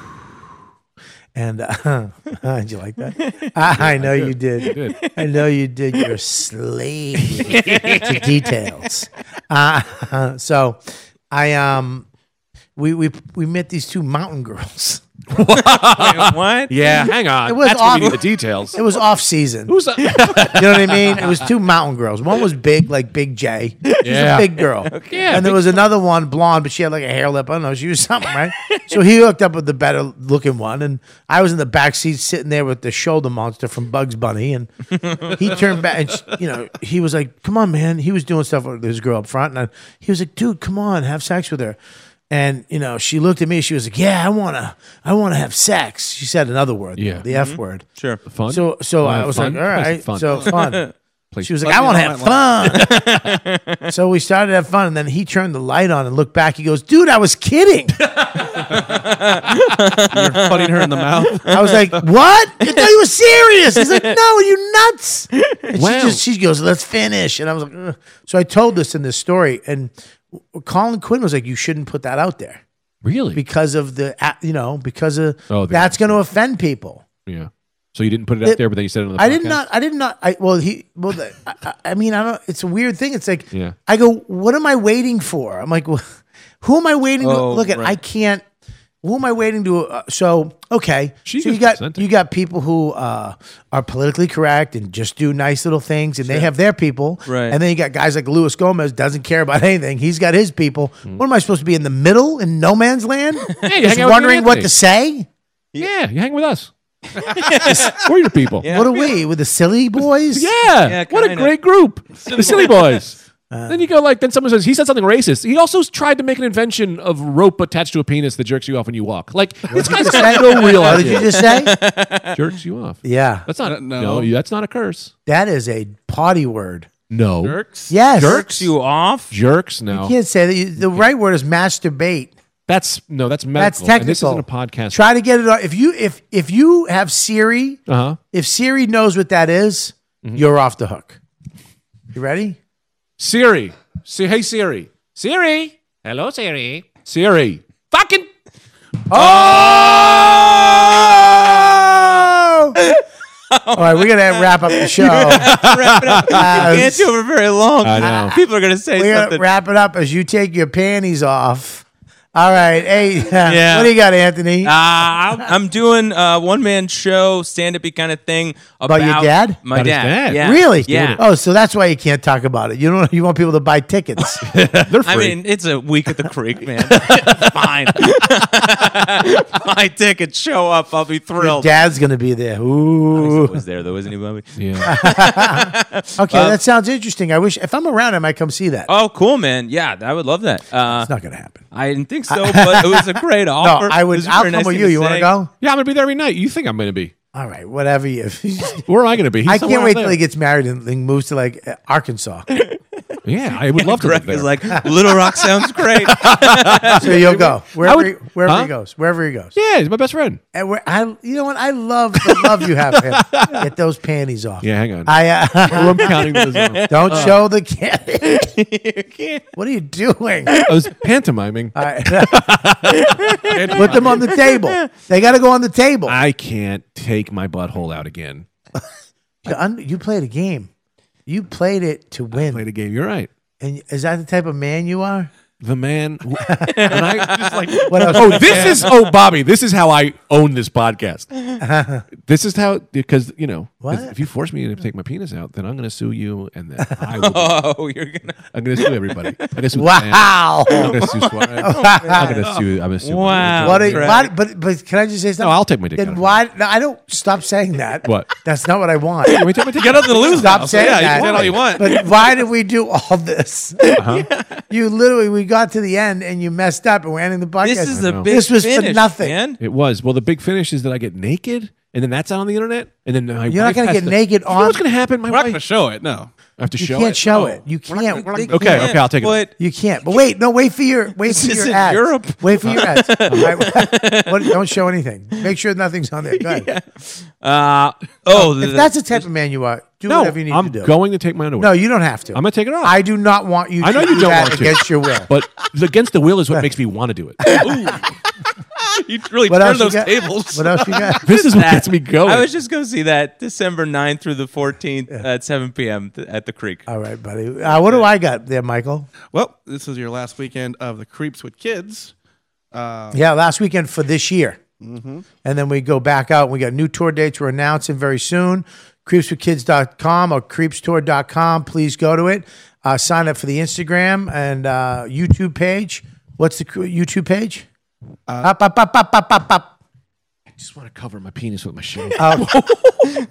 And uh, did you like that? I, I know you did. I know you did. You're a slave to details. Uh, so, I um, we we we met these two mountain girls. what? Yeah. Hang on. It was that's where we need off- the details. It was off season. Who's that? You know what I mean? It was two mountain girls. One was big, like Big J. She Yeah. was a big girl. Yeah, and there big was another one, blonde, but she had like a hair lip. I don't know. She was something, right? so he hooked up with the better looking one. And I was in the back seat sitting there with the shoulder monster from Bugs Bunny. And he turned back and, you know, he was like, come on, man. He was doing stuff with this girl up front. And I, he was like, dude, come on, have sex with her. And you know, she looked at me. She was like, "Yeah, I wanna, I wanna have sex." She said another word, Yeah. the F word. Sure. Fun. So so Wanna I have was fun? like, all Place right, is fun. so fun. Place she was is like, fun. I want to Let have me know fun. so we started to have fun, and then he turned the light on and looked back. He goes, dude, I was kidding. You're putting her in the mouth. I was like, what? I thought you were serious. He's like, no, are you nuts? And Wow. she just she goes, let's finish. And I was like, Ugh. so I told this in this story, and Colin Quinn was like, you shouldn't put that out there really. because of the a- you know because of Oh, the- that's going to offend people. yeah. So you didn't put it out It- there, but then you said it on the. I did podcast? not. I did not. I well, he well. the- I, I- I mean, I don't. It's a weird thing. It's like Yeah. I go, what am I waiting for? I'm like, well, who am I waiting Oh, to look at? right. I can't. Who am I waiting to? Uh, so okay, She so you just got presented. you got people who uh, are politically correct and just do nice little things, and they have their people, Right. And then you got guys like Luis Gomez doesn't care about anything. He's got his people. What am I supposed to be in the middle in no man's land? Hey, just Hmm. hang out with wondering what Anthony. to say. Yeah, you hang with us. We're your people. Yeah. What are we with the silly boys? Yeah, what a kinda. great group. the Silly Boys. Uh. then you go like, then someone says he said something racist. He also s- tried to make an invention of rope attached to a penis that jerks you off when you walk. Like this guy's got no real What did you idea. just say? jerks you off. Yeah, That's not Uh, no. no. you That's not a curse. that is a potty word. No Jerks. Yes, Jerks you off? jerks. No, You can't say that. You, the right word is masturbate. that's no. That's medical. That's And this technical. isn't a podcast. Try to get it on. If you if if you have Siri, uh huh. if Siri knows what that is, Mm-hmm. you're off the hook. You ready? Siri. See, hey Siri. Siri. Hello Siri. Siri. Fucking. Oh! All right, we're gonna wrap up the show. Wrap it up. you can't do it for very long. I know. People are gonna say we're something. gonna wrap it up as you take your panties off. All right, hey, Yeah. what do you got, Anthony? Uh, I'm, I'm doing a one man show, stand up kind of thing about, your dad? My dad. Yeah. Really? Yeah. Oh, so that's why you can't talk about it. You don't. You want people to buy tickets. They're I mean, it's a week at the creek, man. Fine. My ticket show up. I'll be your Oh. thrilled. dad's gonna be there. Ooh. was there though, wasn't he, Bobby? Okay, Uh, Um, that sounds interesting. I wish if I'm around, I might come see that. Oh, cool, man. Yeah, I would love that. Uh, it's not gonna happen. I didn't think so, but it was a great offer. No, I It would. was I'll very come nice with thing you. You want to say. go? Yeah, I'm gonna be there every night. You think I'm gonna be? All right, whatever you. Where am I gonna be? He's I somewhere can't wait out till there. he gets married and then moves to like uh, Arkansas. Yeah, I would love to. Greg is like, Little Rock sounds great. so you'll go wherever would- he, wherever Huh? he goes. Wherever he goes. Yeah, he's my best friend. And where I, you know what? I love the love you have. for him. Get those panties off. Yeah, hang on. I uh, Well, I'm counting those off. Don't Uh. show the cat. what are you doing? I was pantomiming. All right. Put them on the table. They got to go on the table. I can't take my butthole out again. The un- You played a game. You played it to win. played a game. You're right. And is that the type of man you are? The man. who- and I just like. What else? Oh, this is. Oh, Bobby, this is how I own this podcast. This is how because you know 'cause What? if you force me to take my penis out, then I'm going to sue you, and then I will. be- Oh, you're gonna. I'm going to sue everybody. I'm gonna sue the Wow. fans. I'm going to sue Suarez. I'm going to sue. I'm going to sue. Oh, What are, why, but but can I just say something? No, I'll take my dick Then out of why? No, I don't. Stop saying that. What? That's not what I want. Yeah, we took my dick You got nothing to lose Stop now, so saying yeah, you that. can say all you want. But why did we do all this? Uh-huh. You literally, we got to the end and you messed up, and we're ending the podcast. This is I the know. big This was for finish, nothing. Man. It was. Well, the big finish is that I get naked, and then that's out on the internet, and then my You're not wife gonna has get to- naked You know on- what's going to happen? My We're not wife. going to show it. No. I have to You show can't it. show Oh. it. You can't. They Okay, can't okay, I'll take it. put- You can't. But wait, no, wait for your wait This for is your in ads. Europe. Wait for your ads. All right, what- don't show anything. Make sure nothing's on there. Go ahead. Uh, oh, If that's the type of man you are, do No, whatever you need I'm to do. going to take my underwear. no, you don't have to. I'm going to take it off. I do not want you. I know to you do don't that want to. against your will. But against the will is what makes me want to do it. you really What turned else you those got? tables. What else you got? This is what That- gets me going. I was just going to see that December 9th through the 14th at 7 p.m. th- at the Creek. All right, buddy. Uh, what do I got there, Michael? Well, this is your last weekend of the Creeps with Kids. Uh, Yeah, last weekend for this year. mhm. And then we go back out. We got new tour dates we're announcing very soon. Creepswithkids.com or creepstour.com. Please go to it. Uh, sign up for the Instagram and uh, YouTube page. What's the cr- YouTube page? up, up, up, up, up, up, up. I just want to cover my penis with my shirt. Um,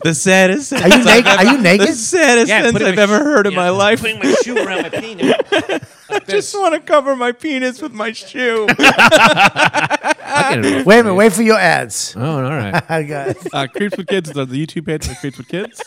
The saddest Are you naked? Are you naked? The saddest Yeah, sentence putting I've my- ever heard in my life. Putting my shoe around my penis. I just want to cover my penis with my shoe. I get it. wait a minute. Wait for your ads. Oh, all right. I got uh, Creeps with Kids, the, the YouTube page for Creeps with Kids.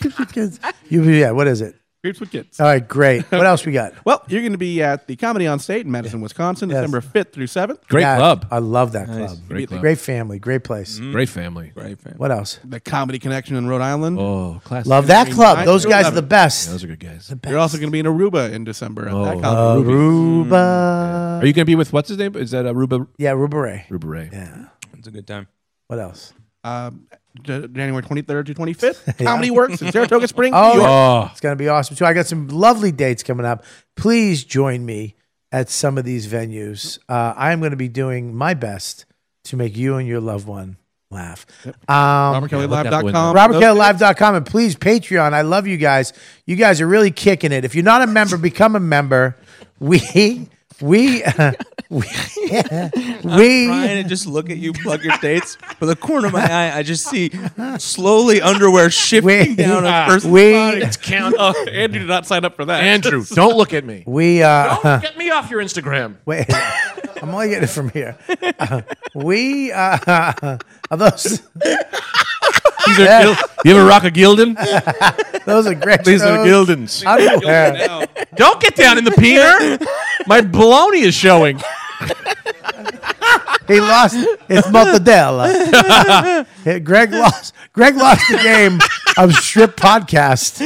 Creeps with Kids. You, yeah, what is it? Creeps with Kids. All right, great. What else we got? Well, you're going to be at the Comedy on State in Madison, Wisconsin, Yes. December 5th through 7th. Great Yeah, Uh, club. I love that club. Mm-hmm. Great club. Great family. Great place. Great family. Right, fam. What else? The Comedy Connection in Rhode Island. Oh, classic. Love that club. Nine Those through guys are 11. the best. Those are good guys. You're also going to be in Aruba in December. At that Oh. comedy. Aruba. Are you going to be with what's his name? Is that uh, Ruba? Mm. Yeah, Aruba Ray. Ruba Ray. Yeah. It's a good time. What else? Um, J- January 23rd to 25th. Comedy Works in Saratoga Springs. Oh, New York. Oh, It's going to be awesome. So I got some lovely dates coming up. Please join me at some of these venues. Uh, I'm going to be doing my best to make you and your loved one laugh. Um, RobertKellyLive.com. RobertKellyLive.com and please Patreon. I love you guys. You guys are really kicking it. If you're not a member, become a member. We we we, we Ryan, I just look at you, plug your dates. But the corner of my eye, I just see slowly underwear shifting We- down Ah. a person's we- body. Count. Oh, Andrew did not sign up for that. Andrew, don't look at me. we uh, Get me off your Instagram. Wait, I'm only getting it from here. Uh, we uh, are those These are Gil- you ever rock a Gildan? those are great. These are shows. Gildens. Underwear. Now, Don't get down in the peener. My baloney is showing. He lost his mortadella. Hey, Greg lost. Greg lost the game of strip podcast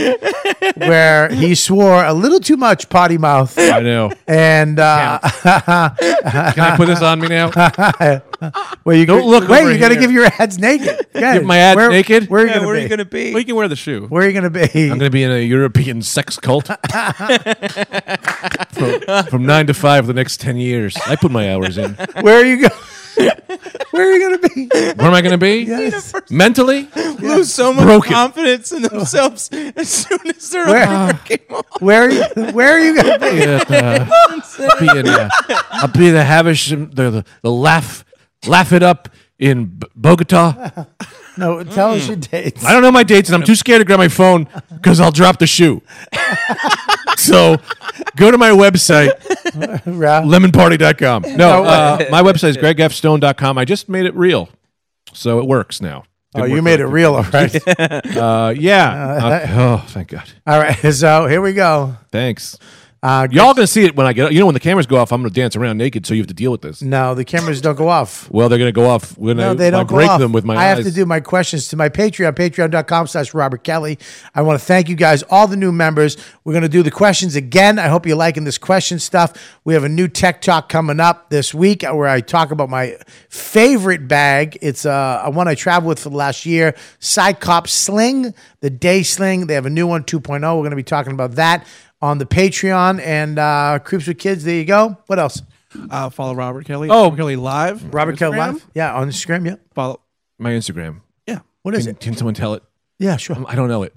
where he swore a little too much potty mouth I know. and uh, Can I put this on me now? Well, you Don't could- look Wait, over you got to here. give your ads naked. Guys, Give my ads where- naked? Where are you Yeah, going where are to you be? gonna Well, you can wear the shoe. Where are you going to be? I'm going to be in a European sex cult from, from nine to five for the next 10 years. I put my hours in. Where are you going? Where are you going to be? Where am I going to be? Yes. Mentally? Lose so much Broken. confidence in themselves as soon as they're Where- on the freaking wall. Where are you? Where are you going to be? Yeah, uh, I'll be in, uh, I'll be the Havish, the, the, the laugh, laugh it up in B- Bogota. No, tell us your dates. Mm. I don't know my dates, and I'm too scared to grab my phone because I'll drop the shoe. so go to my website, Ralph. lemonparty.com. No, uh, my website is gregfstone.com. I just made it real, so it works now. Oh, Didn't you work made it like real, all right. that. Uh, yeah. Uh, Okay. oh, thank God. All right. So here we go. Uh, Thanks. Y'all gonna see it when I get. You know, when the cameras go off, I'm gonna dance around naked, so you have to deal with this. No, the cameras don't go off. Well, they're gonna go off when No, I, they when I don't go break off. them with my I eyes. have to do my questions to my Patreon, patreon.com slash Robert Kelly. I want to thank you guys, all the new members. We're going to do the questions again. I hope you're liking this question stuff. We have a new tech talk coming up this week uh, where I talk about my favorite bag. It's uh, one I traveled with for the last year, Psychop Sling, the Day Sling. They have a new one, 2.0. We're going to be talking about that on the Patreon and uh, Creeps with Kids. There you go. What else? Uh, follow Robert Kelly. Oh. Robert Kelly live. on Robert Kelly Instagram. Live? Yeah, on Instagram. Yeah. Follow. my Instagram. Yeah. What is can, it? Can someone tell it? Yeah, sure. I don't know it.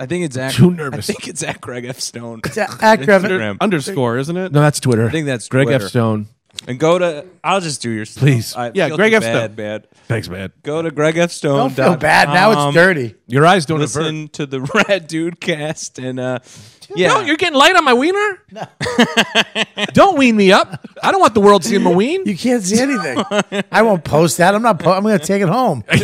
I think it's at, Too nervous. I think it's at Greg F. Stone. It's at- at Greg- Instagram. Underscore, isn't it? No, that's Twitter. I think that's Greg Twitter. F. Stone. And go to. I'll just do your stuff. Please. I Yeah, feel Greg too F. Bad, Stone. bad. Thanks, man. Go to Greg F. Stone. Don't feel bad. Um, Now it's dirty. Your eyes don't Listen avert. to the Rad Dude cast and uh, yeah. No, you're getting light on my wiener. don't wean me up. I don't want the world seeing my ween. You can't see anything. I won't post that. I'm not. Po- I'm going to take it home. All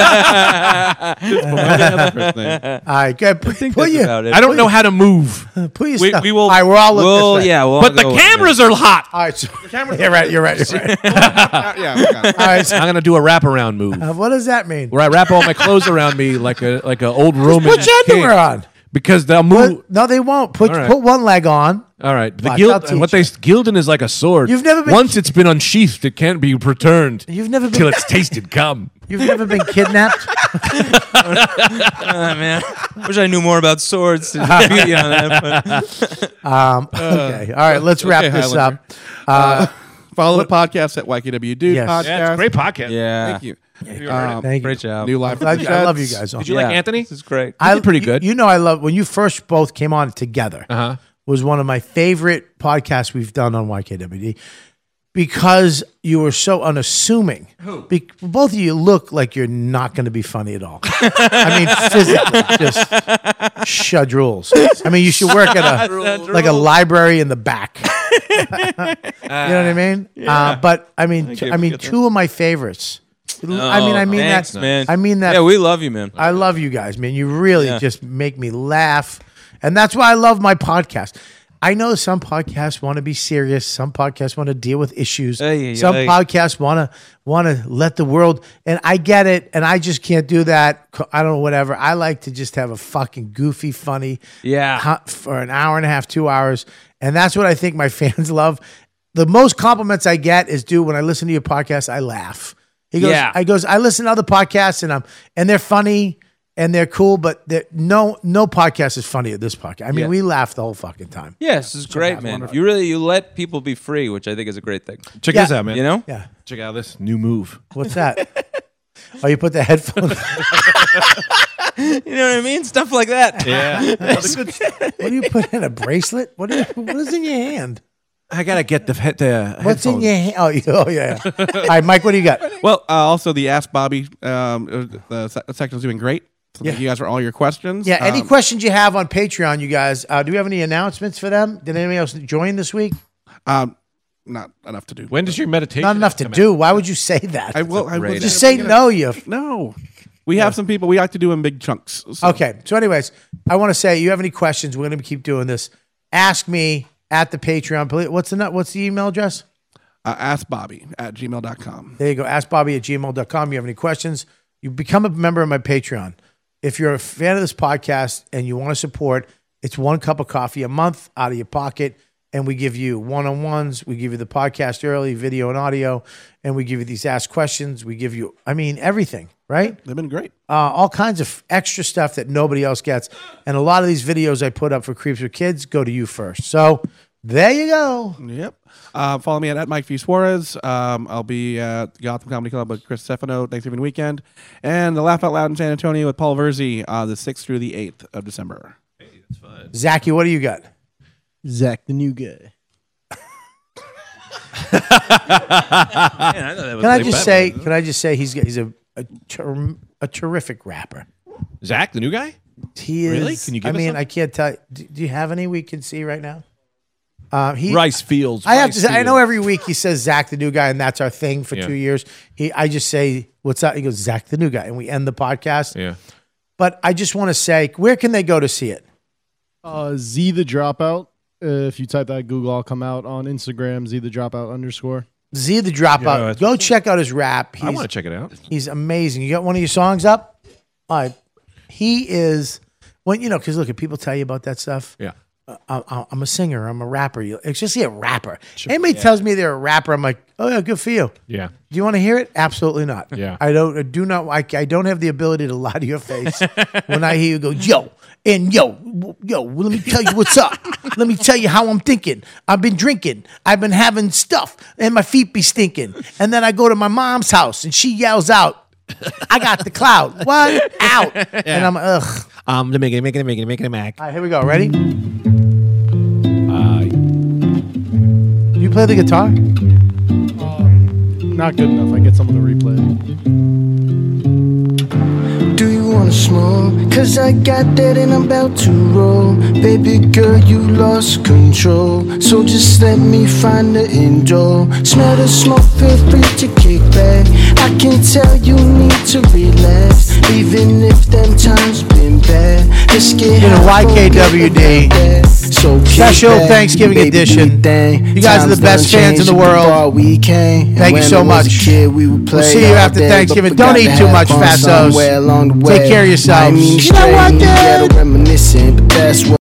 right, good. Put, think put that's your, about it. I don't know how to move. Put your We, stuff. we will. All right, we're all looking. we'll, this way. yeah. We'll But the go over there. cameras are hot. All right. So, you're right. You're right. You're right. Uh, yeah. we got it. All right. So, I'm gonna do a wraparound move. uh, what does that mean? where I wrap all my clothes around me like a like an old Roman. Put your underwear king. on. because they'll move. Put- no, they won't. Put All right. put one leg on. All right, the Watch, I'll guild. teach And what they gilding is like a sword. You've never been- once it's been unsheathed, it can't be returned. You've never been- till it's tasted cum. You've never been kidnapped. Ah, man. Wish I knew more about swords. and beauty on that, but- Um, Uh, okay. All right. Let's wrap okay, this Highlander. up. Follow the podcast at YKW Dude Yes. Podcast. Yeah, great podcast. yeah. Thank you. Um, Thank you. Great job. New live. I, I love you guys. Did you like Yeah. Anthony? This is great. I did pretty good. You, you know, I love when you first both came on together. Uh-huh. Was one of my favorite podcasts we've done on YKWd because you were so unassuming. Who? both of you look like you're not going to be funny at all. I mean, physically, just shud rules. I mean, you should work at a like a library in the back. You know what I mean? Uh, but I mean, t- you I mean, for that. two of my favorites. I mean, I mean Oh, thanks, that. man. I mean that. Yeah, we love you, man. I love you guys, man. You really Yeah. just make me laugh. And that's why I love my podcast. I know some podcasts want to be serious, some podcasts want to deal with issues. Ay, ay, some ay. podcasts want to want to let the world and I get it and I just can't do that. I don't know whatever. I like to just have a fucking goofy funny Yeah. hu- for an hour and a half, 2 hours. And that's what I think my fans love. The most compliments I get is dude when I listen to your podcast, I laugh. He goes, Yeah. I goes, I listen to other podcasts and I'm and they're funny and they're cool, but they're, no no podcast is funny at this podcast. I mean, Yeah. we laugh the whole fucking time. yeah, this is great, man. You really you let people be free, which I think is a great thing. Check Yeah. this out, man. You know? Yeah. Check out this new move. What's that? oh, you put the headphones. You know what I mean? Stuff like that. Yeah, what do you put in a bracelet? What, do you, what is in your hand? I gotta get the he- the. What's in your hand? Oh, you, oh yeah. All right, Mike, what do you got? Well, uh, also the Ask Bobby um, uh, the se- section's doing great. So Yeah. Thank you guys for all your questions. Yeah, any Um, questions you have on Patreon, you guys? Uh, do we have any announcements for them? Did anybody else join this week? Um, not enough to do. When does your meditation? Not enough to come out? do. Why would you say that? I will. I will great Just say no, you No, we have some people. We like to do in big chunks. So. Okay. So, anyways, I want to say you have any questions? We're going to keep doing this. Ask me at the Patreon. Poli- What's the nu- what's the email address? Uh, ask Bobby at gmail.com. There you go. Ask Bobby at gmail.com. You have any questions? You become a member of my Patreon. If you're a fan of this podcast and you want to support, it's one cup of coffee a month out of your pocket. and we give you one on ones. We give you the podcast early, video and audio, and we give you these ask questions. We give you, I mean, everything, right? They've been great. Uh, all kinds of extra stuff that nobody else gets. And a lot of these videos I put up for Creeps with Kids go to you first. So there you go. Yep. Uh, follow me at, at Mike V. Suarez. Um, I'll be at Gotham Comedy Club with Chris Stefano Thanksgiving weekend. And the Laugh Out Loud in San Antonio with Paul Verzi uh, the 6th through the 8th of December. Zachy, what do you got? Zach, the new guy. I thought that was can I like just Batman, say? isn't it? Can I just say he's he's a a, ter- a terrific rapper. Zach, the new guy. He is. Really? Can you give I us mean, some? I can't tell. Do, do you have any we can see right now? Uh, he Rice Fields, I have Rice to say, I know Fields. every week he says Zach the new guy, and that's our thing for Yeah. two years. He, I just say what's up. He goes Zach the new guy, and we end the podcast. Yeah. But I just want to say, where can they go to see it? Uh, Z the dropout. Uh, if you type that in Google, I'll come out on Instagram. Z the dropout underscore. Z the dropout. go check out his rap. I wanna check it out. He's amazing. You got one of your songs up? All right. He is when you know because look, if people tell you about that stuff, Yeah. uh, I- I- I'm a singer. I'm a rapper. You it's just see a rapper. Anybody tells me they're a rapper, I'm like, oh yeah, good for you. Yeah. Do you want to hear it? Absolutely not. Yeah. I don't. I do not. I, I don't have the ability to lie to your face when I hear you go, yo, and yo, w- yo. well, let me tell you what's up. let me tell you how I'm thinking. I've been drinking. I've been having stuff, and my feet be stinking. And then I go to my mom's house, and she yells out, "I got the cloud. What out?" And I'm ugh. Um, to make it, make it, make it, make it a Mac. All right, here we go. Ready? Uh, You play the guitar? Um, Not good enough. I get someone to replay. Do you wanna smoke? Cause I got that and I'm about to roll. Baby girl, you lost control. So just let me find the indoor. Smell the smoke, feel free to kick back. I can tell you need to relax. Even if them times been bad. Let's get You know, high, forget YKWD. about that. So kick Special back, Thanksgiving baby, edition. we dang. You guys are the Times best done fans in the changed, world. but we can't. And Thank you when so I was a much. kid, we would We'll play see you all after day, but Thanksgiving. forgot Don't to eat too have much, fun fattos. somewhere along the Take way. care of Might yourselves. mean You know what, straying, Dad? gotta reminiscing, but that's what